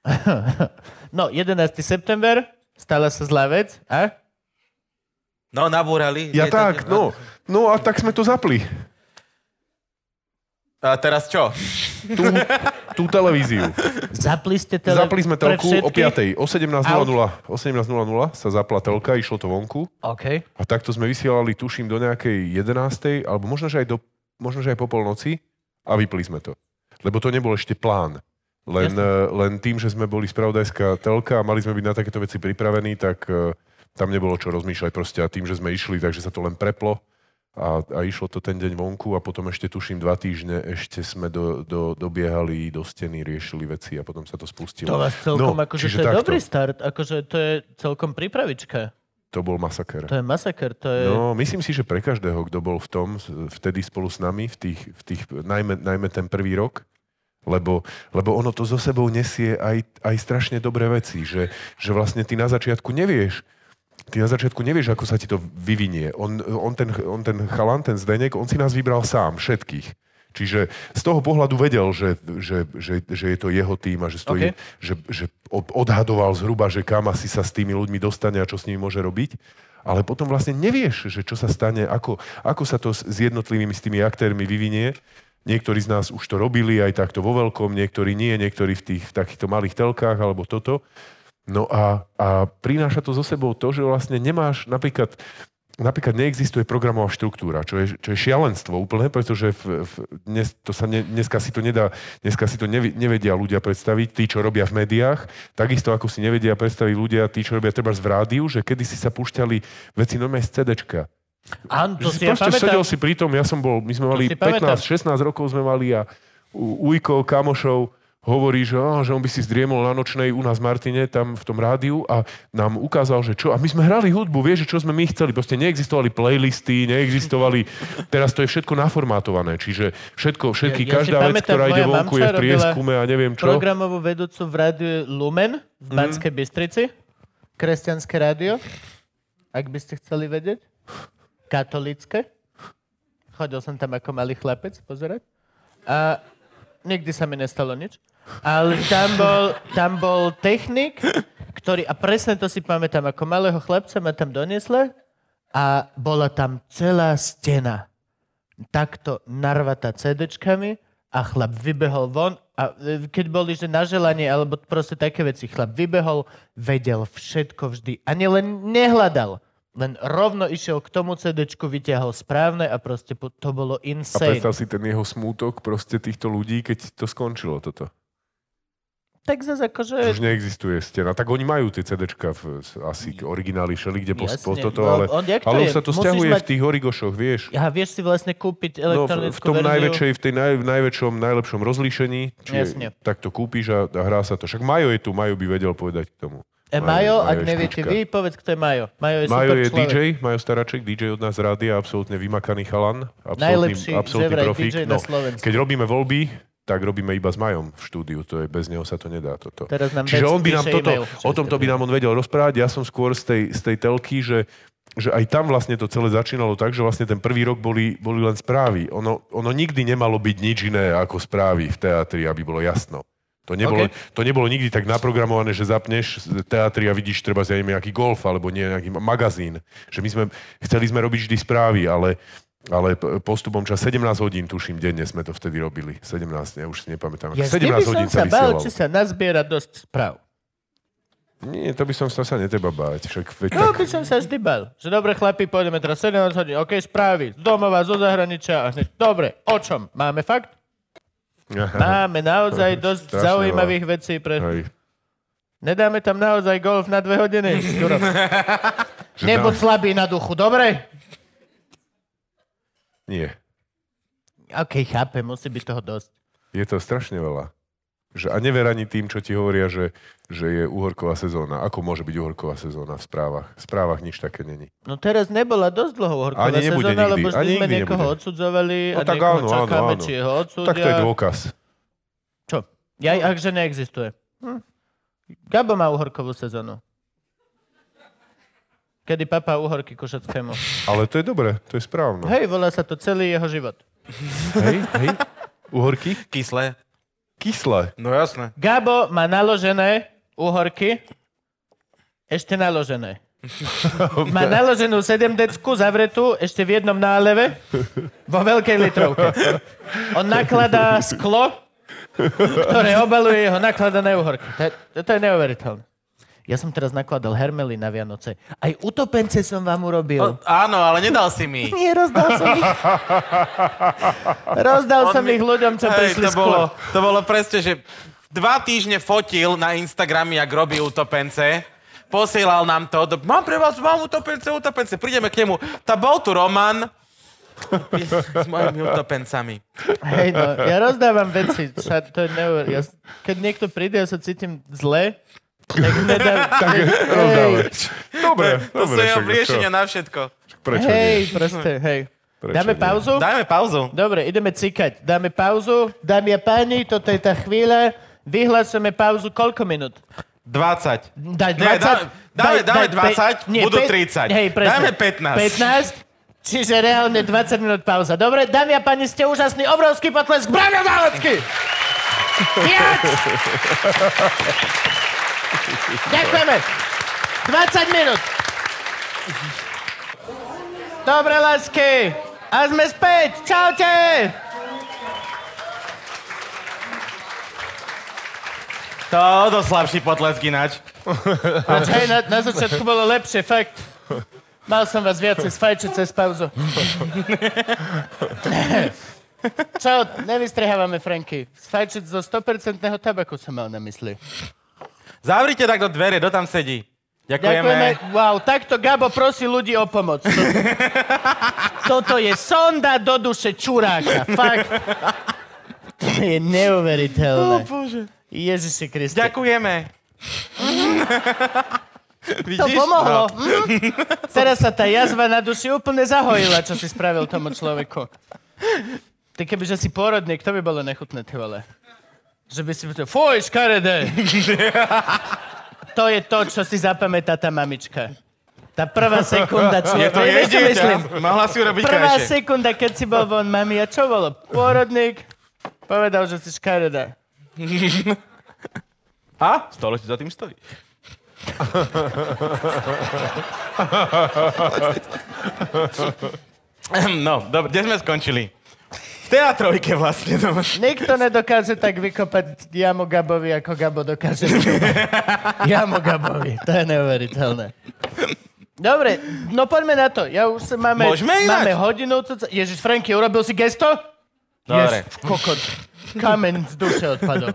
B: No, 11. september, stala sa zlá vec, a?
D: No, nabúrali.
C: Ja
D: Nie, to-
C: tak, no. No a tak sme to zapli.
D: A teraz čo?
C: Tú, tú televíziu.
B: Zapli ste tele...
C: Zapli sme
B: pre
C: telku o
B: všetkých?
C: 5. O 17.00. O 17.00 sa zapla telka, išlo to vonku.
B: OK.
C: A takto sme vysielali, tuším, do nejakej 11. alebo možno, že aj, do, možno, že aj po polnoci a vypli sme to. Lebo to nebol ešte plán. Len, eh, len tým, že sme boli spravodajská telka a mali sme byť na takéto veci pripravení, tak eh, tam nebolo čo rozmýšľať proste. A tým, že sme išli, takže sa to len preplo a, a išlo to ten deň vonku a potom ešte tuším dva týždne, ešte sme do, do, dobiehali do steny, riešili veci a potom sa to spustilo.
B: To vás celkom,
C: no,
B: akože
C: čiže
B: to je
C: takto.
B: dobrý start, akože to je celkom prípravička.
C: To bol masaker.
B: To je masaker, to je...
C: No, myslím si, že pre každého, kto bol v tom s- vtedy spolu s nami, v tých, v tých najmä, najmä ten prvý rok, lebo, lebo ono to so sebou nesie aj, aj strašne dobré veci, že, že vlastne ty na začiatku nevieš, ty na začiatku nevieš, ako sa ti to vyvinie. On, on, ten, on ten chalan, ten Zdenek, on si nás vybral sám, všetkých. Čiže z toho pohľadu vedel, že, že, že, že je to jeho tým a že, stojí,
B: OK.
C: že, že od- odhadoval zhruba, že kam asi sa s tými ľuďmi dostane a čo s nimi môže robiť. Ale potom vlastne nevieš, že čo sa stane, ako, ako sa to s, s jednotlivými, s tými aktérmi vyvinie. Niektorí z nás už to robili aj takto vo veľkom, niektorí nie, niektorí v tých v takýchto malých telkách alebo toto. No a, a prináša to so sebou to, že vlastne nemáš napríklad Napríklad neexistuje programová štruktúra, čo je, čo je šialenstvo úplne, pretože v, v, dnes, to sa ne, dneska si to nedá, dneska si to nevi- nevedia ľudia predstaviť, tí, čo robia v médiách, takisto ako si nevedia predstaviť ľudia, tí, čo robia treba v rádiu, že kedy si sa púšťali veci normálne z CDčka.
B: Áno, to
C: Že
B: si ja
C: proste
B: pamätám.
C: sedel si pri tom, ja som bol, my sme mali
B: si pamätám.
C: 15-16 rokov sme mali a u- Ujko, kamošov, hovorí, že, á, že on by si zdriemol na nočnej u nás v Martine, tam v tom rádiu a nám ukázal, že čo. A my sme hrali hudbu, vieš, že čo sme my chceli. Proste neexistovali playlisty, neexistovali... Teraz to je všetko naformátované, čiže všetko, všetky,
B: Ja- ja si
C: každá vec,
B: pamätám,
C: ktorá ide
B: moja
C: vonku,
B: mamča
C: je v
B: robila
C: prieskume a neviem čo. Mhm.
B: Programovú vedúcu v rádiu Lumen v Banskej Bystrici. Kresťanské rádio. Ak by ste chceli vedieť. Katolické. Chodil som tam ako malý chlapec pozerať. A nikdy sa mi nestalo nič. Ale tam bol, tam bol technik, ktorý, a presne to si pamätám, ako malého chlapca ma tam doniesla a bola tam celá stena takto narvata CDčkami a chlap vybehol von a e, keď boli, že na želanie alebo proste také veci, chlap vybehol, vedel všetko vždy. Ani len nehľadal. Len rovno išiel k tomu CDčku, vyťahol správne a proste po- to bolo
C: A
B: insane.
C: predstav si ten jeho smútok proste týchto ľudí, keď to skončilo toto.
B: Tak zase akože...
C: Už neexistuje stena. Tak oni majú tie CDčka v, s- asi k origináli šeli, kde po, po
B: Jasne.
C: toto,
B: No,
C: ale,
B: on- jak to
C: ale
B: je?
C: už sa to
B: Musíš
C: stiahuje
B: mať-
C: v tých origošoch, vieš.
B: Aha, vieš si vlastne kúpiť
C: No, v, v
B: elektronickú
C: tom
B: verziu.
C: najväčšej, v tej naj, v najväčšom, najlepšom rozlíšení,
B: Jasne.
C: čiže tak to kúpiš a, a hrá sa to. Však Majo je tu, Majo by vedel povedať k tomu.
B: E, Majo, ak
C: je
B: neviete
C: špička.
B: vy, povedz, kto je Majo. Majo je
C: Majo
B: super
C: je
B: človek.
C: DJ, Majo Staraček, DJ od nás z rádia, absolútne vymakaný chalan,
B: Najlepší,
C: absolútny, absolútny
B: že vraj
C: profík. No,
B: DJ na Slovensku.
C: keď robíme voľby, tak robíme iba s Majom v štúdiu, to je, bez neho sa to nedá toto.
B: Teraz nám
C: Čiže
B: Vec
C: on by nám
B: píše
C: toto,
B: e-mail, čo
C: o tomto by nám on vedel rozprávať, ja som skôr z tej, z tej telky, že že aj tam vlastne to celé začínalo tak, že vlastne ten prvý rok boli, boli len správy. Ono, ono nikdy nemalo byť nič iné ako správy v teatri, aby bolo jasno. To nebolo,
B: OK.
C: to nebolo nikdy tak naprogramované, že zapneš teatri a vidíš treba ja neviem, nejaký golf alebo nie, nejaký ma- magazín. Že my sme, chceli sme robiť vždy správy, ale, ale p- postupom čas 17 hodín, tuším, denne sme to vtedy robili. 17, ja už si nepamätám.
B: Ja
C: 17
B: by som
C: hodín
B: sa
C: to
B: bál,
C: vysielalo.
B: či sa nazbiera dosť správ.
C: Nie, to by som sa, sa netreba báť. Však, veď,
B: No,
C: tak,
B: by som sa vždy bál. Že dobre, chlapi, pôjdeme teraz 17 hodín, OK, správy, z domova, zo zahraničia. a hneď, Dobre, o čom? Máme fakt?
C: aha,
B: Máme naozaj dosť
C: strašne
B: zaujímavých vecí pre...
C: hej.
B: Nedáme tam naozaj golf na dve hodiny. Škuro.
C: Že
B: Nebuď
C: na-
B: slabý na duchu, dobre?
C: Nie.
B: OK, chápem, musí byť toho dosť.
C: Je to strašne veľa. Že, a never ani tým, čo ti hovoria, že, že je uhorková sezóna. Ako môže byť uhorková sezóna v správach? V správach nič také není.
B: No teraz nebola dosť dlho horková
C: Ani nebude
B: sezóna,
C: nikdy,
B: lebo vždy
C: ani
B: sme
C: nikdy
B: niekoho
C: nebude.
B: odsudzovali a
C: No tak
B: niekoho
C: áno, áno,
B: čakáme,
C: áno.
B: či ho odsúdia.
C: Tak to je dôkaz.
B: Čo? Ja, akže neexistuje. Hm. Gabo má uhorkovú sezónu. Kedy papá uhorky Košackému.
C: Ale to je dobre, to je správne.
B: Hej, volá sa to celý jeho život.
C: hej, hej. Uhorky?
D: Kyslé.
C: Kyslé.
D: No jasné.
B: Gabo má naložené uhorky, ešte naložené. Má naloženú 7 decku zavretú ešte v jednom náleve vo veľkej litrovke. On nakladá sklo, ktoré obaluje jeho nakladané uhorky. To je, to, to je neuveriteľné. Ja som teraz nakladal hermely na Vianoce. Aj utopence som vám urobil.
D: O, No, áno, ale nedal si mi.
B: Nie, rozdal som ich. Rozdal som ich ľuďom, čo prišli
D: to
B: sklo.
D: bolo, to bolo presne, že dva týždne fotil na Instagrami, jak robí utopence. Posielal nám to. do- Mám pre vás, mám utopence, utopence. Prídeme k nemu. Tá bol tu Roman s mojimi utopencami.
B: Hej, no, ja rozdávam veci. Ča, to je neuver... ja, s- keď niekto príde a ja sa cítim zle, tak nedám... tak
C: Rozdávať. Dobre,
D: To sú
C: dobre.
D: jeho
C: však, čo?
D: riešenia na všetko.
C: Prečo
B: Hej,
C: nie?
B: proste, hej.
C: Prečo
B: Dáme
C: nie?
B: pauzu?
D: Dajme pauzu.
B: Dobre, ideme cikať. Dáme pauzu. Dámy a páni, toto je tá chvíľa. Vyhlásime pauzu koľko minút?
D: 20.
B: Daj 20.
D: Nie, dá- dáme- dáme
B: daj pe-
D: 20, budú 30.
B: Hej, presne.
D: Dáme 15.
B: 15. Čiže reálne 20 minút pauza. Dobre, dámy a páni, ste úžasný, obrovský potlesk. Braňo Zálecký! Viac! Ďakujeme. 20 minút. Dobre, lásky. A sme späť. Čaute.
D: To dosť slabší potlesk ináč.
B: Hej, na, na začiatku bolo lepšie, fakt. Mal som vás viacej sfajčiť cez pauzu. Čo, nevystrihávame, Franky. Sfajčiť zo 100% tabaku som mal na mysli.
D: Zavrite takto dvere, kto tam sedí. Ďakujeme.
B: Ďakujeme. Wow, takto Gabo prosí ľudí o pomoc. To, toto je sonda do duše čuráka. Fakt. To je neuveriteľné.
D: Bože.
B: Ježiši Kriste.
D: Ďakujeme.
B: To
D: Vidíš?
B: pomohlo. Hm? Teraz sa tá jazva na duši úplne zahojila, čo si spravil tomu človeku. Ty kebyže si porodník, to by bolo nechutné, ty vole. Že by si povedal, fuj, škaredé. to je to, čo si zapamätá tá mamička. Tá prvá sekunda
D: Je
B: človeka.
D: to jej
B: Vieš, čo
D: dieťa.
B: myslím?
D: Mohla si urobiť
B: Prvá
D: krajšie.
B: sekunda, keď si bol von, mami, a čo bolo? Pôrodník povedal, že si škareda.
D: A? Stále si za tým stojí. No, dobre, kde sme skončili? V teatrojke vlastne. No.
B: Nikto nedokáže tak vykopať jamu Gabovi, ako Gabo dokáže vykopať jamu Gabovi. To je neuveriteľné. Dobre, no poďme na to. Ja už sa máme,
D: Môžeme ináč?
B: máme hodinu. Co... Ježiš, Franky, urobil si gesto?
D: Dobre.
B: Yes, kokot. Kamen z duše odpadol.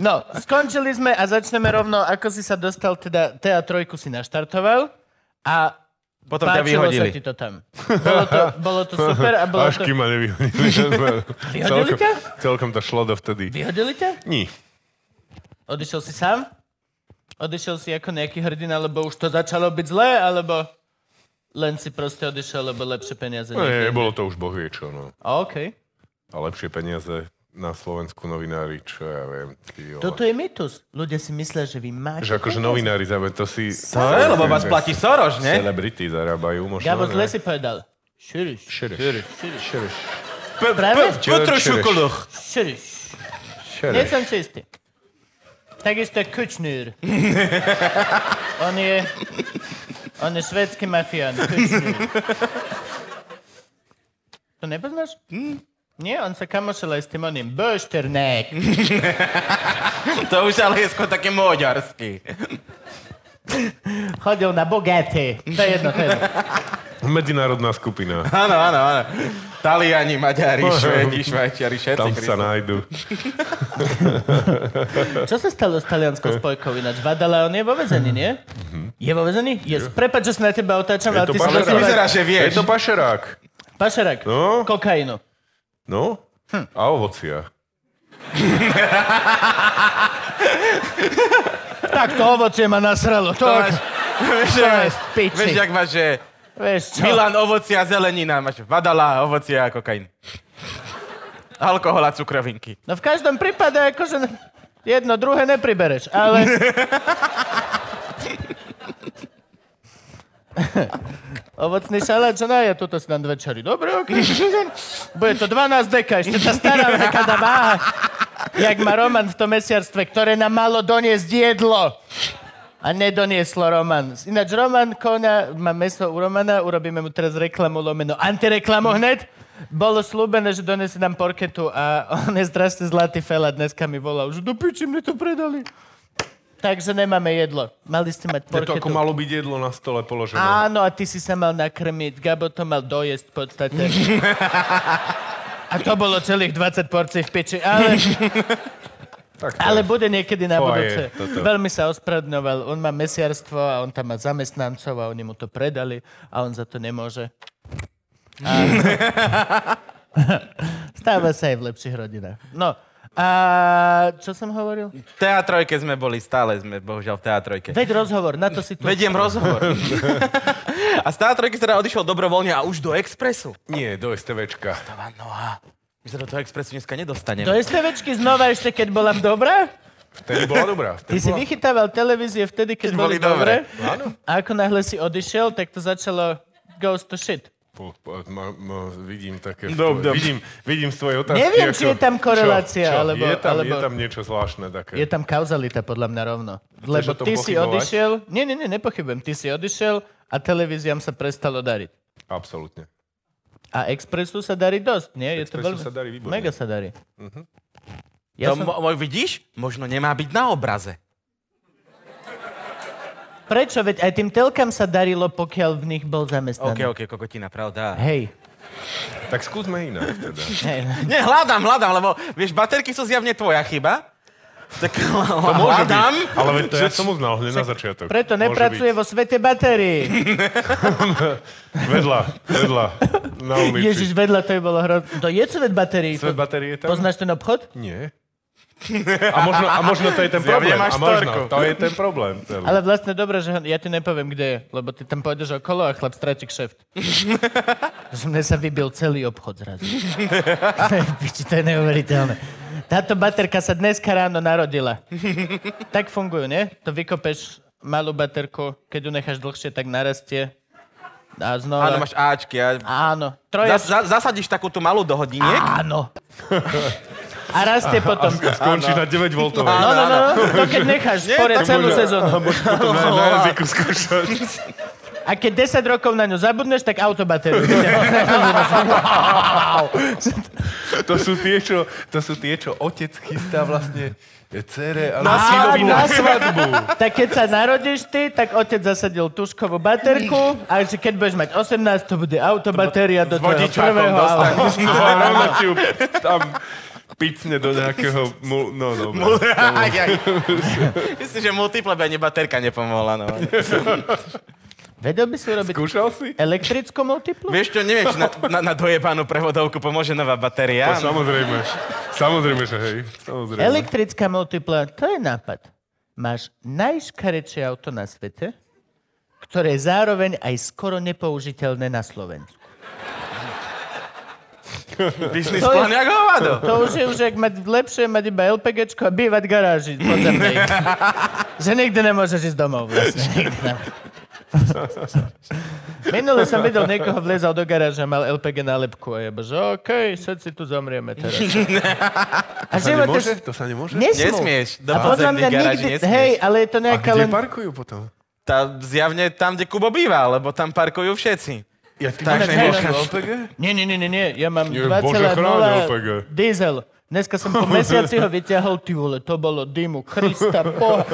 B: No, skončili sme a začneme rovno, ako si sa dostal, teda TA3 si naštartoval a
D: Potom ťa
B: páčilo sa
D: vyhodili.
B: ti to tam. Bolo to, bolo to super a bolo
C: Až
B: to...
C: kým ma nevyhodili. celkom,
B: ťa?
C: celkom to šlo dovtedy.
B: Vyhodili ťa?
C: Ní.
B: Odišiel si sám? Odišiel si ako nejaký hrdina, lebo už to začalo byť zlé, alebo len si proste odišiel, lebo lepšie peniaze
C: No, nie,
B: niekde?
C: bolo to už boh vie čo, no.
B: A, OK.
C: A lepšie peniaze na Slovensku novinári, čo ja viem. Ty, vole.
B: Toto je mýtus. Ľudia si myslia, že vy máte...
C: Že akože
B: peniaze.
C: novinári, zároveň to si...
D: To je, lebo vás platí Soros, ne?
C: Celebrity zarábajú možno.
B: Gabo
C: ne?
B: zle si povedal. Širiš.
C: Šereš. Šereš. Šereš.
B: Práve?
D: Petro Šukuluch.
B: Širiš. Nie som si istý. Takisto Kučnúr. on je... On je švédsky mafián. Kučnúr. To nepoznáš? Hm? Nie, on sa kamošil aj s tým oným. Böšternák.
D: To už ale je skôr také moďarský.
B: Chodil na bogaté. To je jedno, to je jedno.
C: Medzinárodná skupina.
D: Áno, áno, áno. Taliani, Maďari, Švedi, Švajčiari, všetci.
C: Tam sa
D: Kristo.
C: nájdu.
B: Čo sa stalo s talianskou spojkou ináč? Vadala, on je vo vezení, nie? Je vo vezení? Yes. Prepač, že sa na teba otáčam, ale
C: Mhm. to
B: ty si
C: pašerák.
D: Ale to vyzerá,
C: Je
D: že vieš.
C: to pašerák.
B: Pašerak.
C: No.
B: Kokainu.
C: No? A ovocia.
B: Tak to ovocie ma nasralo. To,
D: To
B: to
D: máš, vieš,
B: to
D: jak-
B: je v piči.
D: vieš, jak máš, že
B: vieš čo?
D: Milan, ovocia, zelenina, máš vadala, ovocia, a kokain. Alkohol a cukrovinky.
B: No v každom prípade, akože jedno, druhé nepribereš, ale... Ovocný šalát, čo ja tuto si dám dve čary. Dobre, ok. Bude to 12 deka, ešte tá stará deka dá váha. Jak má Roman v tom mesiarstve, ktoré nám malo doniesť jedlo. A nedonieslo Roman. Ináč Roman koná, má meso u Romana, urobíme mu teraz reklamu lomeno. Antireklamu hned. Bolo slúbené, že donesie nám porketu a on je strašne zlatý fela. Dneska mi volal, že do piči mne to predali. Takže nemáme jedlo. Mali ste mať
C: Je to
B: porketu.
C: ako malo byť jedlo na stole položené.
B: Áno, a ty si sa mal nakrmiť. Gabo to mal dojesť v podstate. A to bolo celých 20 porcií v peči, ale,
C: Tak to
B: ale
C: je.
B: bude niekedy na
C: Foaje
B: budúce.
C: toto.
B: Veľmi sa ospravedlňoval. On má mesiarstvo a on tam má zamestnancov a oni mu to predali a on za to nemôže. A... Stáva sa aj v lepších rodinách. No, a čo som hovoril?
D: V teatrojke sme boli, stále sme, bohužiaľ, v teatrojke.
B: Veď rozhovor, na to si tu.
D: Vediem rozhovor. a z teatrojky teda odišiel dobrovoľne a už do Expressu.
C: Nie, do STVčka.
D: Dáva noha. My sa do toho Expressu dneska nedostaneme.
B: Do STVčky znova ešte, keď bola v dobrá?
C: Vtedy bola dobrá.
B: Ty
C: Vtedy
B: si
C: bola...
B: vychytával televízie vtedy, keď,
D: Keď
B: boli,
D: boli
B: dobré.
C: Áno.
B: A ako náhle si odišiel, tak to začalo goes to shit.
C: Po, po, ma, ma, vidím také...
D: Dob, dob.
C: Vidím, vidím z tvojej otázky.
B: Neviem, či je tam korelácia,
C: Čo? Čo?
B: alebo-
C: je, tam, je
B: alebo-
C: tam niečo zvláštne také.
B: Je tam kauzalita podľa mňa rovno. Lebo
C: o tom
B: ty si
C: pochybovať?
B: odišiel... Nie, nie, nie, nepochybujem. Ty si odišiel a televíziám sa prestalo dariť.
C: Absolútne.
B: A Expressu sa darí dosť, nie? Je
C: Expressu sa darí výborne.
B: Mega sa darí.
D: Ja
B: Ja
D: to
B: som...
D: mo- mo- vidíš? Možno nemá byť na obraze.
B: Prečo? Veď aj tým telkám sa darilo, pokiaľ v nich bol
D: OK,
B: zamestnaný.
D: OK, kokotina, pravda.
B: Hej.
C: Tak skúsme inak teda.
B: Hej.
D: Nie, hľadám, hľadám, lebo vieš, baterky sú zjavne tvoja chyba. Tak to
C: Môže
D: hľadám.
C: byť, ale veď to ja som uznal hneď na začiatok.
B: Preto
C: Môže
B: nepracuje
C: byť.
B: vo svete batérií.
C: Vedľa, vedľa. Na ulici.
B: Ježiš, vedľa to je bolo hrozné. To je svet batérií.
C: Svet batérie je tam?
B: Poznáš ten obchod?
C: Nie. A možno, a možno to je ten
D: Zjavne
C: problém.
D: máš
C: A možno,
D: storku.
C: to je ten problém.
D: Hm.
C: Celý.
B: Ale vlastne dobre, že ho- ja ti nepoviem, kde je, lebo ty tam pôjdeš okolo a chlap stráti kšeft. že mne sa vybil celý obchod zrazu. Piči, to je neuveriteľné. Táto baterka sa dneska ráno narodila. tak fungujú, nie? To vykopeš malú baterku, keď ju necháš dlhšie, tak narastie. A znova...
D: Áno, máš Ačky. A...
B: Áno. Troja...
D: Zas, za, zasadíš takú tú malú do hodiniek.
B: Áno. A rastie potom.
C: Skončí na 9 V.
B: No, no, no, no, to keď necháš
D: Nie,
B: poriad
D: to
B: celú
C: môže-
B: sezónu.
C: Na, na jazyku skúšať.
B: A keď 10 rokov na ňu zabudneš, tak autobatériu. wow.
C: To sú tie, čo, to sú tie, čo otec chystá vlastne cere a
B: Á, na
C: na
B: svadbu.
C: svadbu.
B: Tak keď sa narodíš ty, tak otec zasadil tuškovú baterku a že keď budeš mať 18, to bude autobatéria do tvojho
C: Vodičákom
B: prvého
C: dostane.
B: auta.
C: No, rovno ti ju tam picne do nejakého... Mu, no, dobre.
D: Aj, aj. Myslím, že multiple by ani baterka nepomohla. No.
B: Vedel by si urobiť
C: Skúšal si?
B: elektrickú multiplu?
D: Vieš čo, neviem, či na, na, na dojebanú prevodovku pomôže nová
C: To
D: batéria. No.
C: samozrejme. Samozrejme, že hej. Samozrejme.
B: Elektrická multipla, to je nápad. Máš najškarečšie auto na svete, ktoré je zároveň aj skoro nepoužiteľné na Slovensku.
D: Biznis
B: To je-
D: plán jak hovado.
B: To už je už jak mať lepšie mať iba LPGčko a bývať v garáži podzemnej. že nikdy nemôžeš ísť domov vlastne. Nikdy nemôžeš. Minule som videl niekoho vlezal do garáža, mal LPG nálepku a jeba, že okej, všetci tu zomrieme teraz. A
C: To sa
B: život
C: nemôže?
B: je...
C: To sa nemôže?
B: Nesmú.
D: Nesmieš. Do
B: A podľa mňa
D: podzemných garáží
B: nikdy...
D: nesmieš.
B: Hej, ale je to
C: A
B: nejaká
C: kde
B: len...
C: parkujú potom?
D: Tá, zjavne tam, kde Kubo býva, lebo tam parkujú všetci.
C: Ja ty
D: Tak
C: máš
B: nemôžeš.
C: nejakú LPG?
B: Nie, nie, nie, nie, nie, ja mám
C: Nie, Bože, chráň LPG.
B: 2,0 diesel. Dneska som po mesiaci ho vyťahol, ty vole, to bolo dymu, Krista, po...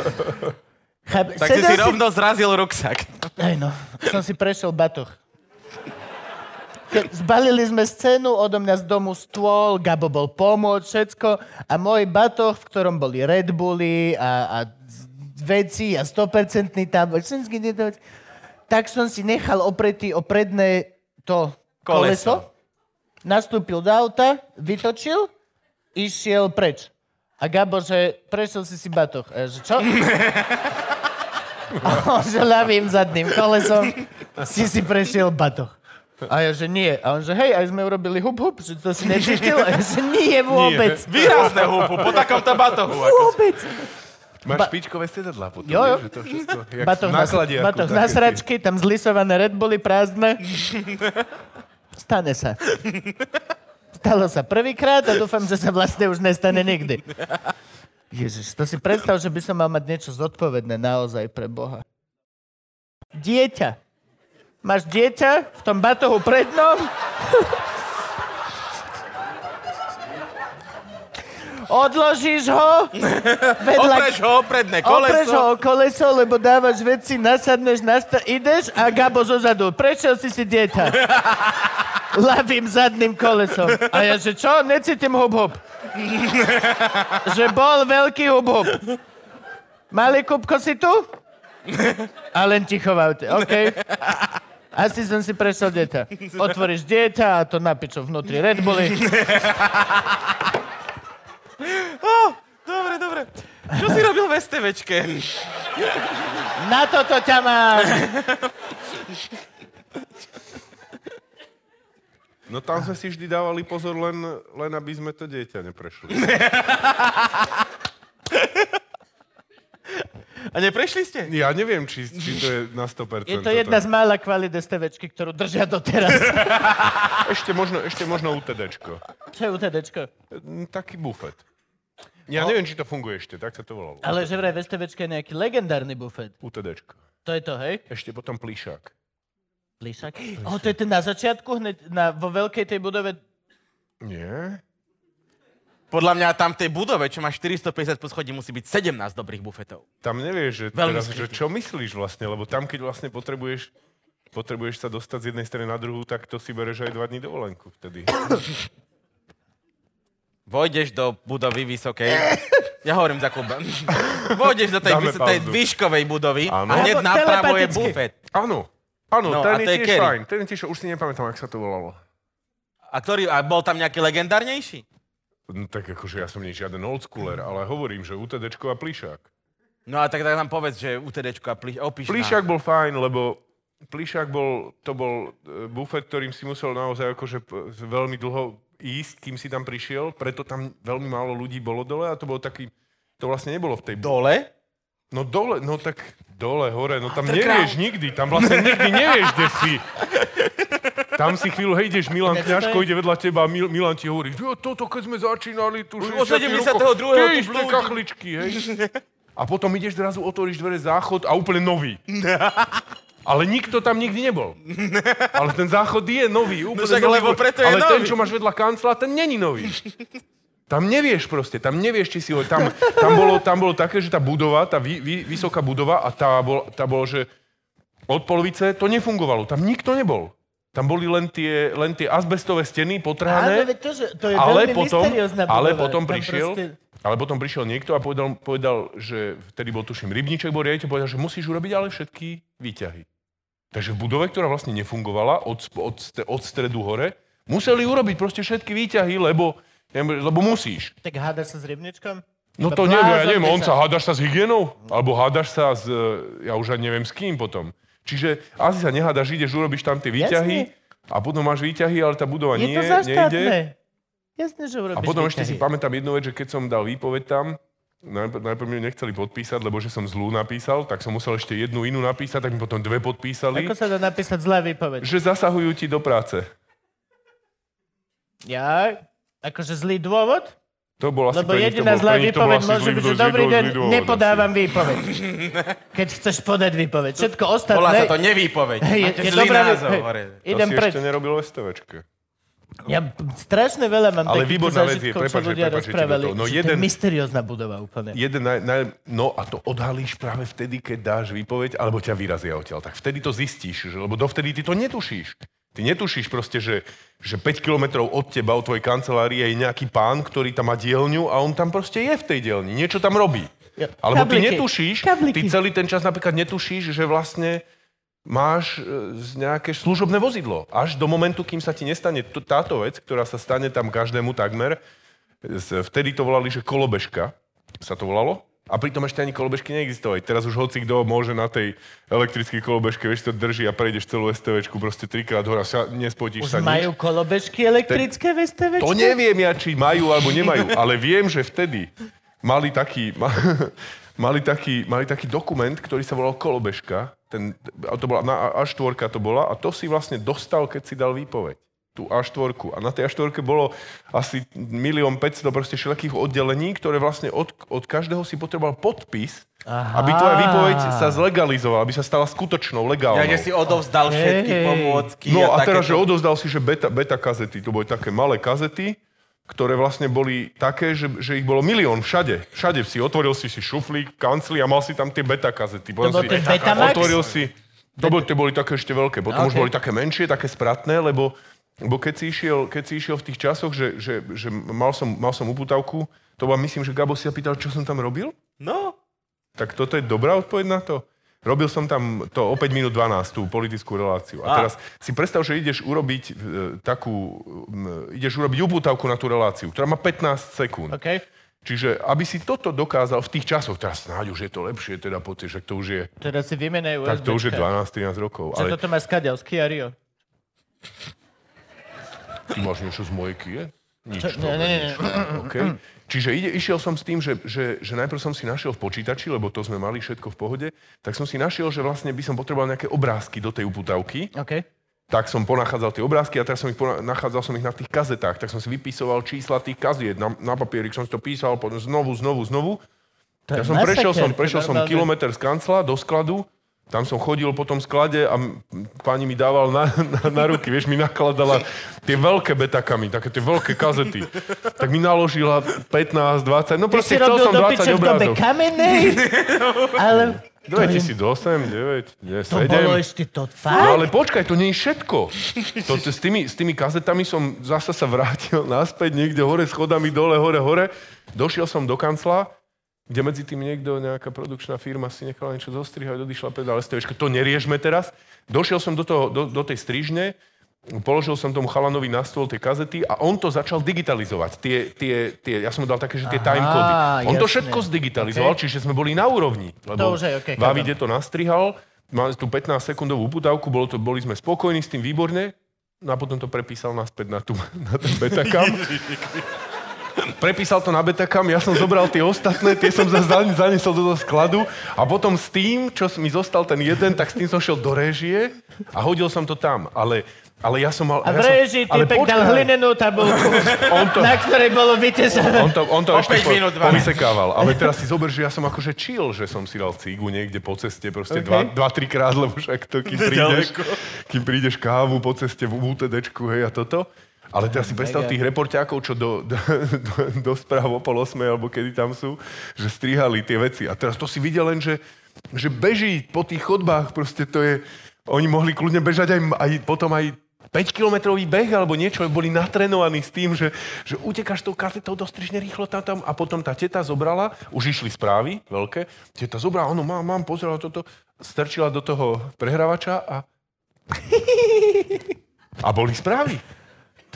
B: Chápe,
D: Tak si si rovno zrazil ruksak.
B: Aj no, som si prešiel batoh. Ke- Zbalili sme scénu, odo mňa z domu stôl, Gabo bol pomôcť, všetko a môj batoh, v ktorom boli Red Bulli a, a z- veci a 100% tabak, všetky tieto veci, tak som si nechal opretý o predné to koleso.
D: Koleso.
B: nastúpil do auta, vytočil, išiel preč. A Gabo, že prešiel si si batoh. A ja, že čo? A on, že ľavým zadným kolesom si si prešiel batoh. A ja, že nie. A on, že hej, aj sme urobili hup hup, že to si necítil? A ja, že nie vôbec. Nie.
D: Výrazné húpu, po takomto batohu. ako-
B: Vôbec.
C: Máš
B: Ba-
C: špičkové sedadla potom,
B: Jo, jo.
C: vieš, že to všetko, jak
B: Batoh na,
C: nakladiaku,
B: batoh
C: také
B: na
C: tie-
B: sračky, tam zlisované Red Bulli prázdne. Stane sa. Stalo sa prvýkrát a dúfam, že sa vlastne už nestane nikdy. Ježiš, to si predstav, že by som mal mať niečo zodpovedné naozaj pre Boha. Dieťa. Máš dieťa v tom batohu prednom? Odložíš ho vedľa
D: Opreš ho, predné
B: Opreš ho o
D: koleso.
B: koleso, lebo dávaš veci, nasadneš, nasta- ideš a Gabo zozadu. Prešiel si si dieťa. Ľavým zadným kolesom. A ja, že čo? Necítim hub-hub. že bol veľký hub-hub. Malý Kupko, si tu? A len ticho v aute. OK. Asi som si prešiel dieťa. Otvoríš dieťa a to napičo vnútri Red Bulli.
D: Dobre, dobre. Čo si robil v STVčke?
B: Na toto ťa mám.
C: No tam sme si vždy dávali pozor, len, len aby sme to dieťa neprešli.
D: A neprešli ste?
C: Ja neviem, či, či to je na 100%.
B: Je to jedna z mála kvalit STVčky, ktorú držia doteraz.
C: Ešte možno, ešte možno UTDčko.
B: Čo je UTDčko?
C: Mm, Taký bufet. Ja neviem, či to funguje ešte, tak sa to volalo.
B: Ale že vraj v STVčke je nejaký legendárny bufet.
C: UTDčko.
B: To je to, hej?
C: Ešte potom plíšak.
B: Líšak? O, to je ten na začiatku, hneď na, vo veľkej tej budove.
C: Nie?
D: Podľa mňa tam v tej budove, čo má 450 poschodí, musí byť 17 dobrých bufetov.
C: Tam nevieš, že,
D: Veľmi
C: teraz, že
D: skrytý.
C: čo myslíš vlastne, lebo tam, keď vlastne potrebuješ potrebuješ sa dostať z jednej strany na druhú, tak to si bereš aj dva dní dovolenku vtedy.
D: Vojdeš do budovy vysokej.
B: Eh.
D: Ja hovorím za Kuba. Vojdeš do tej,
C: Dáme
D: vys- tej
C: pauzu.
D: výškovej budovy
C: Áno.
D: a hneď
B: Alebo
D: napravo je
B: telepaticky.
D: bufet.
C: Áno, áno, no,
D: No, a
C: ten
D: to je
C: je tiež
D: Kerry.
C: fajn, ten je tiež, už si nepamätám, ak sa to volalo.
D: A, ktorý, a bol tam nejaký legendárnejší?
C: No, tak akože ja som nie žiaden oldschooler, ale hovorím, že UTDčko a plíšak.
D: No a tak, tak nám povedz, že UTDčko a plíš, opíš
C: Plíšak
D: nám.
C: bol fajn, lebo Plíšak bol, to bol e, bufet, ktorým si musel naozaj akože p- veľmi dlho ísť, kým si tam prišiel, preto tam veľmi málo ľudí bolo dole a to bol taký, to vlastne nebolo v tej... Do...
D: Dole?
C: No dole, no tak dole, hore, no tam nevieš nikdy, tam vlastne nikdy nevieš, kde si. Tam si chvíľu, hej, ideš, Milan Kňažko ide vedľa teba a Mil- Milan ti hovorí, jo, toto keď sme začínali, tu
D: Už od
C: 60. rokov,
D: 72. tu
C: ty ešte
D: blúdi."
C: kachličky, hej. A potom ideš zrazu, otvoríš dvere, záchod a úplne nový. Ale nikto tam nikdy nebol. Ale ten záchod je nový, úplne
D: No však,
C: nový.
D: lebo preto je
C: ale ten,
D: nový.
C: čo máš vedľa kancla, ten není nový. Tam nevieš proste, tam nevieš, či si ho... Tam, tam, bolo, tam bolo také, že tá budova, tá vy, vy, vysoká budova a tá, bol, tá bolo, že od polovice to nefungovalo. Tam nikto nebol. Tam boli len tie, len tie azbestové steny
B: Áno,
C: potrhané
B: veď to, že, to je
C: ale
B: veľmi
C: potom,
B: mysteriózna budova.
C: ale potom
B: Tam
C: prišiel,
B: proste-
C: ale potom prišiel niekto a povedal, povedal že vtedy bol tuším rybníček, bol riaditeľ, povedal, že musíš urobiť ale všetky výťahy. Takže v budove, ktorá vlastne nefungovala od, sp- od, ste- od stredu hore, museli urobiť proste všetky výťahy, lebo, neviem, lebo musíš.
B: Tak hádaš sa s rybničkom?
C: No to
B: Iba
C: neviem, ja
B: blázon,
C: neviem,
B: ty
C: on sa hádaš sa s hygienou? Alebo hádaš sa s, e, ja už ani neviem s kým potom. Čiže asi sa nehádaš, ideš, urobíš tam tie výťahy a potom máš výťahy, ale tá budova
B: Je
C: nie,
B: to za
C: nejde.
B: štátne. Jasne, že urobíš
C: A potom ešte si
B: výťahy.
C: pamätám jednu vec, že keď som dal výpoveď tam, najpr- najprv mi ju nechceli podpísať, lebo že som zlú napísal, tak som musel ešte jednu inú napísať, tak mi potom dve podpísali,
B: Ako sa dá napísať zlá výpoveď?
C: že zasahujú ti do práce.
B: Ja? Akože zlý dôvod?
C: To bol asi
B: Lebo
C: pre nich, to
B: jediná
C: bol-
B: zlá
C: pre nich to bol
B: výpoveď
C: asi
B: môže
C: zlý
B: byť,
C: dô-
B: že
C: zlý
B: dobrý
C: dô-
B: deň,
C: zlý dôvod asi.
B: nepodávam výpoveď. Keď chceš podať výpoveď. Všetko
D: Volá sa
B: ostatné...
D: to nevýpoveď.
B: Hej,
D: Máte
B: je
D: zlý
B: dobrá vec,
D: názov.
B: hej.
D: hore.
C: To
B: Idem
C: si
B: preč.
C: ešte nerobil STVčka.
B: Ja b- strašne veľa mám
C: Ale
B: takýchto
C: výborná vec je,
B: zážitkov, čo
C: prepáč,
B: ľudia
C: že prepáč, že ti do
B: rozprávali.
C: toho- no
B: Čiže to
C: jeden-
B: je mysteriózna budova úplne.
C: Jeden naj, naj, no a to odhalíš práve vtedy, keď dáš výpoveď, alebo ťa vyrazia odtiaľ. Tak vtedy to zistíš, že, lebo dovtedy ty to netušíš. Ty netušíš proste, že, že 5 kilometrov od teba, od tvojej kancelárie je nejaký pán, ktorý tam má dielňu a on tam proste je v tej dielni, niečo tam robí.
B: Ja-
C: Alebo ty
B: kabliky,
C: netušíš, ty
B: kabliky.
C: celý ten čas napríklad netušíš, že vlastne máš e, z- nejaké služobné vozidlo. Až do momentu, kým sa ti nestane t- táto vec, ktorá sa stane tam každému takmer, z- vtedy to volali, že kolobežka sa to volalo. A pritom ešte ani kolobežky neexistovali. Teraz už hoci kto môže na tej elektrickej kolobežke, vieš, to drží a prejdeš celú STVčku proste trikrát hora, sa,
B: Už
C: nespotíš sa
B: majú
C: nič.
B: kolobežky elektrické v STVčku?
C: To neviem ja, či majú alebo nemajú, ale viem, že vtedy mali taký, ma, mali taký, mali taký dokument, ktorý sa volal Kolobežka. Ten, a to bola, na A4 to bola a to si vlastne dostal, keď si dal výpoveď tú A4. A na tej A4 bolo asi milión 500 proste všelijakých oddelení, ktoré vlastne od, od každého si potreboval podpis, Aha. aby tvoja výpoveď sa zlegalizovala, aby sa stala skutočnou, legálnou.
D: Ja, že si odovzdal všetky
B: Hej.
D: pomôcky.
C: No a teraz, že
D: takéto.
C: odovzdal si, že beta, beta kazety, to boli také malé kazety, ktoré vlastne boli také, že, že ich bolo milión všade. Všade si otvoril si si šuflík, kancli a mal si tam tie beta kazety. Potom
B: bol
C: si,
B: ten Betamax?
C: Otvoril si, to boli, to boli také ešte veľké, potom okay. už
B: Okay.
C: boli také menšie, také spratné, lebo, lebo keď, si išiel, keď si išiel v tých časoch, že, že, že mal, som, mal som uputavku, to bola, myslím, že Gabo si sa pýtal, čo som tam robil?
D: No,
C: Tak toto je dobrá odpoveď na to? Robil som tam to o 5 minút 12, tú politickú reláciu. A,
D: Á.
C: teraz si predstav, že ideš urobiť e, takú, m, ideš urobiť upútavku na tú reláciu, ktorá má 15 sekúnd.
B: OK.
C: Čiže aby si toto dokázal v tých časoch, teraz snáď už je to lepšie, teda pocit, že to už je,
B: Teraz si vymenajú
C: tak to už je
B: USBčka.
C: 12-13 rokov.
B: Čo
C: Ale
B: toto má skadiaľ, z Kia Rio.
C: Ty máš niečo z mojej kie? Nič.
B: Čo-
C: dobre,
B: ne, ne,
C: nič, dobre, okay. Čiže ide, išiel som s tým, že, že, že najprv som si našiel v počítači, lebo to sme mali všetko v pohode, tak som si našiel, že vlastne by som potreboval nejaké obrázky do tej uputavky,
B: OK.
C: tak som ponachádzal tie obrázky a teraz som ich pona- nachádzal som ich na tých kazetách, tak som si vypisoval čísla tých kaziet, na, na papierik som si to písal, potom znovu, znovu, znovu.
B: To
C: Ja
B: je
C: som prešiel,
B: masaker,
C: som,
B: to
C: prešiel som
B: normálne-
C: kilometr z kancla do skladu, tam som chodil po tom sklade a m- pani mi dával na, na, na ruky, vieš, mi nakladala tie veľké betakami, také tie veľké kazety. Tak mi naložila 15, 20,
B: Ty si
C: no proste chcel
B: robil
C: som
B: do piče v
C: 20
B: dobe
C: obrázov.
B: kamenej? Ale... to je-
C: 2008, 9, 10,
B: To bolo
C: 7.
B: ešte to
C: No
B: fakt?
C: ale počkaj, to nie je všetko. To, to, s, tými, s tými kazetami som zasa sa vrátil naspäť niekde hore schodami, dole, hore, hore. Došiel som do kancla, kde medzi tým niekto, nejaká produkčná firma si nechala niečo zostrihať, odišla pedál STVčka. To neriešme teraz. Došiel som do, toho, do, do tej strižne, položil som tomu chalanovi na stôl tie kazety a on to začal digitalizovať. Tie, tie, tie, ja som mu dal také, že tie
B: Aha,
C: timecody. On to
B: jasne.
C: všetko zdigitalizoval,
B: Ok.
C: čiže sme boli na úrovni. Lebo
B: už je ok, chápem.
C: Vavide to nastrihal, mali tú 15-sekundovú uputávku, bolo to, boli sme spokojní s tým, výborne. No a potom to prepísal naspäť na, tú, na ten betakam. Prepísal to na betakam, ja som zobral tie ostatné, tie som zase zan- zaniesol do toho skladu a potom s tým, čo mi zostal ten jeden, tak s tým som šiel do réžie a hodil som to tam. Ale, ale ja som mal...
B: A v
C: ja som-
B: režii
C: ale
B: typek dal
C: počkaj,
B: hlinenú tabulku,
C: On to,
B: na ktorej bolo vytesané.
C: on to, on to
D: O
C: ešte
D: päť minút dvanásť.
C: povysekával. Ale teraz si zober, že ja som akože chill, že som si dal cigu niekde po ceste, proste dva, dva, tri krát, lebo však to, kým prídeš, kým prídeš kávu po ceste v UTDčku, hej, a toto. Ale teraz si predstav tých reportákov, čo do, do, do, do správ o pol osmej, alebo kedy tam sú, že strihali tie veci. A teraz to si videl len, že, že beží po tých chodbách, proste to je... Oni mohli kľudne bežať aj, aj potom aj 5-kilometrový beh alebo niečo, lebo boli natrenovaní s tým, že, že utekáš tou kazetou, dostrižne rýchlo tam, tam a potom tá teta zobrala, už išli správy veľké, teta zobrala, ono mám, mám, pozerala toto, strčila do toho prehrávača a a boli správy.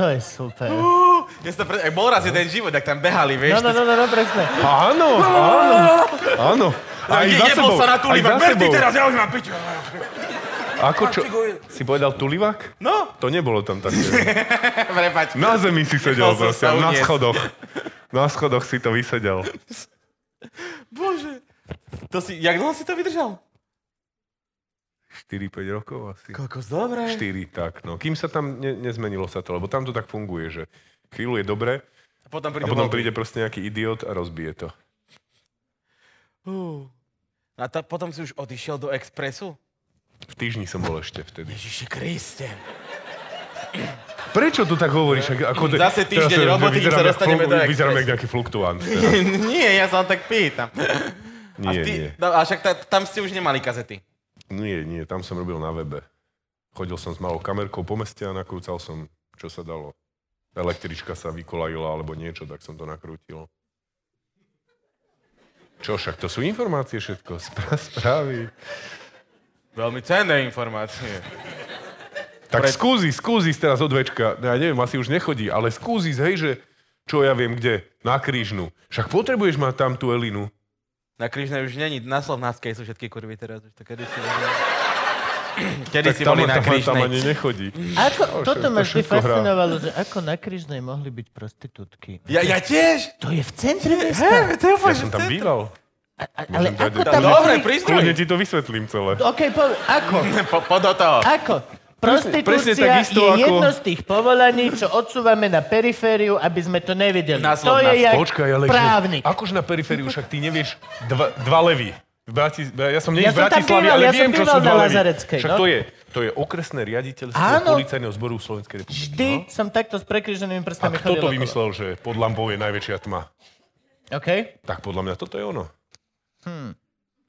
B: To je super.
D: Uú, ja sa pre... bol raz jeden život, tak tam behali,
B: No,
D: vieš.
B: no, no, no, no presne.
C: Áno, áno, áno. Aj
D: je,
C: za sebou,
D: jebol sa na
C: aj za
D: tulivák, ber ty
C: sebou.
D: teraz, ja už mám piču.
C: Ako čo? Si povedal tulivák?
D: No,
C: To nebolo tam také.
D: prepač.
C: No Na zemi si sedel
D: Nechal som
C: proste,
D: sa
C: na
D: uniesť.
C: schodoch. Na schodoch si to vysedel.
D: To si, jak dlho si to vydržal?
C: 4-5 rokov asi.
D: Kokos, dobre.
C: 4, tak no. Kým sa tam ne, nezmenilo sa to, lebo tam to tak funguje, že chvíľu je dobre
D: A potom
C: a
D: príde...
C: potom príde proste nejaký idiot a rozbije to.
D: A ta, potom si už odišiel do Expressu?
C: V týždni som bol ešte vtedy.
D: Ježiši Kriste.
C: Prečo tu tak hovoríš? Ak- Ako to-
D: Zase týždeň
C: teraz,
D: roboty, kým sa
C: vyzerám jak flu-
D: dostaneme do Expressu.
C: Vyzerám jak nejaký fluktuant. teraz.
D: nie, ja sa len tak pýtam. a,
C: Nie,
D: ty,
C: nie.
D: No, a však ta, tam ste už nemali kazety.
C: Nie, nie, tam som robil na webe. Chodil som s malou kamerkou po meste a nakrúcal som, čo sa dalo. Električka sa vykolajila alebo niečo, tak som to nakrútil. Čo však, to sú informácie všetko, spra- správy.
D: Veľmi cenné informácie.
C: Tak Pre... skúzi, skúzi teraz odvečka. Ja neviem, asi už nechodí, ale skúzi, hej, že čo ja viem kde, na krížnu. Však potrebuješ mať tam tú Elinu.
D: Na Križnej už není, na Slovnáckej sú všetky kurvy teraz. Už to kedy si boli... kedy
C: Tak
D: si
C: tam,
D: boli na
C: tam, tam, tam
D: Križnej.
C: ani nechodí.
B: Ako,
C: Čo,
B: toto
C: to
B: ma vždy
C: všetko hrá.
B: fascinovalo, že ako na Kryžnej mohli byť prostitútky.
D: Ja, ja tiež!
B: To je v centre
D: Hej,
B: mesta.
D: to je
C: Ja
D: úplne,
C: som
D: že
C: tam
D: cen-
C: býval.
B: A- Ale
C: Môžem dať
B: ako
C: detailu.
B: tam...
D: Dobre,
B: mohli-
D: prístroj!
C: Kľudne ti to vysvetlím celé.
B: OK, poved, ako?
D: Po, po do toho.
B: Ako? Prostitúcia
C: presne tak isto
B: je
C: ako-
B: jedno z tých povolaní, čo odsúvame na perifériu, aby sme to nevideli.
D: Na
B: to je
D: Slovensku.
B: jak
C: Počkaj, ale
B: právnik.
C: akože na perifériu, však ty nevieš dva, dva levy. V Brati- ja som nie
B: Ja
C: v
B: som tam
C: Bratislavi,
B: býval,
C: ale
B: ja som
C: viem, čo
B: býval
C: sú
B: na
C: dva levy.
B: Lazareckej,
C: Však
B: no.
C: to je, to je okresné riaditeľstvo
B: Áno.
C: policajného zboru Slovenskej republiky.
B: Vždy som takto s prekryženými
C: No. A
B: prstami
C: kto
B: chodil
C: to
B: okolo.
C: vymyslel, že pod lampou je najväčšia tma?
B: OK?
C: Tak podľa mňa toto je ono.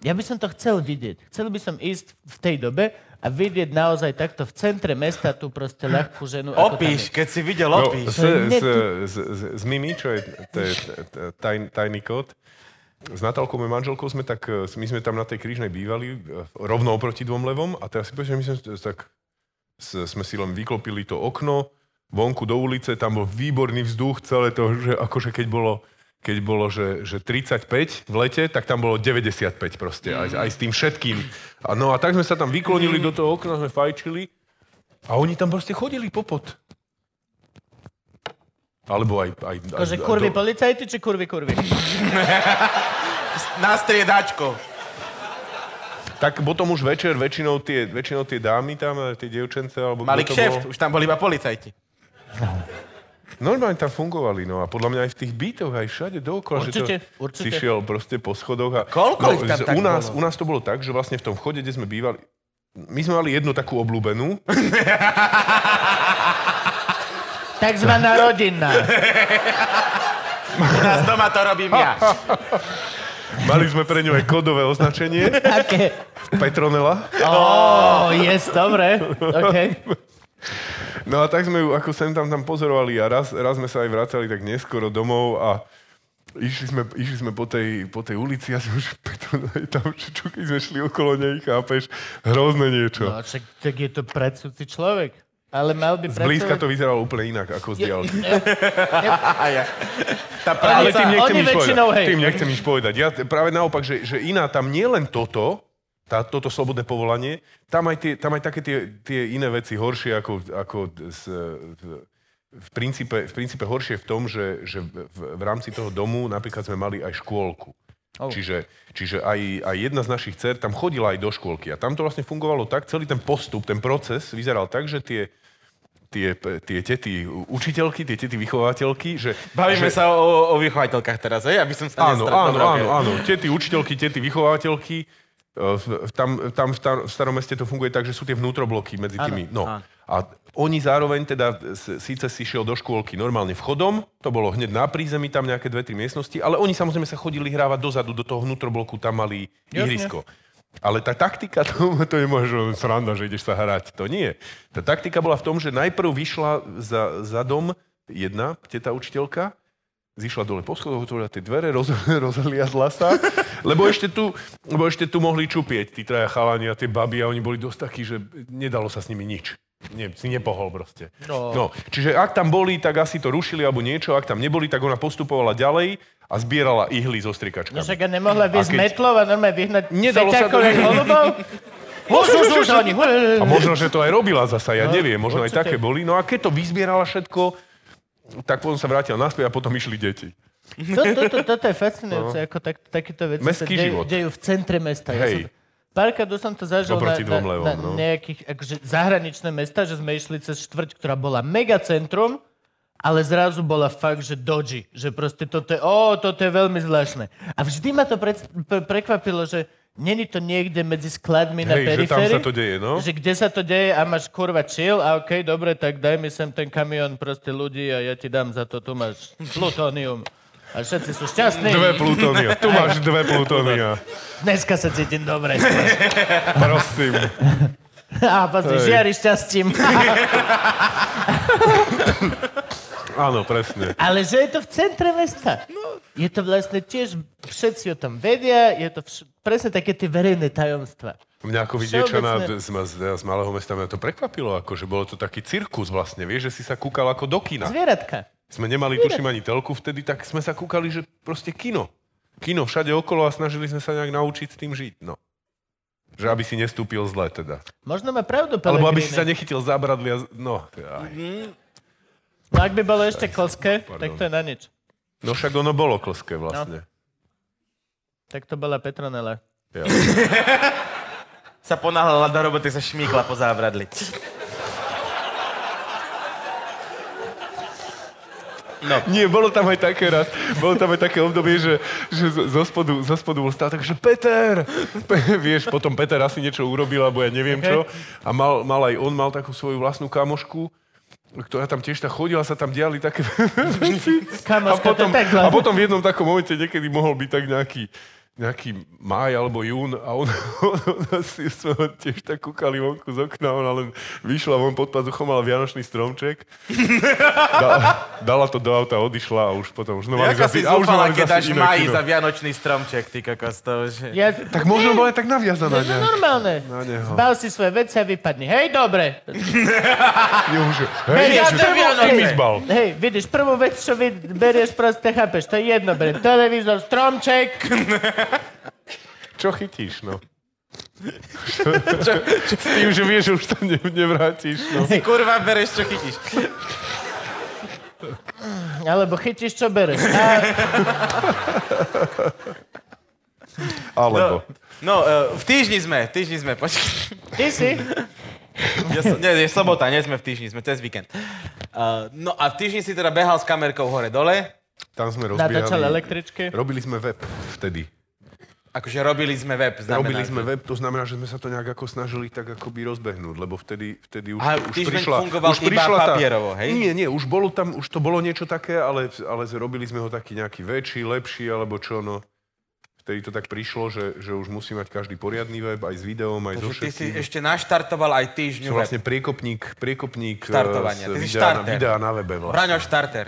B: Ja by som to chcel vidieť. Chcel by som ísť v tej dobe a vidieť naozaj takto v centre mesta tú proste ľahkú ženu. ako tam je.
D: Opíš, keď si videl
C: No, s,
D: opíš.
B: To je
C: s,
B: net-
C: s, s, s Mimi, čo je, to je t- t- taj, tajný kód, s Natálkou, mojou manželkou, sme tak, e, my sme tam na tej krížnej bývali, e, rovno oproti dvom levom, a teraz si povedal, že my sme, s- tak, s, sme si len vyklopili to okno, vonku do ulice, tam bol výborný vzduch, celé to, že akože keď bolo, keď bolo, že, že 35 v lete, tak tam bolo 95 proste, aj, aj s tým všetkým. A no a tak sme sa tam vyklonili do toho okna, sme fajčili a oni tam proste chodili popod. Alebo aj... aj, aj
B: Akože
C: aj
B: kurvy
C: do-
B: policajti či kurvy kurvy?
D: Na striedačku.
C: Tak potom už večer väčšinou tie, väčšinou tie dámy tam, eh, tie dievčence, alebo...
D: Mali
C: kto to
D: kšeft,
C: bol.
D: už tam boli iba policajti.
C: Normálne tam fungovali, no a podľa mňa aj v tých bytoch, aj všade dookola,
B: Určite,
C: že to
B: určite.
C: si šiel proste po schodoch a... No,
D: Koľko ich tam
C: z-
D: tak
C: u nás,
D: bolo?
C: u nás to bolo tak, že vlastne v tom vchode, kde sme bývali, my sme mali jednu takú obľúbenú,
B: Takzvaná rodinná.
D: U nás doma to robím ja.
C: mali sme pre ňu aj kodové označenie,
B: Také.
C: Petronela.
B: Ó, yes, dobre. OK.
C: No a tak sme ju ako sem tam, tam pozorovali a raz, raz sme sa aj vracali tak neskoro domov a išli sme, išli sme po, tej, po tej ulici a som už Petronela je tam, že čo keď sme šli okolo nej, chápeš, hrozné niečo.
B: No, však, tak je to predsudci človek. Ale mal by
C: Blízka to
B: pracovať-
C: vyzeralo úplne inak ako z diálky.
D: A ja. Tá
C: Ale
D: práca...
C: tým nechcem,
B: oni
C: nič
B: väčšinou,
C: povedať.
B: hej.
C: tým nechcem nič povedať. Ja t- práve naopak, že, že iná tam nie len toto, tá, toto slobodné povolanie, tam aj, tie, tam aj také tie, tie iné veci horšie ako, ako s, v- v, princípe, v princípe horšie v tom, že, že v, v- v rámci toho domu napríklad sme mali aj škôlku. Oh. Čiže, čiže aj, aj jedna z našich dcer tam chodila aj do škôlky a tam to vlastne fungovalo tak, celý ten postup, ten proces vyzeral tak, že tie, tie, tie tety učiteľky, tie tety vychovateľky, že...
D: Bavíme
C: že,
D: sa o, o vychovateľkách teraz, hej? Aby som sa
C: Áno,
D: nestretol.
C: áno,
D: Dobre,
C: áno,
D: okej.
C: áno. Tety učiteľky, tety vychovateľky. e, v- v- Tam, tam v, star- v starom meste to funguje tak, že sú tie vnútrobloky medzi tými. No. A oni zároveň teda s- síce si šiel do škôlky normálne vchodom, to bolo hneď na prízemí, tam nejaké dve, tri miestnosti, ale oni samozrejme sa chodili hrávať dozadu, do toho vnútrobloku, tam mali ihrisko. Ale tá taktika, to, to je možno len sranda, že ideš sa hrať, to nie. Tá taktika bola v tom, že najprv vyšla za, za dom jedna teta učiteľka, zišla dole po schodoch, otvorila tie dvere, roz, rozhliadla sa, lebo ešte, tu, lebo ešte tu mohli čupieť tí traja chalani a tie baby a oni boli dosť takí, že nedalo sa s nimi nič. Nie, si nepohol proste. No. no. Čiže ak tam boli, tak asi to rušili alebo niečo, ak tam neboli, tak ona postupovala ďalej a zbierala ihly zo
B: No
C: strikačkami.
B: však a nemohla vyjsť
C: A keď-
B: metlov a normálne vyhnať
C: Nedalo sa to-
B: feťakové holubov? Už, už, už, oni.
C: A možno, že to aj robila zasa,
B: No,
C: ja neviem, možno aj
B: určite.
C: také boli. No a keď to vyzbierala všetko, tak potom sa vrátila naspäť a potom išli deti.
B: To, to, to, toto je fascinujúce, ako tak, takéto veci
C: No. Mestský
B: sa dejú,
C: život.
B: dejú v centre mesta. Ja
C: Hej.
B: som, párkrát už som to zažil na,
C: Oproti
B: na,
C: dvom levom,
B: na
C: no.
B: nejakých akože, zahraničné mesta, že sme išli cez štvrť, ktorá bola megacentrum, ale zrazu bola fakt, že doji. Že proste toto je, ó, toto je veľmi zvláštne. A vždy ma to pre, pre, prekvapilo, že není to niekde medzi skladmi na
C: Hej, že tam
B: periférii.
C: sa to deje, no.
B: Že kde sa to deje a máš kurva chill a okej, dobre, tak daj mi sem ten kamión proste ľudí a ja ti dám za to, tu máš plutónium. A všetci sú šťastní.
C: Dve plutónia. Tu máš dve plutónia.
B: Dneska sa cítim dobre.
C: Prosím.
B: a proste
C: Hej.
B: žiari šťastím.
C: Áno, presne.
B: Ale že je to v centre mesta. Je to vlastne tiež, všetci o tom vedia, je to vš- presne také tie verejné tajomstva.
C: Mňa ako vidiečana
B: Všeobecné.
C: z, z, z malého mesta mňa to prekvapilo, ako, že bolo to taký cirkus vlastne, vieš, že si sa kúkal ako do kina.
B: Zvieratka.
C: Sme nemali, tuším, ani telku vtedy, tak sme sa kúkali, že proste kino. Kino všade okolo a snažili sme sa nejak naučiť s tým žiť, no. Že aby si nestúpil zle teda.
B: Možno má pravdu
C: Alebo
B: Pellegrini.
C: aby si sa nechytil za bradli a... z- No, aj.
B: No ak by bolo ešte klské,
C: Pardon.
B: tak to je na nič.
C: no však ono bolo klské vlastne.
B: Tak to bola Petronela.
C: Ja.
D: Sa ponáhľala do roboty, sa šmíkla po zábradli.
C: Nie, bolo tam aj také raz, bolo tam aj také obdobie, že, že z- zo, spodu, zo spodu bol stále tak, že Peter! Pe- vieš, potom Peter asi niečo urobil, alebo ja neviem čo. A mal, mal aj on, mal takú svoju vlastnú kamošku, ktorá tam tiež tak chodila, sa tam diali také veci. A
B: Kamoška,
C: potom,
B: to je tak
C: a
B: hlavne.
C: potom v jednom takom momente niekedy mohol byť tak nejaký nejaký máj alebo jún a on, on, on si sme len tiež tak kúkali vonku z okna, ona len vyšla von pod pazuchom, mala vianočný stromček dala, dala to do auta, odišla a už potom už sme mali
D: Jaká si
C: zase, a už sme
D: zúfala,
C: mali
D: keď
C: zase
D: dáš
C: iné
D: mají
C: kino.
D: za vianočný stromček, ty kokos, to už je...
B: Ja...
C: Tak možno bola aj tak naviazaná
B: No
C: nejak.
B: normálne.
C: Na neho.
B: Zbal si svoje veci a vypadni. Hej, dobre.
C: Je už, hej,
B: ja
C: Ježiš,
B: to
C: ty
B: Vianoce.
C: mi zbal.
B: Hej, vidíš, prvú vec, čo vy berieš, proste chápeš, to je jedno, bre. Televízor, stromček.
C: Čo chytíš, no? S tým, že vieš, že už to ne, nevrátiš, no.
D: Ty kurva bereš, čo chytíš.
B: Alebo chytíš, čo bereš. A
C: Alebo.
D: No, no e, v týždni sme, v týždni sme, počkaj.
B: ty si?
D: Ja som, nie, je sobota, nie sme v týždni, sme cez víkend. Uh, no a v týždni si teda behal s kamerkou hore-dole,
C: Tam sme
B: Natáčal
C: rozbíjali.
B: električky.
C: Robili sme web vtedy.
D: akože robili sme web, znamená.
C: Robili sme
D: že-
C: web, to znamená, že sme sa to nejak ako snažili tak akoby rozbehnúť, lebo vtedy, vtedy už,
D: A
C: už
D: týždeň
C: prišla...
D: fungoval
C: už
D: iba papierovo, hej?
C: Nie, nie, už, bolo tam, už to bolo niečo také, ale, ale robili sme ho taký nejaký väčší, lepší, alebo čo, no. Vtedy to tak prišlo, že, že už musí mať každý poriadny web, aj s videom, aj so
D: Že ty si
C: všetkým.
D: ešte naštartoval aj týždňu
C: Som
D: vlastne...
C: vlastne priekopník, priekopník eh,
D: Štartovania.
C: z
D: Ty
C: videa, na,
D: si štarter.
C: videa na webe
D: web.
C: vlastne.
D: Braňo štarter.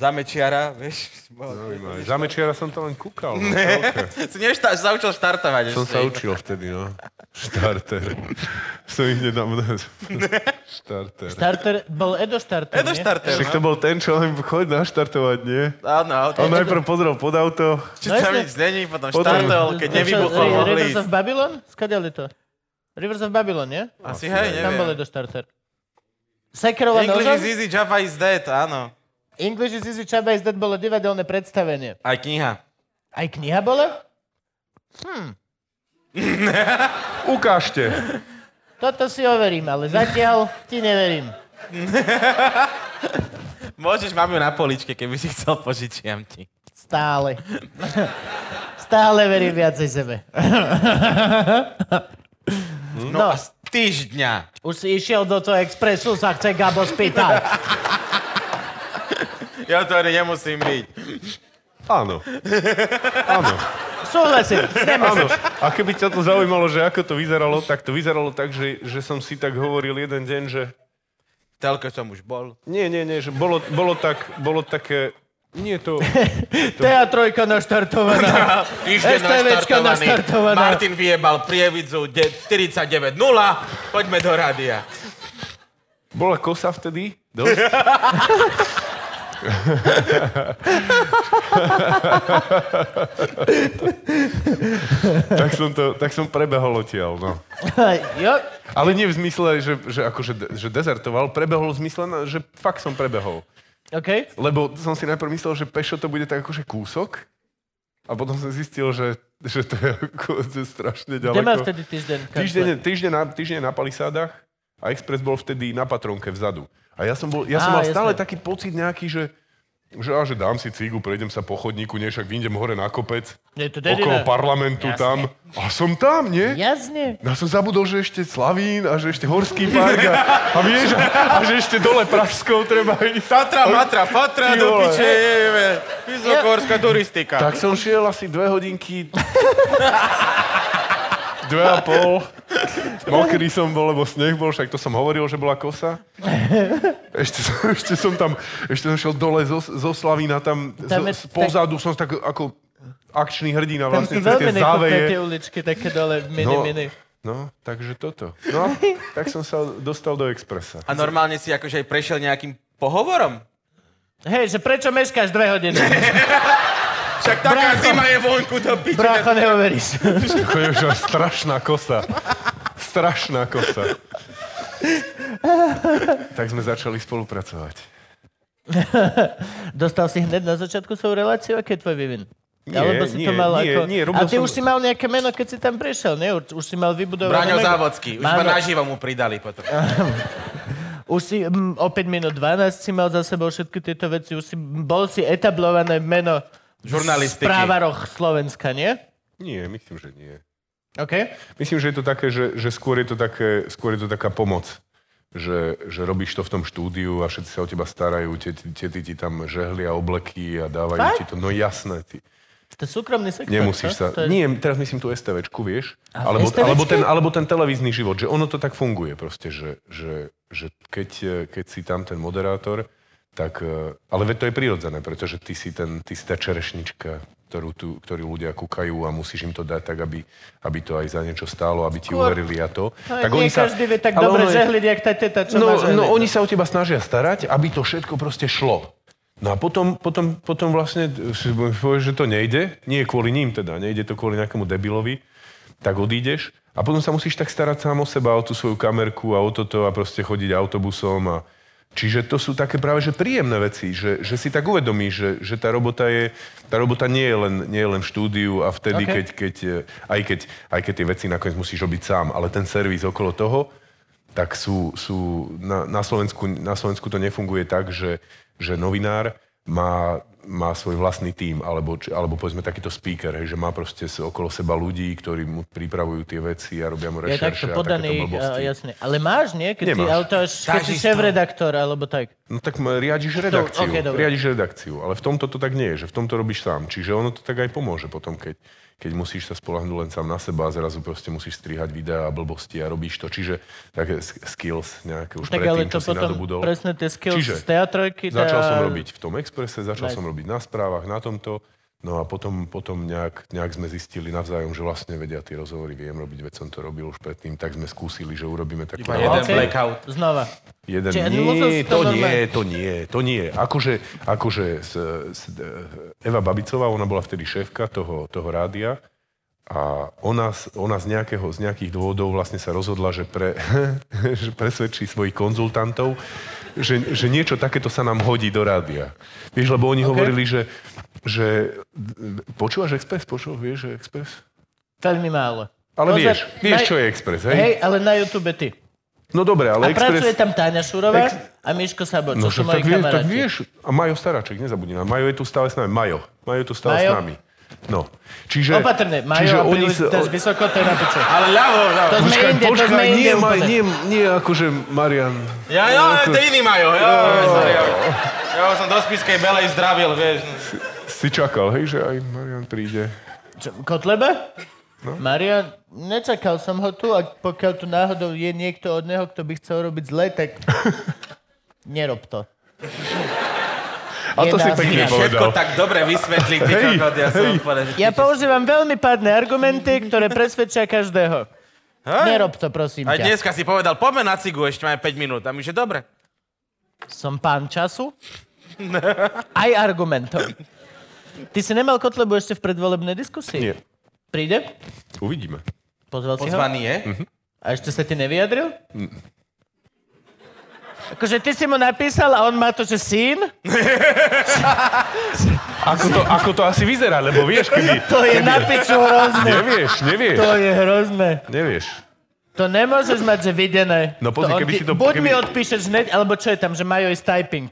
D: Zamečiara, vieš? Bol...
C: Zaujímavé. Za Mečiara som to len kúkal. No, celke.
D: Si nešta- sa učil štartovať.
C: Som
D: ešte.
C: sa učil vtedy, no. Štarter. Som ich nedám. Štarter.
B: Starter, bol Edo Starter,
D: Je
B: nie?
D: to štarter,
C: Však
D: no?
C: to bol ten, čo len choď naštartovať, nie?
D: Áno,
C: On
D: to...
C: najprv pozrel pod auto.
D: Či
B: No
D: tam
B: jasne.
D: nič není, potom
C: Potom-
D: štartol, keď
B: Čo,
D: nevybuchol,
B: Ri-
D: mohli
B: Rivers
D: ísť.
B: of Babylon? Skadiaľ je to? Rivers of Babylon, nie?
D: Asi hej,
B: Tam bol
D: neviem.
B: Edo Starter. Sekerov a
D: English is
B: nožom?
D: easy, Java is dead, áno.
B: English is Easy Chaba is Dead bolo divadelné predstavenie.
D: Aj kniha.
B: Aj kniha bola?
C: Ukážte.
B: Toto si overím, ale zatiaľ ti neverím.
D: Môžeš, mám ju na poličke, keby si chcel, požičiam ti.
B: Stále. Stále verím viacej sebe.
D: No, a z týždňa.
B: Už si išiel do toho expresu, sa chce Gabo spýtať.
D: Ja to ani nemusím byť.
C: Áno. Áno.
B: Súhlasím,
C: Áno.
B: nemusím.
C: A keby ťa to zaujímalo, že ako to vyzeralo, tak to vyzeralo tak, že, že som si tak hovoril jeden deň, že
D: Telko som už bol.
C: nie, nie, nie, že bolo, bolo, tak, bolo také... Nie to...
B: TA3 naštartovaná.
D: Týždeň
B: STVčka naštartovaná.
D: Martin vyjebal prievidzu de- 49.0. Poďme do rádia.
C: Bola kosa vtedy? Dosť? tak, som to, tak som prebehol odtiaľ, no.
B: Jo,
C: Ale nie v zmysle, že, že akože de- že dezertoval, prebehol v zmysle, na- že fakt som prebehol.
B: OK?
C: Lebo som si najprv myslel, že pešo to bude tak akože kúsok a potom som zistil, že, že to je ako, že strašne
B: Kde má
C: ďaleko.
B: vtedy týždeň?
C: Týždeň, týždeň, na, týždeň na palisádach a Express bol vtedy na patronke vzadu. A ja som, bol, ja som
B: Á,
C: mal stále
B: jasné.
C: taký pocit nejaký, že že, á, že dám si cigu, prejdem sa po chodníku, nie však vyjdem hore na kopec,
B: Je to dedina.
C: okolo parlamentu
B: Jasne.
C: tam. A som tam, nie?
B: Jasne.
C: No som zabudol, že ešte Slavín a že ešte Horský park a, a vieš, a, a že ešte dole Pražskou treba ísť.
D: Tatra, matra, fatra,
C: Ty
D: do
C: vole.
D: piče, jebe. Vysokohorská turistika.
C: Tak som šiel asi dve hodinky. dve a pol. Mokrý som bol, lebo sneh bol, však to som hovoril, že bola kosa. Ešte som, ešte som tam, ešte som šiel dole zo, zo Slavína, tam,
B: Tam
C: tam
B: je
C: z, pozadu som tak ako akčný hrdina
B: Tam
C: vlastne
B: sú
C: cez tie
B: veľmi nechutné
C: záveje.
B: tie uličky, také dole, mini,
C: No.
B: mini.
C: No, takže toto. No, tak som sa dostal do Expressa.
D: A normálne si akože aj prešiel nejakým pohovorom?
B: Hej, že prečo meškáš dve hodiny?
D: Však taká zima je vonku do piče.
B: Brácho, neuveríš.
C: To je už strašná kosa. Strašná kosa. Tak sme začali spolupracovať.
B: Dostal si hneď na začiatku svoju reláciu, aký je tvoj vývin?
C: Nie,
B: Alebo si to
C: nie,
B: mal
C: nie,
B: ako...
C: nie, robil
B: a ty
C: som-
B: už si mal nejaké meno, keď si tam prišiel, nie? Už, už si mal vybudované
D: Braňo
B: meno.
D: Závodský, už ma
B: Áno.
D: naživo mu pridali potom.
B: Už si mm, o 5 minút 12 si mal za sebou všetky tieto veci, už si, bol si etablované meno
D: Žurnalistiky.
B: v správaroch Slovenska, nie?
C: Nie, myslím, že nie.
B: OK?
C: Myslím, že je to také, že, že skôr, je to také, skôr je to taká pomoc. Že, že robíš to v tom štúdiu a všetci sa o teba starajú, tety, tety ti tam žehlia obleky a dávajú
B: Fakt?
C: ti to. No jasné, ty.
B: To je súkromný sektor. čo?
C: Nemusíš sa...
B: To je...
C: Nie, teraz myslím tú STVčku, vieš?
B: A v
C: Alebo,
B: STVčke?
C: alebo, ten, alebo ten televízny život, že ono to tak funguje proste, že, že, že keď, eh, keď si tam ten moderátor, tak... eh, Ale veď to je prirodzené, pretože ty si, ten, ty si tá čerešnička, ktorú, tu, ktorú ľudia kúkajú a musíš im to dať tak, aby, aby to aj za niečo stálo, aby ti
B: Skôr-
C: uverili a to.
B: No, tak nie každý vie tak
C: ale
B: dobre
C: ono je-
B: žehliť, jak tá teta, čo má
C: No,
B: žehliť.
C: no oni sa o teba snažia starať, aby to všetko proste šlo. No a potom, potom, potom vlastne si povieš, že to nejde. Nie kvôli ním teda, nejde to kvôli nejakému debilovi. Tak odídeš a potom sa musíš tak starať sám o seba, o tú svoju kamerku a o toto a proste chodiť autobusom. A... Čiže to sú také práve že príjemné veci, že, že si tak uvedomíš, že, že tá, robota je, tá robota nie je len, nie je len v štúdiu a
B: Ok.
C: vtedy, okay. keď, keď, eh, aj keď, aj keď tie veci nakoniec musíš robiť sám, ale ten servis okolo toho, tak sú, sú na, na, Slovensku, na Slovensku to nefunguje tak, že, že novinár má, má svoj vlastný tím, alebo, či- alebo povedzme takýto speaker, hej, že má proste s- okolo seba ľudí, ktorí mu pripravujú tie veci a robia mu
B: Je
C: rešerše
B: takto
C: a takéto
B: podaný, eh, a,
C: blbosti.
B: jasne. Ale máš, nie? Keď si,
C: Nemáš.
B: ale to až, keď si
D: Stážista.
B: šéf-redaktor, alebo tak.
C: No tak m- riadiš redakciu,
B: ok, dobre.
C: riadiš redakciu, ale v tomto to tak nie je, že v tomto robíš sám. Čiže ono to tak aj pomôže potom, keď, keď musíš sa spolahnúť len sám na seba a zrazu proste musíš strihať videá a blbosti a robíš to. Čiže také s- skills nejaké už
B: Tak ale
C: predtým,
B: to
C: čo si
B: potom
C: nadobudol.
B: presne tie skills
C: Čiže
B: z teatrojky. tá-
C: Začal som robiť v tom exprese, začal
B: Nice.
C: som robiť na správach, na tomto. No a potom, potom nejak, nejak sme zistili navzájom, že vlastne vedia tie rozhovory, viem robiť, veď som to robil už predtým, tak sme skúsili, že urobíme takú...
D: Iba jeden
B: OK,
D: blackout.
B: Znova.
C: jeden
B: Čiže musel si
C: nie,
B: to
C: to nie,
B: normálne-
C: to nie, to nie. Akože, akože s, s, e, Eva Babicová, ona bola vtedy šéfka toho, toho rádia a ona, z- ona z, nejakého, z nejakých dôvodov vlastne sa rozhodla, že, pre, že presvedčí svojich konzultantov, že, že niečo takéto sa nám hodí do rádia. Vieš, lebo oni okay. hovorili, že, že počúvaš Express, počul, vieš, že Express?
B: Veľmi málo.
C: Ale
B: Pozor,
C: vieš, vieš,
B: naj-
C: čo je Express, hej?
B: Hej, ale na YouTube ty.
C: No dobre,
B: A
C: ale Express...
B: pracuje tam Táňa Šurová
C: Ex-
B: a Miško Sabo, čo
C: No
B: sú
C: však
B: moji
C: tak, vie, tak
B: kamaráti.
C: vieš, a Majo Staráček, nezabudni na Majo je tu stále s nami. Majo, Majo je tu stále
B: Majo?
C: s nami. No, čiže...
B: Opatrne,
C: čiže
B: Majo, a
C: oni
B: príliš
C: sa-
B: dáš vysoko, to je na piče.
D: Ale ľavo, ľavo.
B: To sme
C: Počkaj,
B: inde, to sme
C: počkaj,
B: inde
C: nie, Maj,
B: úplne.
C: nie, nie, akože Marian.
D: Ja, ja, to je iný Majo. Ja, ja, sorry, ja, ja už som do spiskej belej zdravil, vieš.
C: Si čakal, hej, že aj Marian príde.
B: Čo, Kotleba? No. Marian, nečakal som ho tu a pokiaľ tu náhodou je niekto od neho, kto by chcel robiť zle, tak nerob to.
C: A to
B: Je
C: si
B: nás
C: pekne
B: viac.
D: Všetko
C: povedal.
D: tak dobre vysvetlí, ty
C: Hej,
D: kokot, ja som
C: hej.
D: úplne... že-
B: Ja používam veľmi pádne argumenty, ktoré presvedčia každého. Nerob to, prosím
D: A
B: ťa.
D: dneska si povedal, poďme na cigu, ešte máme 5 minút. A my, že dobre.
B: Som pán času. Aj argumentov. Ty si nemal Kotlebu ešte v predvolebnej diskusii?
C: Nie,
B: Príde?
C: uvidíme.
B: Pozval si ho?
D: Mhm. Pozvaný je.
B: A ešte sa ti nevyjadril? Akože ty si mu napísal a on má to, že syn?
C: Ako to, ako to asi vyzerá, lebo vieš, keby...
B: To je na piču hrozné.
C: Nevieš, nevieš,
B: To je hrozné.
C: nevieš.
B: To nemôžeš mať, že videné.
C: No
B: to
C: pozri,
B: on
C: keby
B: ti-
C: si to-
B: Buď
C: keby-
B: mi odpíšeš hneď, alebo čo je tam, že majú ísť typing.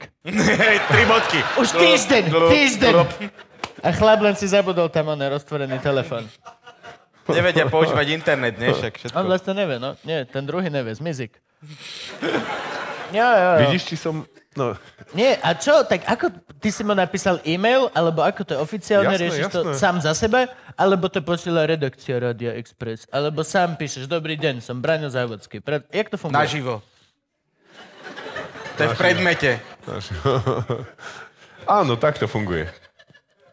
D: Hej, tri bodky.
B: Už týždeň, týždeň. A chlap len si zabudol tam on roztvorený telefón.
D: Nevedia používať internet, nie však
B: On
D: všetko.
B: vlastne nevie, no. Nie, ten druhý nevie, zmizik. Jo, jo, jo.
C: Vidíš, či som... No,
B: Nie, a čo, tak ako, ty si mu napísal e-mail, alebo ako to je oficiálne,
C: Jasné,
B: riešiš to
C: jasné.
B: sám za seba, alebo to posiela redakcia Radia Express, alebo sám píšeš, dobrý deň, som Braňo Závodský. Pre... Jak to funguje?
D: Naživo. To je v predmete.
C: áno, tak to funguje.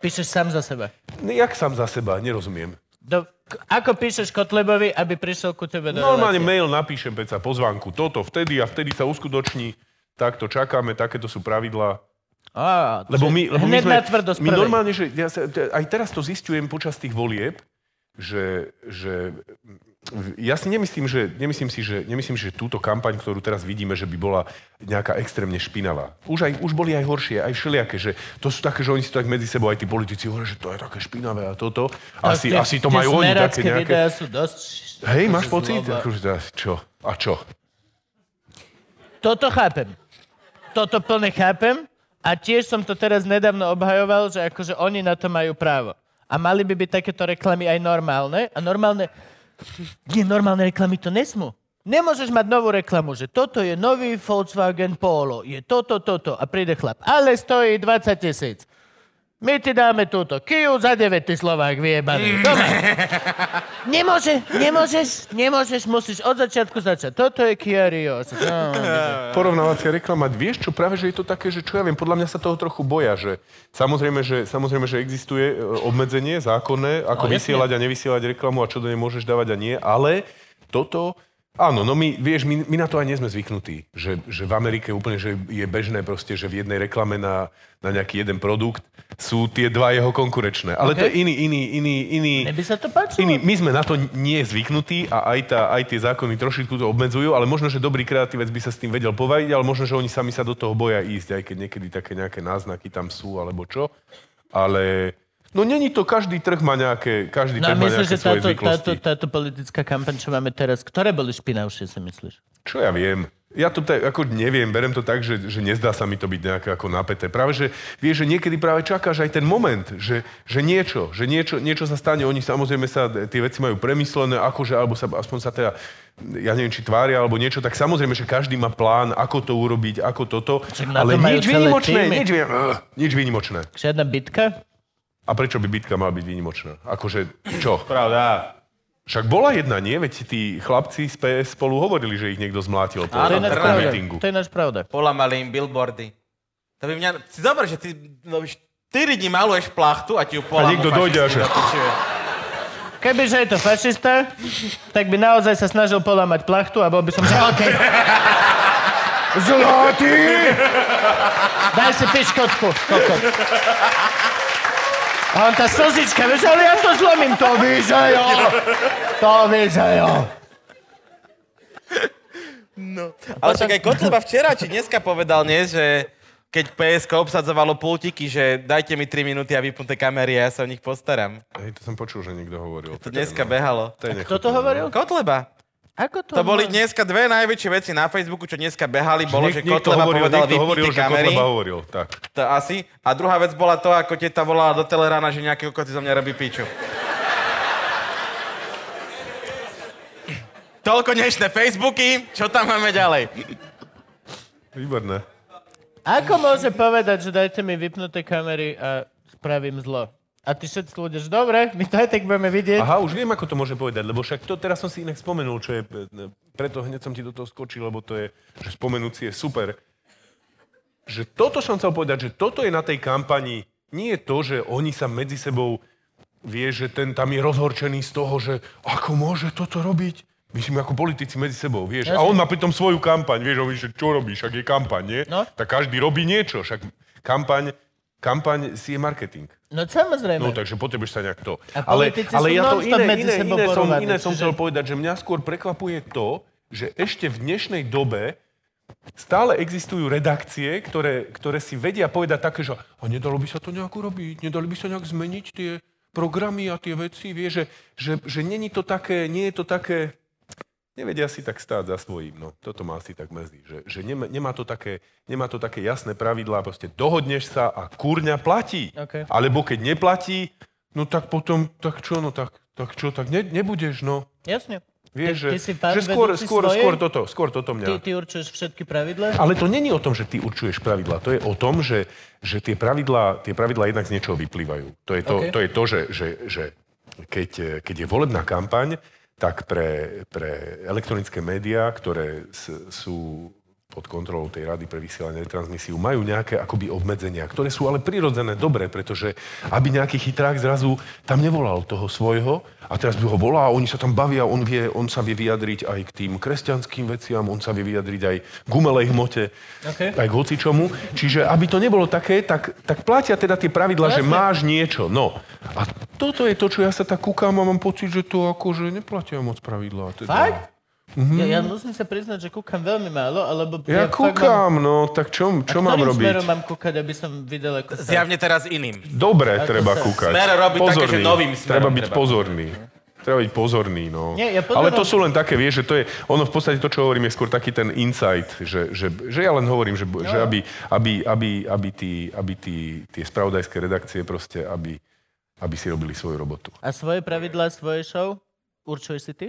B: Píšeš sám za seba.
C: No, jak sám za seba, nerozumiem.
B: Do... k- Ako píšeš Kotlebovi, aby prišiel ku tebe do
C: Normálne
B: relácie?
C: mail napíšem, peca, pozvánku, toto, vtedy a vtedy sa uskutoční. Takto čakáme, takéto sú pravidlá.
B: Á,
C: Lebo
B: že
C: my, lebo my,
B: Hneď
C: sme,
B: na tvrdo z
C: my
B: prvej.
C: normálne, že ja sa, t- aj teraz to zistujem počas tých volieb, že, že v- ja si nemyslím, že, nemyslím si, že, nemyslím, že túto kampaň, ktorú teraz vidíme, že by bola nejaká extrémne špinavá. Už, aj, už boli aj horšie, aj všelijaké, že to sú také, že oni si to tak medzi sebou, aj tí politici hovoria, že to je také špinavé a toto.
B: A tie-
C: Asi, asi to
B: tie
C: majú oni
B: smerácké
C: také nejaké...
B: videá sú dosť...
C: Hej,
B: akože
C: máš pocit?
B: zloba.
C: Akože, a čo? A čo?
B: Toto chápem. Toto plne chápem. A tiež som to teraz nedávno obhajoval, že akože oni na to majú právo. A mali by byť takéto reklamy aj normálne. A normálne... Nie, normálne reklamy to nesmú. Nemôžeš mať novú reklamu, že toto je nový Volkswagen Polo, je toto, toto a príde chlap. Ale stojí 20 tisíc. My ti dáme túto. Kiu za 9, ty Slovák vyjebaný. Dobre. Nemôže, nemôžeš, nemôžeš, musíš od začiatku začať. Toto je Kia Rio. No,
C: porovnávacia reklama, vieš čo, práve že je to také, že čo ja viem, podľa mňa sa toho trochu boja, že samozrejme, že, samozrejme, že existuje e, obmedzenie zákonné, ako
B: No,
C: no,
B: jasne.
C: vysielať a nevysielať reklamu a čo do nej môžeš dávať a nie, ale toto Áno, no my, vieš, my, my na to aj nie sme zvyknutí, že, že v Amerike úplne že je bežné proste, že v jednej reklame na, na nejaký jeden produkt sú tie dva jeho konkurečné. Ale okay. to je iný, iný, iný, iný...
B: Mne by sa to páčilo.
C: Iný, my sme na to nie zvyknutí a aj, tá, aj tie zákony trošičku to obmedzujú, ale možno, že dobrý kreatívec by sa s tým vedel povadiť, ale možno, že oni sami sa do toho boja ísť, aj keď niekedy také nejaké náznaky tam sú alebo čo. Ale no není to, každý trh má nejaké, každý
B: No a
C: trh má
B: myslíš,
C: nejaké
B: že
C: svoje
B: táto,
C: zvyklosti.
B: táto, táto politická kampaň, čo máme teraz, ktoré boli špinavšie, si myslíš?
C: Čo ja viem? Ja to tak, ako neviem, berem to tak, že, že nezdá sa mi to byť nejaké ako napäté. Práve, že vieš, že niekedy práve čakáš aj ten moment, že, že niečo, že niečo, niečo sa stane. Oni samozrejme sa, tie veci majú premyslené, akože, alebo sa, aspoň sa teda, ja neviem, či tvária, alebo niečo, tak samozrejme, že každý má plán, ako to urobiť, ako toto,
B: Však na to
C: ale
B: majú
C: nič
B: celé
C: výnimočné,
B: týmy.
C: nič, vý- Ugh, nič výnimočné.
B: Žiadna bitka?
C: A prečo by bitka mala byť výnimočná? Akože, čo?
D: Pravda.
C: Však bola jedna, nie? Veď tí chlapci z PS spolu hovorili, že ich niekto zmlátil po,
B: To je
D: Áno,
B: náš
C: po
B: pravda.
C: meetingu.
B: To je náš pravda.
D: Polamali im billboardy. To by mňa... Si zober, že ty no, 4 dní maluješ plachtu a ti ju polamú
C: niekto dojde a že-
D: fašisti do pičive.
B: Kebyže je to fašista, tak by naozaj sa snažil polámať plachtu a bol by som, že OK. Zlatý! Daj si piškotku. kokot. A on tá slzička, vieš, ale ja to zlomím. To víš, že jo. To víš, že jo.
D: Ale však aj Kotleba včera či dneska povedal, nie, že keď PSK obsadzovalo pultiky, že dajte mi 3 minúty a vypnuté kamery a ja sa o nich postaram.
C: Hej, to som počul, že niekto hovoril.
D: To dneska behalo.
C: To je
B: Kto to
C: nechutné.
B: hovoril?
D: Kotleba.
B: Ako to?
D: To boli
B: má-
D: dneska dve najväčšie veci na Facebooku, čo dneska behali, bolo,
C: Niek-
D: že
C: niekto
D: Kotleba
C: hovoril,
D: povedal
C: niekto hovoril,
D: vypnite
C: že
D: kamery.
C: Kotleba hovoril, tak.
D: To asi. A druhá vec bola to, ako teta volala do Telerána, že nejaký kokot si zo mňa robí piču. Toľko dnešné Facebooky, čo tam máme ďalej?
C: Výborné.
B: Ako môže povedať, že dajte mi vypnuté kamery a spravím zlo? A ty všetci ľudia, že dobre, my to aj tak budeme vidieť.
C: Aha, už viem, ako to môže povedať, lebo však to teraz som si inak spomenul, čo je, e, preto hneď som ti do toho skočil, lebo to je, že spomenúť si je super. Že toto som chcel povedať, že toto je na tej kampani, nie je to, že oni sa medzi sebou, vie, že ten tam je rozhorčený z toho, že ako môže toto robiť? Myslím, ako politici medzi sebou, vieš. A on má pritom svoju kampaň, vieš, on že čo robíš, ak je kampaň, nie?
B: No.
C: Tak každý robí niečo, však kampaň, kampaň si je marketing.
B: No samozrejme.
C: No, takže potrebuješ sa nejak to.
B: A
C: ale,
B: politici
C: ale
B: sú
C: ja to
B: non-stop
C: iné,
B: medzi
C: iné,
B: sebou
C: iné, som,
B: porvádzaní,
C: iné som
B: čiže-
C: chcel povedať, že mňa skôr prekvapuje to, že ešte v dnešnej dobe stále existujú redakcie, ktoré, ktoré si vedia povedať také, že a nedalo by sa to nejak urobiť, nedali by sa nejak zmeniť tie programy a tie veci, vie, že, že, že není to také, nie je to také, nevedia si tak stáť za svojím. No, toto ma asi tak mrzí, že, že nemá, nemá, to také, nemá to také jasné pravidlá, proste dohodneš sa a kurňa platí.
B: OK.
C: Alebo keď neplatí, no tak potom, tak čo, no tak, tak čo, tak ne, nebudeš, no.
B: Jasne.
C: Vieš,
B: Ty-
C: že,
B: ty si pán
C: že skôr,
B: vedúci
C: skôr,
B: svojej?
C: skôr, toto, skôr toto mňa...
B: Ty, ty určuješ všetky pravidlá?
C: Ale to není o tom, že ty určuješ pravidla. To je o tom, že, že tie, pravidla, tie pravidla jednak z niečoho vyplývajú. To je to,
B: OK.
C: okay. to, je to že, že, že keď, eh, keď je volebná kampaň, tak pre, pre elektronické médiá, ktoré s, sú pod kontrolou tej rady pre vysielanie a transmisiu, majú nejaké akoby obmedzenia, ktoré sú ale prirodzené dobre, pretože aby nejaký chytrák zrazu tam nevolal toho svojho a teraz by ho volá, oni sa tam bavia, on, vie, on sa vie vyjadriť aj k tým kresťanským veciam, on sa vie vyjadriť aj k umelej hmote,
B: OK.
C: aj k hocičomu. Čiže aby to nebolo také, tak, tak platia teda tie pravidla, že
B: Jasne.
C: máš niečo. No a toto je to, čo ja sa tak kúkam a mám pocit, že to akože neplatia moc pravidla. Teda.
B: Fakt? Mm-hmm. Ja, ja musím sa priznať, že kúkam veľmi málo, alebo...
C: Ja,
B: fakt
C: kúkam, no, tak čo, čo mám
B: ktorým
C: robiť?
B: smerom mám kúkať, aby som videl, ako sa...
D: Zjavne teraz iným.
C: Dobre
B: Ako
C: treba
B: sa-
C: kúkať.
D: Smer robiť také, že novým smerom
C: Treba byť
D: treba.
C: pozorný. Treba byť pozorný, no.
B: Nie, ja
C: Ale
B: pozorom-
C: to sú len také, vieš, že to je, ono v podstate to, čo hovorím, je skôr taký ten insight, že, že, že ja len hovorím, že, no. že aby, aby, aby, aby, tí, aby tí, tie spravodajské redakcie proste, aby, aby si robili svoju robotu.
B: A svoje pravidlá, svoje show určuješ si ty?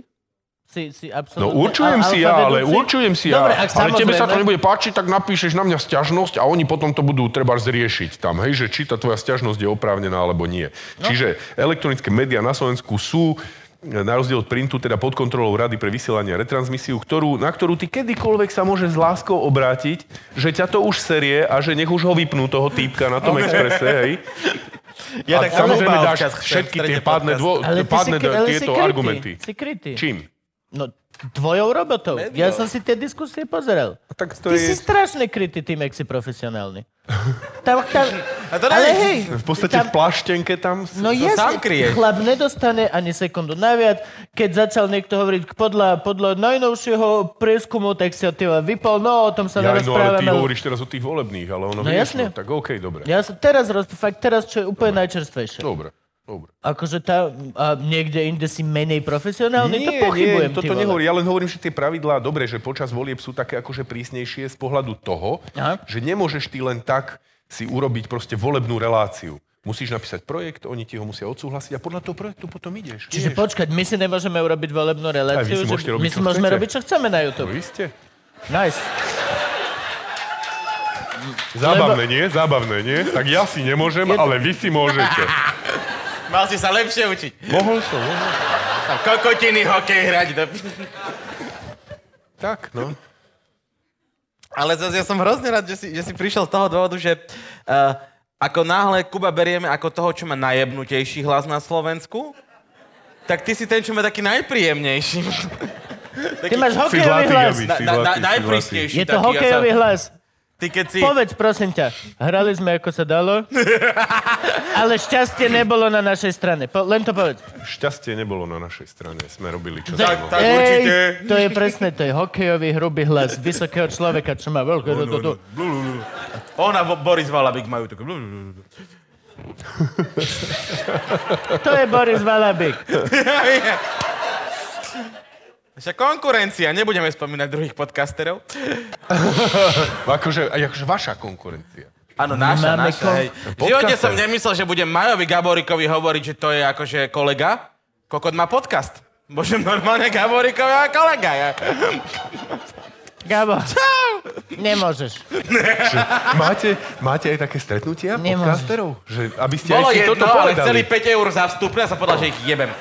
B: Si, si
C: No
B: absolútne
C: určujem
B: al-
C: si ja, ale
B: alfavedúci?
C: určujem si
B: Dobre,
C: ja.
B: ak
C: Ale tebe sa to
B: samozrejme.
C: nebude páčiť, tak napíšeš na mňa sťažnosť a oni potom to budú treba zriešiť tam, hej, že či tá tvoja sťažnosť je oprávnená alebo nie.
B: No.
C: Čiže elektronické médiá na Slovensku sú e, na rozdiel od printu, teda pod kontrolou Rady pre vysielanie a retransmisiu, ktorú, na ktorú ty kedykoľvek sa môže s láskou obrátiť, že ťa to už serie a že nech už ho vypnú toho týpka na tom exprese, hej.
D: Ja
C: a
D: tak
C: samozrejme
D: Kuba
C: dáš
D: občas chcem
C: všetky
D: v strede
C: tie pádne,
D: podcastu.
C: dô,
B: Ale ty
C: pádne
B: si, kry- ale si
C: tieto
B: krytý,
C: argumenty.
B: Si krytý.
C: Čím?
B: No, tvojou robotou. Ja som si tie diskusie pozeral.
C: Tak to
B: Ty si strašne krytý tým, jak si profesionálny. Tam, tam,
D: A to
B: ale
D: nie-
B: hej,
C: V podstate v plaštenke tam...
B: No
D: To
B: jasne,
D: sám kryješ.
B: chlap nedostane ani sekundu naviac. Keď začal niekto hovoriť k- podľa, podľa najnovšieho prieskumu, tak si ho ty vypol, no o tom sa
C: Ja, no ale
B: nerozprávame.
C: ty hovoríš teraz o tých volebných, ale ono...
B: No
C: vieš,
B: jasne.
C: No, tak okej, dobre.
B: Ja sa teraz roz... fakt teraz, čo je úplne najčerstvejšie.
C: Dobre, dobre.
B: Akože tá, a niekde inde si menej profesionálny, No, to pochybujem. ty
C: toto
B: vole.
C: nehovorím. Ja len hovorím, že tie pravidlá, dobre, že počas volieb sú také akože prísnejšie z pohľadu toho,
B: Aha.
C: že nemôžeš ty len tak si urobiť proste volebnú reláciu. Musíš napísať projekt, oni ti ho musia odsúhlasiť a podľa toho projektu potom ideš.
B: Čiže
C: vieš.
B: počkať, my si nemôžeme urobiť volebnú
C: Aj vy
B: reláciu,
C: si môžete robiť,
B: my si
C: čo
B: môžeme
C: chcete.
B: robiť, čo chceme na
C: No,
B: YouTube.
C: iste.
B: Nice.
C: Zábavné, nie? Zábavné, nie? Tak ja si nemôžem, ale vy si môžete.
D: Mal si sa lepšie učiť.
C: Mohol som, mohol.
D: Tam kokotiny, hokej hrať. Do...
C: Tak, no.
D: Ale zase ja som hrozne rád, že si, že si prišiel z toho dôvodu, že uh, ako náhle Kuba berieme ako toho, čo má najjebnutejší hlas na Slovensku, tak ty si ten, čo má taký najpríjemnejší.
B: Ty máš
C: Si
B: hokejový
C: zlatý,
B: hlas.
C: Gabi,
D: Na,
C: si zlatý,
D: na, na,
C: si zlatý.
D: najprísnejší.
B: Je to
D: taký, ja
B: hokejový
D: sa-
B: hlas.
D: Ty keď si...
B: Povedz, prosím ťa, hrali sme ako sa dalo, ale šťastie nebolo na našej strane. Po, len to povedz.
C: Šťastie nebolo na našej strane. Sme robili, čo sme
D: Tak,
C: mohli.
D: tak určite.
B: to je presne, to je hokejový hrubý hlas vysokého človeka, čo má veľké... No, no, no.
D: Ona, Bo- Boris Valabik majú také...
B: To je Boris Valabik.
D: Naša konkurencia, nebudeme spomínať druhých podcasterov.
C: Akože, akože vaša konkurencia.
D: Áno, naša,
B: Máme
D: naša,
B: kon-
D: hej. V živote som nemyslel, že budem Majovi Gaborikovi hovoriť, že to je akože kolega. Kokot má podcast. Bože, normálne Gaborikovi a kolega. Ja.
B: Gabo, nemôžeš.
C: Máte, máte aj také stretnutia
B: Nemám.
C: podcasterov? Že, aby ste
D: Bolo
C: aj si
D: jedno,
C: toto povedali.
D: ale
C: No,
D: chceli 5 eur za vstupné a som povedal, že ich jebem.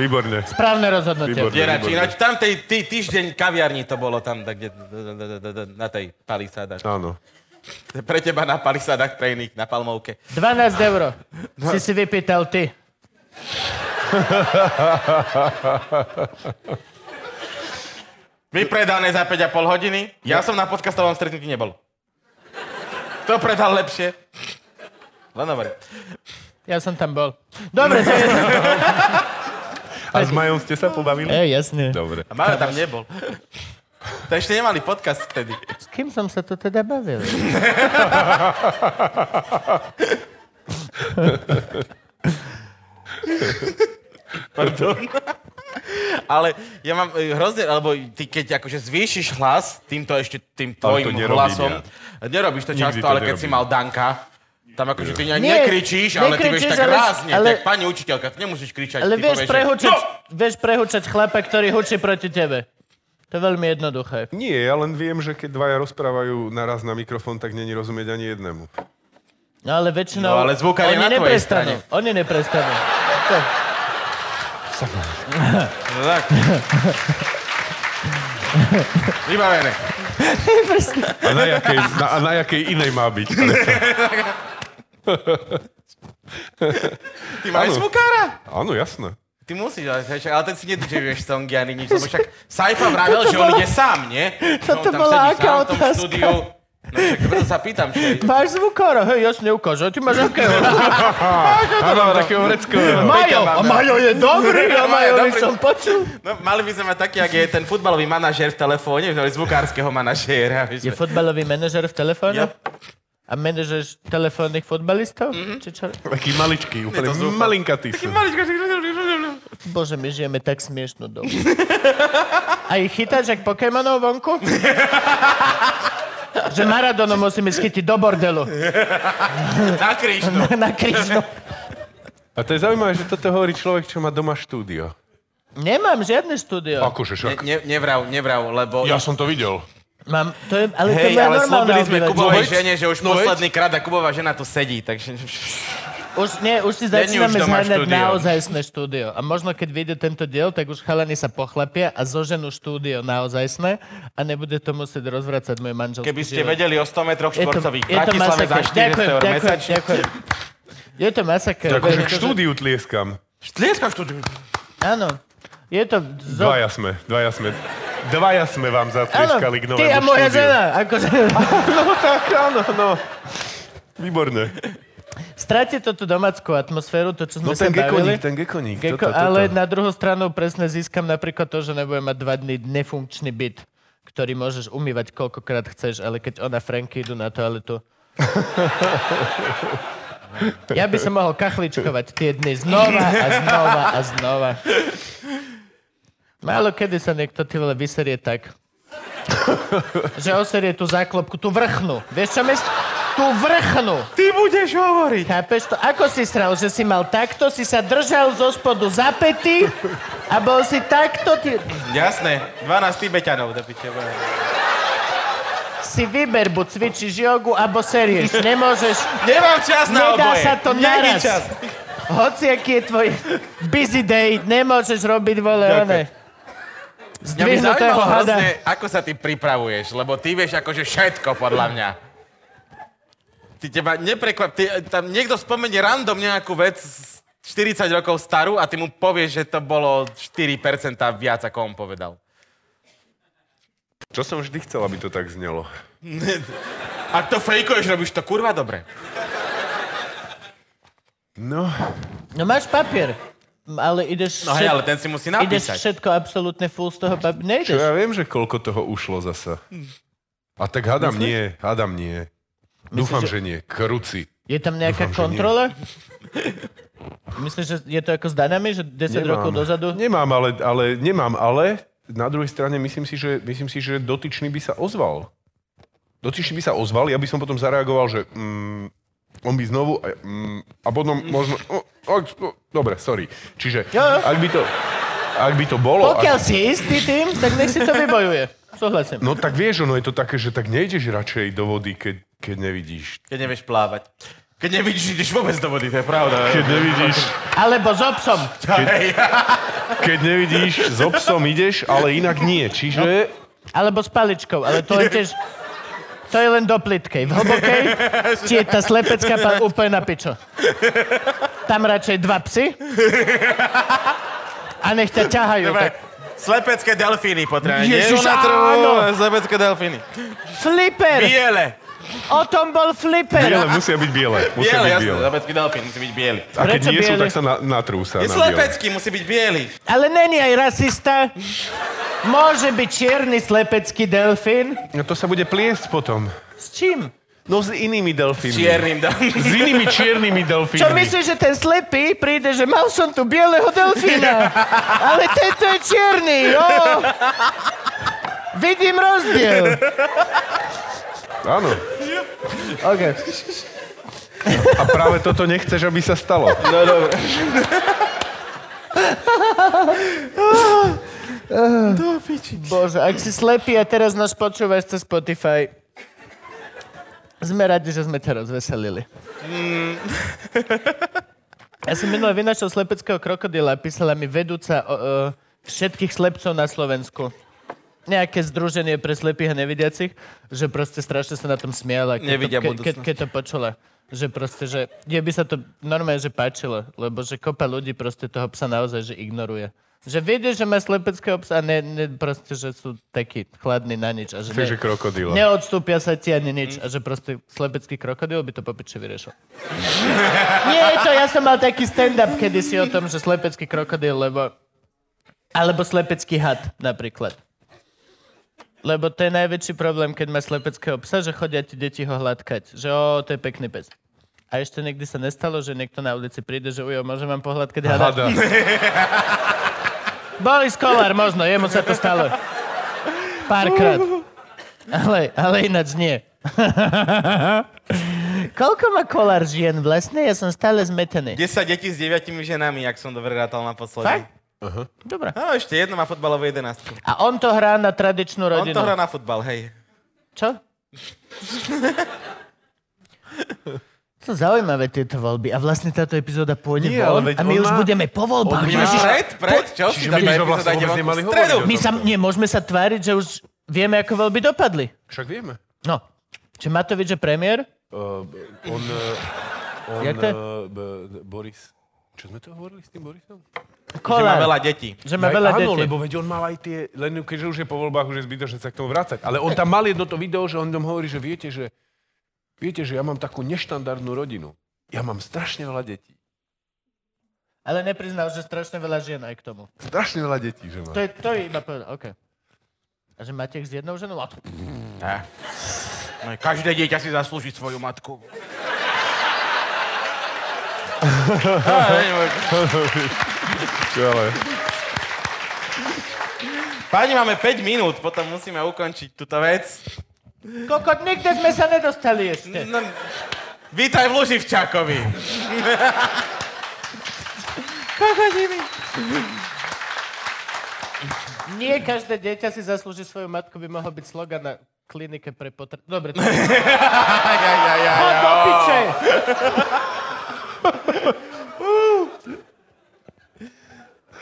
C: Výborne.
B: Správne rozhodnutie.
C: Výborné.
D: Dierači,
C: Výborné.
D: ináč tam tej tý, týždeň kaviarni to bolo tam, tak, kde, na tej palisádach.
C: Áno.
D: Pre teba na palisádach, pre iných na Palmovke.
B: 12 eur si si vypýtal ty.
D: Vypredané za 5,5 hodiny. Ja som na podcastovom stretnutí nebol. To predal lepšie. No, Len hovorím.
B: Ja som tam bol. Dobre, to je...
C: A s Majom ste sa pobavili?
B: Ej, jasne.
C: Dobre.
D: A Majo tam nebol. To ešte nemali podcast vtedy.
B: S kým som sa tu teda bavil?
D: Ale ja mám e, hrozne, alebo ty keď akože zvýšiš hlas týmto ešte tým
C: Ale to
D: tvojim
C: nerobím
D: hlasom,
C: ja.
D: nerobíš to často,
C: to
D: ale keď si
C: nerobím.
D: mal Danka, tam akože ty ne,
B: Nie,
D: nekričíš, ale ty vieš
B: nekričíš,
D: tak
B: ale-
D: rázne,
B: ale-
D: tak pani učiteľka, nemusíš kričať.
B: Ale
D: ty
B: vieš
D: povieš, že- No!
B: prehučať, vieš prehučať chlapa, ktorý hučí proti tebe. To je veľmi jednoduché.
C: Nie, ja len viem, že keď dvaja rozprávajú naraz na mikrofón, tak není rozumieť ani jednému.
B: No ale väčšinou...
D: No, ale zvukár
B: oni
D: je na tvojej
B: neprestanú. Oni neprestanú. To.
D: No tak. Vybavené.
C: A na jakej, na, a na jakej inej má byť?
D: Ty máš
C: Áno.
D: zvukára?
C: Áno, jasné.
D: Ty musíš, ale, však- ale ten si nedržívieš songy ani nič, lebo však Saifa vravel, že on ide sám, nie?
B: Toto
D: Že on tam
B: bola
D: sedí
B: aká
D: sám v tom
B: otázka?
D: štúdiu. No však preto sa pýtam, že...
B: Máš zvukára? Hej, jasne, ukáž. A ty máš akého?
C: Áno, takého vreckého.
B: Majo!
D: máme.
B: A Majo je dobrý! A
D: Majo je
B: Majo by
D: dobrý.
B: som počul.
D: No, mali by sme mať taký, ak je ten futbalový manažér v telefóne, že zvukárskeho manažéra. aby
B: Je
D: sme-
B: fotbalový manažer v telefóne?
D: Ja.
B: A manažer telefónnych fotbalistov?
D: Mhm.
B: Či čo?
C: Taký maličký, úplne
D: to zúfal.
C: malinkatý. sú.
B: Bože, my žijeme tak smiešnú dobu. A ich chytáš jak Pokémonov vonku? že Maradonu musíme schytiť do bordelu.
D: Na no. Krišnu.
B: Na krížnu.
C: A to je zaujímavé, že toto hovorí človek, čo má doma štúdio.
B: Nemám žiadne štúdio.
C: Akože
D: Ne, ne, nevrav, nevrav, lebo...
C: Ja som to videl.
B: Mám, to je, ale to je
D: Hej,
B: moja
D: ale
B: normálna
D: slúbili sme
B: obyvateľ.
D: Kubovej
C: veď,
D: žene, že už
C: no veď.
D: posledný krát a Kubová žena tu sedí, takže...
B: Už, nie, už si
D: Není už
B: začíname
D: doma
B: zháňať
D: štúdio.
B: naozajstné štúdio. A možno keď vyjde tento diel, tak už chalani sa pochlapia a zoženú štúdio naozajstné a nebude to musieť rozvracať môj manželský
D: Keby ste
B: život.
D: vedeli o 100 metroch
B: Je to-
D: štvorcových v
B: je to
D: Bratislave za
B: masaker.
D: 400 eur
B: Ďakujem,
D: mesačne.
B: ďakujem, ďakujem. Je to masaker.
C: Akože
B: Je
C: k
B: to-
C: štúdiu tlieskam.
D: Tlieska štúdiu.
B: Áno. Je to... Zo...
C: Dvaja sme, dvaja sme. Dvaja sme vám
B: Áno,
C: zatlieskali k novému
B: ty a moja
C: štúdiu.
B: žena. Akože,
C: No tak, áno, no. Výborné.
B: stráti to tú domácku atmosféru, to, čo sme
C: No
B: sa
C: ten
B: bavili.
C: gekoník, ten gekoník.
B: Geko,
C: toto, toto.
B: ale na druhú stranu presne získam napríklad to, že nebudem mať dva dny nefunkčný byt, ktorý môžeš umývať koľkokrát chceš, ale keď ona Franky idú na toaletu. ja by som mohol kachličkovať tie dny znova a znova a znova. Málo kedy sa niekto ty vole vyserie tak, že oserie tú záklopku, tú vrchnu. Vieš čo mes... Tú vrchnu.
D: Ty budeš hovoriť.
B: Chápeš to? Ako si sral, že si mal takto, si sa držal zo spodu za pety a bol si takto, ty...
D: Jasné, 12 Tibetanov do piče. bude.
B: si vyber, buď cvičíš jogu, alebo serieš. Nemôžeš...
D: Nemám čas
B: Nedá
D: na oboje.
B: sa to
D: Není
B: naraz.
D: čas.
B: Hoci aký je tvoj busy day, nemôžeš robiť vole one.
D: Mňa by
B: Zdvihnutého
D: zaujímalo
B: hada.
D: hrozne, ako sa ty pripravuješ, lebo ty vieš akože všetko, podľa mňa. Ty teba neprekvap... Ty, tam niekto spomenie random nejakú vec z 40 rokov starú a ty mu povieš, že to bolo 4% viac, ako on povedal.
C: Čo som vždy chcel, aby to tak znelo.
D: A to fejkuješ, robíš to kurva dobre.
C: No,
B: No máš papier, ale ideš...
D: No hej,
B: všet-
D: ale ten si musí
B: Ideš
D: napísať.
B: všetko absolútne full z toho papiera.
C: čo
B: Nejdeš.
C: ja viem, že koľko toho ušlo zasa. A tak hádam nie, hádam nie. Dúfam, že nie. Kruci.
B: Je tam nejaká
C: Dúfam, že nie.
B: kontrola? Myslíš, že je to ako s danami, že 10 rokov dozadu?
C: Nemám, ale, ale nemám, ale na druhej strane myslím si, že, myslím si, že dotyčný by sa ozval. Dotyčný by sa ozval, ja by som potom zareagoval, že mm, on by znovu a, mm, a potom možno... O, o, o, dobre, sorry. Čiže
B: Jo, jo.
C: ak by to, ak by to bolo...
B: Pokiaľ
C: ak,
B: si istý tým, tak nech si to vybojuje. Súhlasím.
C: no tak vieš, ono je to také, že tak nejdeš radšej do vody, keď, keď nevidíš.
D: Keď nevieš plávať. Keď nevidíš, ideš vôbec do vody, to je pravda.
C: Keď nevidíš,
B: Alebo s obsom.
C: keď nevidíš, s so psom ideš, ale inak nie. Čiže...
B: No. Alebo s paličkou. Ale to je tiež... To je len do plitkej. V hlbokej ti je tá slepecká pa- úplne na pičo. Tam radšej dva psy. A nech ťa ťahajú.
D: Dobre.
B: Tak.
D: Slepecké delfíny potrebujeme.
B: Ježiš,
D: Ježiš, na trhu,
B: áno.
D: slepecké delfíny.
B: Flipper!
D: Biele.
B: O tom bol
C: Biele
B: Flipper.
C: musia byť biele. Musia
D: Biele,
C: byť
D: jasné,
C: biele.
D: lepecký delfín musí byť biely.
C: A keď
B: Prečo
C: nie sú,
B: biele?
C: tak sa na, natrúsa.
D: Je
C: na biele.
D: slepecký, musí byť biely.
B: Ale není aj rasista. Môže byť čierny slepecký delfín.
C: No to sa bude pliesť potom.
B: S čím?
C: No s inými delfínmi.
D: Čiernym delfín.
C: S inými čiernymi delfínmi.
B: Čo myslíš, že ten slepý príde, že mal som tu bieleho delfína, ale tento je čierny, jo. Vidím rozdiel.
C: Áno.
B: Okay.
C: A práve toto nechceš, aby sa stalo.
D: No dobre.
B: Bože, ak si slepý a teraz nás počúvaš cez Spotify, sme radi, že sme ťa rozveselili.
D: Mm.
B: Ja som minule vynašiel slepeckého krokodila, písala mi vedúca o, o, všetkých slepcov na Slovensku. Nejaké združenie pre slepých a nevidiacich, že proste strašne sa na tom smiala. Keď to,
D: Nevidia
B: ke, ke,
D: budúcnosť.
B: keď to počula. Že proste, že je by sa to normálne, že páčilo, lebo že kopa ľudí proste toho psa naozaj, že ignoruje. Že vidie, že má slepeckého psa a ne, ne, proste, že sú takí chladní na nič. A že ne,
C: Takže krokodíla.
B: neodstúpia sa ti ani nič. A že proste slepecký krokodil by to po piči vyriešil. Nie, to ja som mal taký stand-up kedysi o tom, že slepecký krokodil, lebo... Alebo slepecký had, napríklad. Lebo to je najväčší problém, keď má slepeckého psa, že chodia ti deti ho hladkať. Že o, to je pekný pes. A ešte nikdy sa nestalo, že niekto na ulici príde, že ujo, môžem vám pohľadkať hada.
C: Hada.
B: Boris Kolár, možno, jemu sa to stalo. Párkrát. Ale, ale ináč nie. Koľko má Kolár žien vlastne? Ja som stále zmetený.
D: 10 detí s 9 ženami, ak som dobre rátal naposledy.
B: Fakt? Dobre.
D: No ešte jedno má futbalovú jedenáctku.
B: A on to hrá na tradičnú
D: On
B: rodinu.
D: to hrá na futbal, hej.
B: Čo? Sú zaujímavé tieto voľby. A vlastne táto epizóda pôjde
C: Nie,
B: von
C: ale veď
B: a my
C: on
B: už
C: má-
B: budeme po voľbách.
C: bude-
B: Ježiš,
D: Pred, pred, čo si
C: Čiže
D: tam
C: my sme
D: epizóda
C: vlastne
D: ide
C: vôbec
D: vonku?
C: nemali
D: V stredu.
C: hovoriť o
B: my sa, nie, môžeme sa tváriť, že už vieme, ako voľby dopadli.
C: Však vieme.
B: No. Čiže Matovič je premiér?
C: Uh, on, uh, on,
B: Jak to je?
C: uh, b- d- Boris. Čo sme to hovorili s tým Borisom?
D: Že má
B: Kolár.
D: veľa detí.
B: Že má
C: Aj-
B: veľa
C: áno,
B: detí.
C: lebo veď on mal aj tie, len keďže už je po voľbách, už je zbytočné sa k tomu vrácať. Ale on tam mal jedno to video, že on tam hovorí, že viete, že, viete, že ja mám takú neštandardnú rodinu. Ja mám strašne veľa detí.
B: Ale nepriznal, že strašne veľa žien aj k tomu.
C: Strašne veľa detí, že má.
B: To je, to je iba povedal, OK. A že máte ich s jednou ženou? A to-
D: No, Každé dieťa si zaslúži svoju matku.
C: Ale...
D: Páni, máme 5 minút, potom musíme ukončiť túto vec.
B: Kokot, nikde sme sa nedostali ešte.
D: No, vítaj v Luživčákovi.
B: Nie každé dieťa si zaslúži svoju matku, by mohol byť slogan na klinike pre potr... Dobre, to
D: Aj, aj, aj, aj,
B: Chod
D: aj.
B: do piče!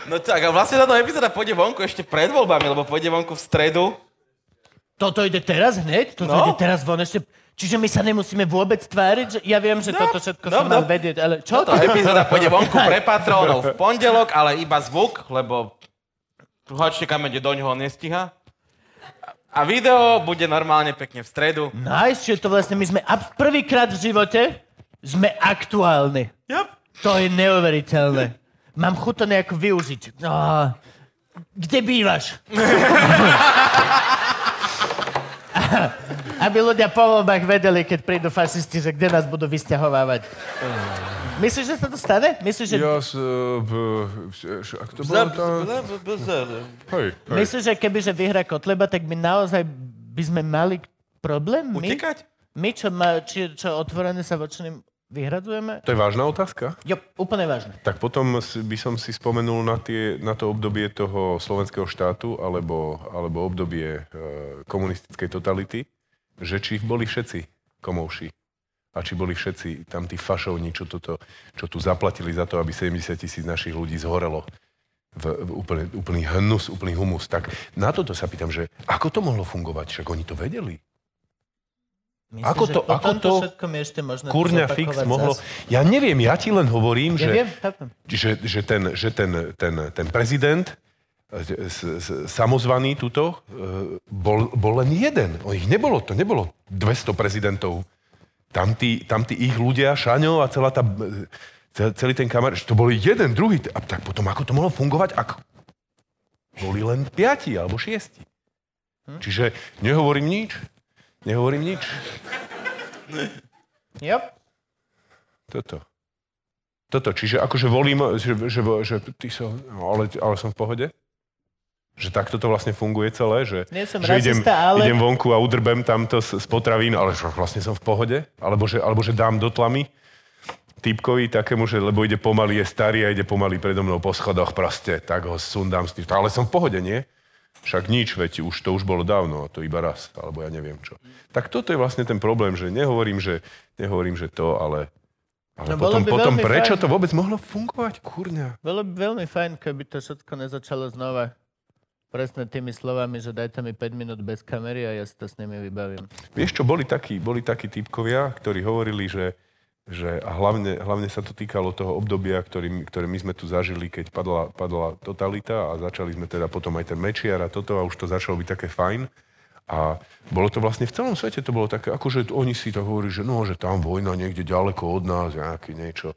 D: No tak, a vlastne táto epizóda pôjde vonku ešte pred voľbami, lebo pôjde vonku v stredu.
B: Toto ide teraz hneď? Toto
D: No.
B: ide teraz von ešte... Čiže my sa nemusíme vôbec tváriť? Že... Ja viem, že toto všetko
D: no,
B: som mal
D: no.
B: vedieť, ale čo
D: Táto
B: to?
D: epizóda pôjde vonku pre patrónov v pondelok, ale iba zvuk, lebo hočte kamene do ňoho nestiha. A video bude normálne pekne v stredu.
B: Nice, že to vlastne my sme ab- prvýkrát v živote sme aktuálni.
D: Yep.
B: To je neuveriteľné. Mám chuť to nejako využiť. No, kde bývaš? Aby ľudia po voľbách vedeli, keď prídu fašisti, že kde nás budú vysťahovávať. Myslíš, že sa to stane? Myslíš, že,
C: Ja s... Uh, b, š- š- ak to bolo tam... Hej, hej.
B: myslíš, že keby že vyhra Kotleba, tak my naozaj by sme mali problém? My,
D: Utekať?
B: my čo, ma, či, čo otvorené sa voči nim vyhradzujeme?
C: To je vážna otázka?
B: Jo, úplne vážne.
C: Tak potom s- by som si spomenul na, tie, na to obdobie toho slovenského štátu alebo, alebo obdobie e, komunistickej totality, že či boli všetci komovši a či boli všetci tam tí fašovní, čo, toto, čo tu zaplatili za to, aby 70 tisíc našich ľudí zhorelo v, v úplne, úplný hnus, úplný humus. Tak na toto sa pýtam, že ako to mohlo fungovať? Však oni to vedeli.
B: Myslím,
C: Ako
B: že
C: to-
B: po
C: ako
B: tomto
C: to
B: všetkom je ešte možno
C: Kurňa
B: zopakovať
C: fix
B: zas.
C: mohlo... Ja neviem, ja ti len hovorím,
B: Ja
C: že
B: viem, chápem.
C: že, že, ten, že ten, ten, ten prezident e, s- s- samozvaný tuto, e, bol, bol len jeden. O ich nebolo, to nebolo 200 prezidentov. Tam tí, tam tí ich ľudia, Šaňo a celá tá, e, ce- celý ten kamar, že to boli jeden, druhý. A tak potom ako to mohlo fungovať, ak boli len piati alebo šiesti. Hm? Čiže nehovorím nič, nehovorím nič.
B: Yep.
C: Toto. Toto, čiže akože volím, že, že, že ty som, no, ale, ale som v pohode? Že takto to vlastne funguje celé, že,
B: Nie som
C: že idem,
B: rasista, ale-
C: idem vonku a udrbem tamto z, z potravín, ale že vlastne som v pohode? Alebo že, alebo že dám do tlamy typkovi takému, že lebo ide pomaly, je starý a ide pomaly predo mnou po schodoch proste, tak ho sundám s tým. Ale som v pohode, nie? Však nič, veď už to už bolo dávno, a to iba raz, alebo ja neviem čo. Tak toto je vlastne ten problém, že nehovorím, že, nehovorím, že to, ale,
B: No,
C: ale no,
B: bolo
C: potom,
B: by
C: potom
B: veľmi
C: prečo
B: fajn.
C: to vôbec mohlo fungovať, kurňa?
B: Bolo by veľmi fajn, keby to všetko nezačalo znova. Presne tými slovami, že dajte mi 5 minút bez kamery a ja si to s nimi vybavím.
C: Vieš čo, boli takí, boli takí typkovia, ktorí hovorili, že, že a hlavne, hlavne sa to týkalo toho obdobia, ktorý, ktoré my sme tu zažili, keď padla, padla totalita a začali sme teda potom aj ten mečiar a toto a už to začalo byť také fajn. A bolo to vlastne v celom svete, to bolo také, akože oni si to hovorí, že no, že tam vojna niekde ďaleko od nás, nejaký niečo.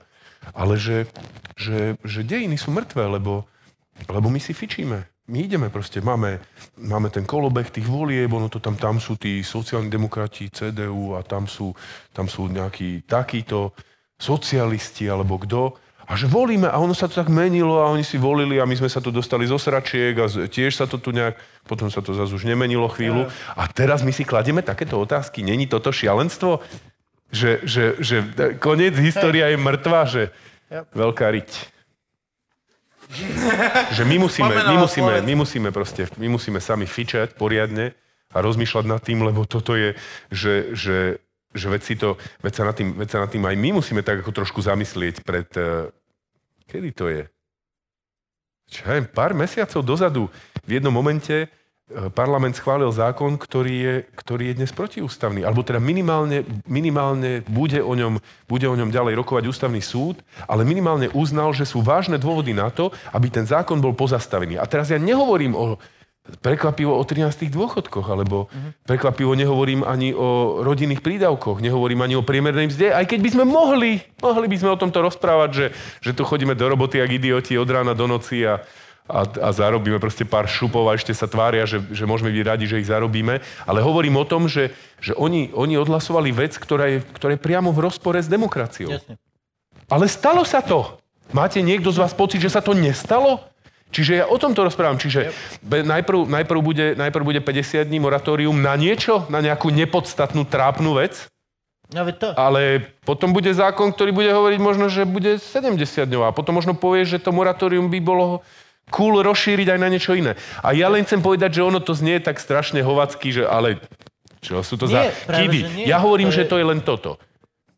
C: Ale že, že, že dejiny sú mŕtve, lebo, lebo my si fičíme. My ideme proste, máme, máme ten kolobeh tých volieb, ono to tam, tam sú tí sociálni demokrati, CDU a tam sú, tam sú nejakí takíto socialisti alebo kto. A že volíme a ono sa to tak menilo a oni si volili a my sme sa tu dostali zo sračiek a z- tiež sa to tu nejak, potom sa to zase už nemenilo chvíľu. A teraz my si kladieme takéto otázky. Není toto šialenstvo? Že, že, že e, koniec história je mŕtva, že veľká riť. Že my musíme, my
D: Pomenoval
C: musíme,
D: Slovensko.
C: my musíme proste, my musíme sami fičať poriadne a rozmýšľať nad tým, lebo toto je, že, že, že veď, si to, veď, sa nad tým, veď sa nad tým aj my musíme tak ako trošku zamyslieť pred... eh, Kedy to je? Čo ja viem, pár mesiacov dozadu v jednom momente eh, parlament schválil zákon, ktorý je, ktorý je dnes protiústavný. Alebo teda minimálne, minimálne bude, o ňom, bude o ňom ďalej rokovať ústavný súd, ale minimálne uznal, že sú vážne dôvody na to, aby ten zákon bol pozastavený. A teraz ja nehovorím o prekvapivo o 13 dôchodkoch, alebo prekvapivo nehovorím ani o rodinných prídavkoch, nehovorím ani o priemernej mzde, aj keď by sme mohli, mohli by sme o tomto rozprávať, že, že tu chodíme do roboty jak idioti od rána do noci a, a, a zarobíme proste pár šupov a ešte sa tvária, že, že môžeme byť radi, že ich zarobíme. Ale hovorím o tom, že, že oni, oni odhlasovali vec, ktorá je, ktorá je priamo v rozpore s demokraciou.
B: Jasne.
C: Ale stalo sa to. Máte niekto z vás pocit, že sa to nestalo? Čiže ja o tomto rozprávam. Čiže be- najprv, najprv, bude, najprv bude 50 dní moratórium na niečo, na nejakú nepodstatnú trápnu vec,
B: No veď to.
C: ale potom bude zákon, ktorý bude hovoriť možno, že bude 70 dňov a potom možno povie, že to moratórium by bolo cool rozšíriť aj na niečo iné. A ja len chcem povedať, že ono to znie tak strašne hovacky, že ale čo sú to
B: Nie,
C: za
B: práve,
C: kidy?
B: že nie.
C: Ja
B: To
C: hovorím,
B: je-
C: že to je len toto.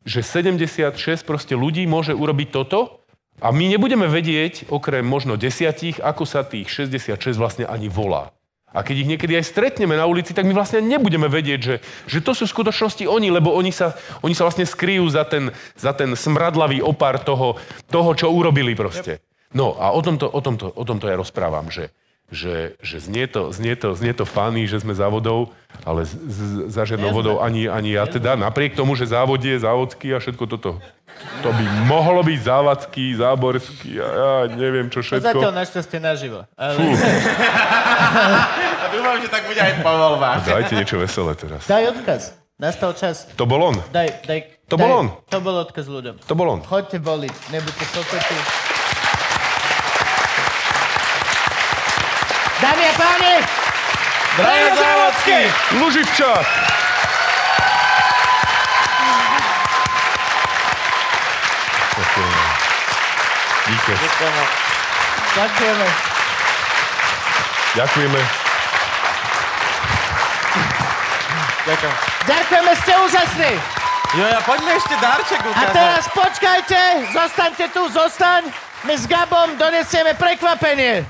C: Že 76 proste ľudí môže urobiť toto a my nebudeme vedieť, okrem možno desiatich, ako sa tých 66 vlastne ani volá. A keď ich niekedy aj stretneme na ulici, tak my vlastne nebudeme vedieť, že, že to sú v skutočnosti oni, lebo oni sa, oni sa vlastne skryjú za ten, za ten smradlavý opár toho, toho, čo urobili proste. No a o tomto, o tomto, o tomto ja rozprávam, že, že, že znie, to, znie, to, znie to fany, že sme závodou, ale z, z, za žiadnou vodou ani, ani ja teda, napriek tomu, že závod je závodský a všetko toto. To by mohlo byť závadský, záborský a ja neviem čo
B: To zatiaľ
C: všetko.
B: našťastie naživo. Ale...
D: A dúfam, že tak bude aj po voľbách.
C: Dajte niečo veselé teraz.
B: Daj odkaz. Nastal čas.
C: To bol on.
B: Daj, daj.
C: To
B: daj.
C: bol on.
B: To bol odkaz ľuďom.
C: To bol on.
B: Choďte voliť, nebuďte sopety. Dámy a páni,
D: Braňo Závodský!
C: Luživčák! Díky.
B: ďakujeme.
C: Ďakujeme.
D: Ďakujem.
B: Ďakujeme, ste úžasní.
D: Jo, ja poďme ešte darček
B: A
D: ukázať.
B: teraz počkajte, zostaňte tu, zostaň. My s Gabom donesieme prekvapenie.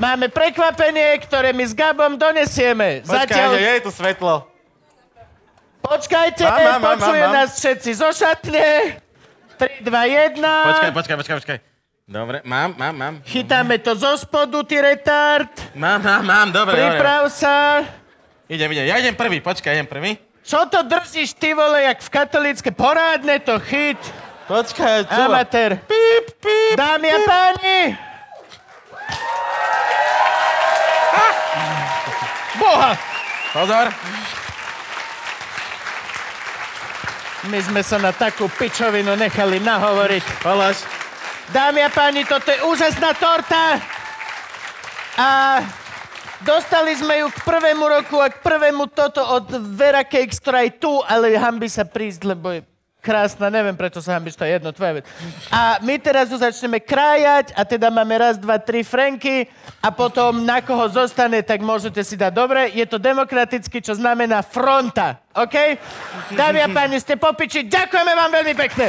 B: Máme prekvapenie, ktoré my s Gabom donesieme.
D: Počkaj,
B: Zatiaľ...
D: Aňo, je tu svetlo.
B: Počkajte,
D: Mám, mám, mám,
B: počuje
D: mám, mám.
B: nás všetci zo šatne. 3, 2, 1.
D: Počkaj, počkaj, počkaj, počkaj. Dobre, mám, mám, mám.
B: Chytáme to zo spodu, ty retard.
D: Mám, mám, mám, dobre, dobre.
B: Priprav sa.
D: Idem, idem, ja idem prvý, počkaj, idem prvý.
B: Čo to držíš, ty vole, jak v katolícke? Porádne to chyť.
D: Počkaj, čo?
B: Amatér.
D: Píp, píp.
B: Dámy a páni! Boha!
D: Pozor.
B: My sme sa na takú pičovinu nechali nahovoriť.
D: Polož.
B: Dámy a páni, toto je úžasná torta! A dostali sme ju k prvému roku a k prvému toto od Vera Cakes, ktorá je tu, ale hambi sa prísť, lebo je krásna, neviem prečo sa hambíš, to je jedno, tvoja vec. A my teraz ju začneme krájať a teda máme raz, dva, tri Franky a potom na koho zostane, tak môžete si dať dobre. Je to demokraticky, čo znamená fronta, OK? Dámy a páni, ste popiči, ďakujeme vám veľmi pekne.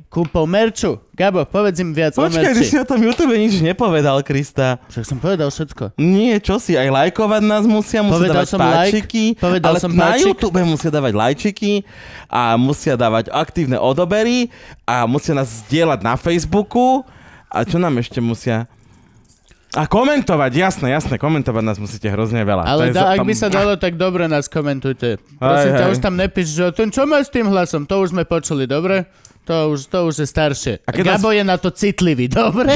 B: kúpou merču. Gabo, povedz im viac o
E: Počkaj,
B: merči.
E: ty si na tom YouTube nič nepovedal, Krista.
B: Však som povedal všetko.
E: Nie, čo si, aj lajkovať nás musia, musia
B: Povedal som
E: dávať páčiky,
B: like, povedal
E: ale
B: som
E: na
B: páčik.
E: YouTube musia dávať lajčiky a musia dávať aktívne odobery a musia nás zdieľať na Facebooku a čo nám ešte musia... A komentovať, jasné, jasné, komentovať nás musíte hrozne veľa. To
B: Ale
E: je
B: da,
E: za-
B: ak
E: tam-
B: by sa dalo, tak dobre nás komentujte. Prosím
E: Hej,
B: ťa,
E: hej.
B: už tam nepíš, že ten čo má s tým hlasom, to už sme počuli, dobre? To už, to už je staršie. A
E: keď
B: Gabo je na to citlivý, dobre?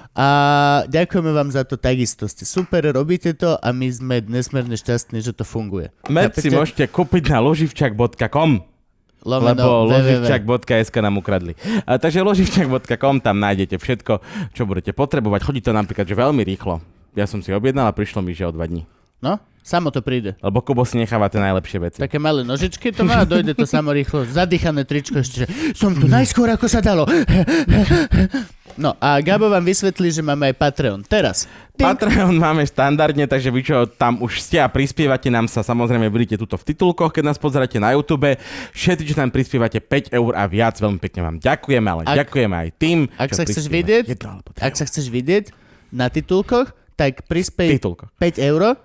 B: A ďakujeme vám za to takisto. Ste super, robíte to a my sme nesmierne šťastní, že to funguje.
E: Med si
B: Chápete?
E: môžete kúpiť na loživčak.com lebo
B: Lomeno www.
E: loživčak.sk nám ukradli. A, takže loživčak.com, tam nájdete všetko, čo budete potrebovať. Chodí to napríklad že veľmi rýchlo. Ja som si objednal a prišlo mi, že o dva dní.
B: No, samo to príde.
E: Lebo Kubo si necháva tie najlepšie veci.
B: Také malé nožičky to má a dojde to samo rýchlo. Zadýchané tričko ešte, že som tu najskôr, ako sa dalo. No a Gabo vám vysvetlí, že máme aj Patreon. Teraz. Tink.
E: Patreon máme štandardne, takže vy čo tam už ste a prispievate nám sa, samozrejme vidíte tuto v titulkoch, keď nás pozeráte na YouTube. Všetci, čo tam prispievate 5 eur a viac, veľmi pekne vám ďakujeme, ale
B: Ak-
E: ak, ďakujeme aj tým,
B: Ak sa
E: čo
B: chceš
E: prispievate.
B: vidieť,
E: Jedno alebo tri
B: ak
E: eur.
B: sa chceš vidieť na titulkoch, tak prispej
E: Titulkoch.
B: 5 eur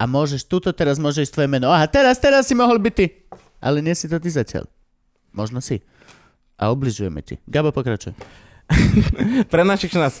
B: a môžeš, tuto teraz môžeš tvoje meno. Aha, teraz, teraz si mohol byť ty. Ale nie si to ty zatiaľ. Možno si. A obližujeme ti. Gabo, pokračuj.
E: Pre našich čo nás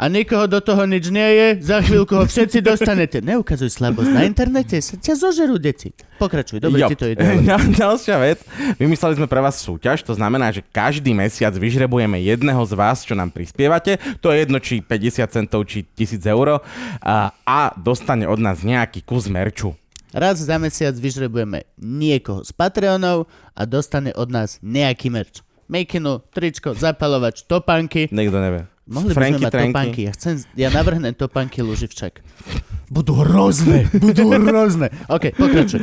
B: a nikoho do toho nič nie je. Za chvíľku ho všetci dostanete. Neukazuj slabosť. Na internete sa ťa zožerú deti. Pokračuj, dobre
E: Jo.
B: ti to ide.
E: Ďal- Ďalšia vec, vymysleli sme pre vás súťaž, to znamená, že každý mesiac vyžrebujeme jedného z vás, čo nám prispievate, to je jedno či 50 centov, či 1000 eur a, a dostane od nás nejaký kus merču.
B: Raz za mesiac vyžrebujeme niekoho z Patreonov a dostane od nás nejaký merč. Mekinu, tričko, zapalovač, topanky.
E: Niekto nevie.
B: Mohli by
E: Franky,
B: sme mať
E: Tranky.
B: topanky. Ja, chcem, ja navrhnem topanky Luživčak. Budú hrozné, budú hrozné. OK, pokračuj.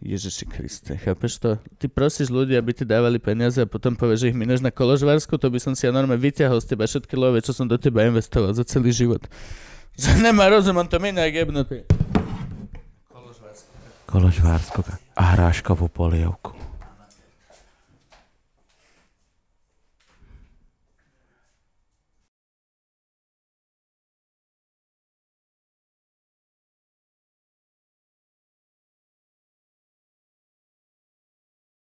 F: Ježiši Kriste, chápeš to? Ty prosíš ľudí, aby ti dávali peniaze a potom povieš, že ich minúš na koložvársku, to by som si ja normálne vyťahol z teba všetky love, čo som do teba investoval za celý život. Že nemá rozum, on to minie, jak jebnutý.
E: Koložvárskú kapustu. A hráškovú polievku.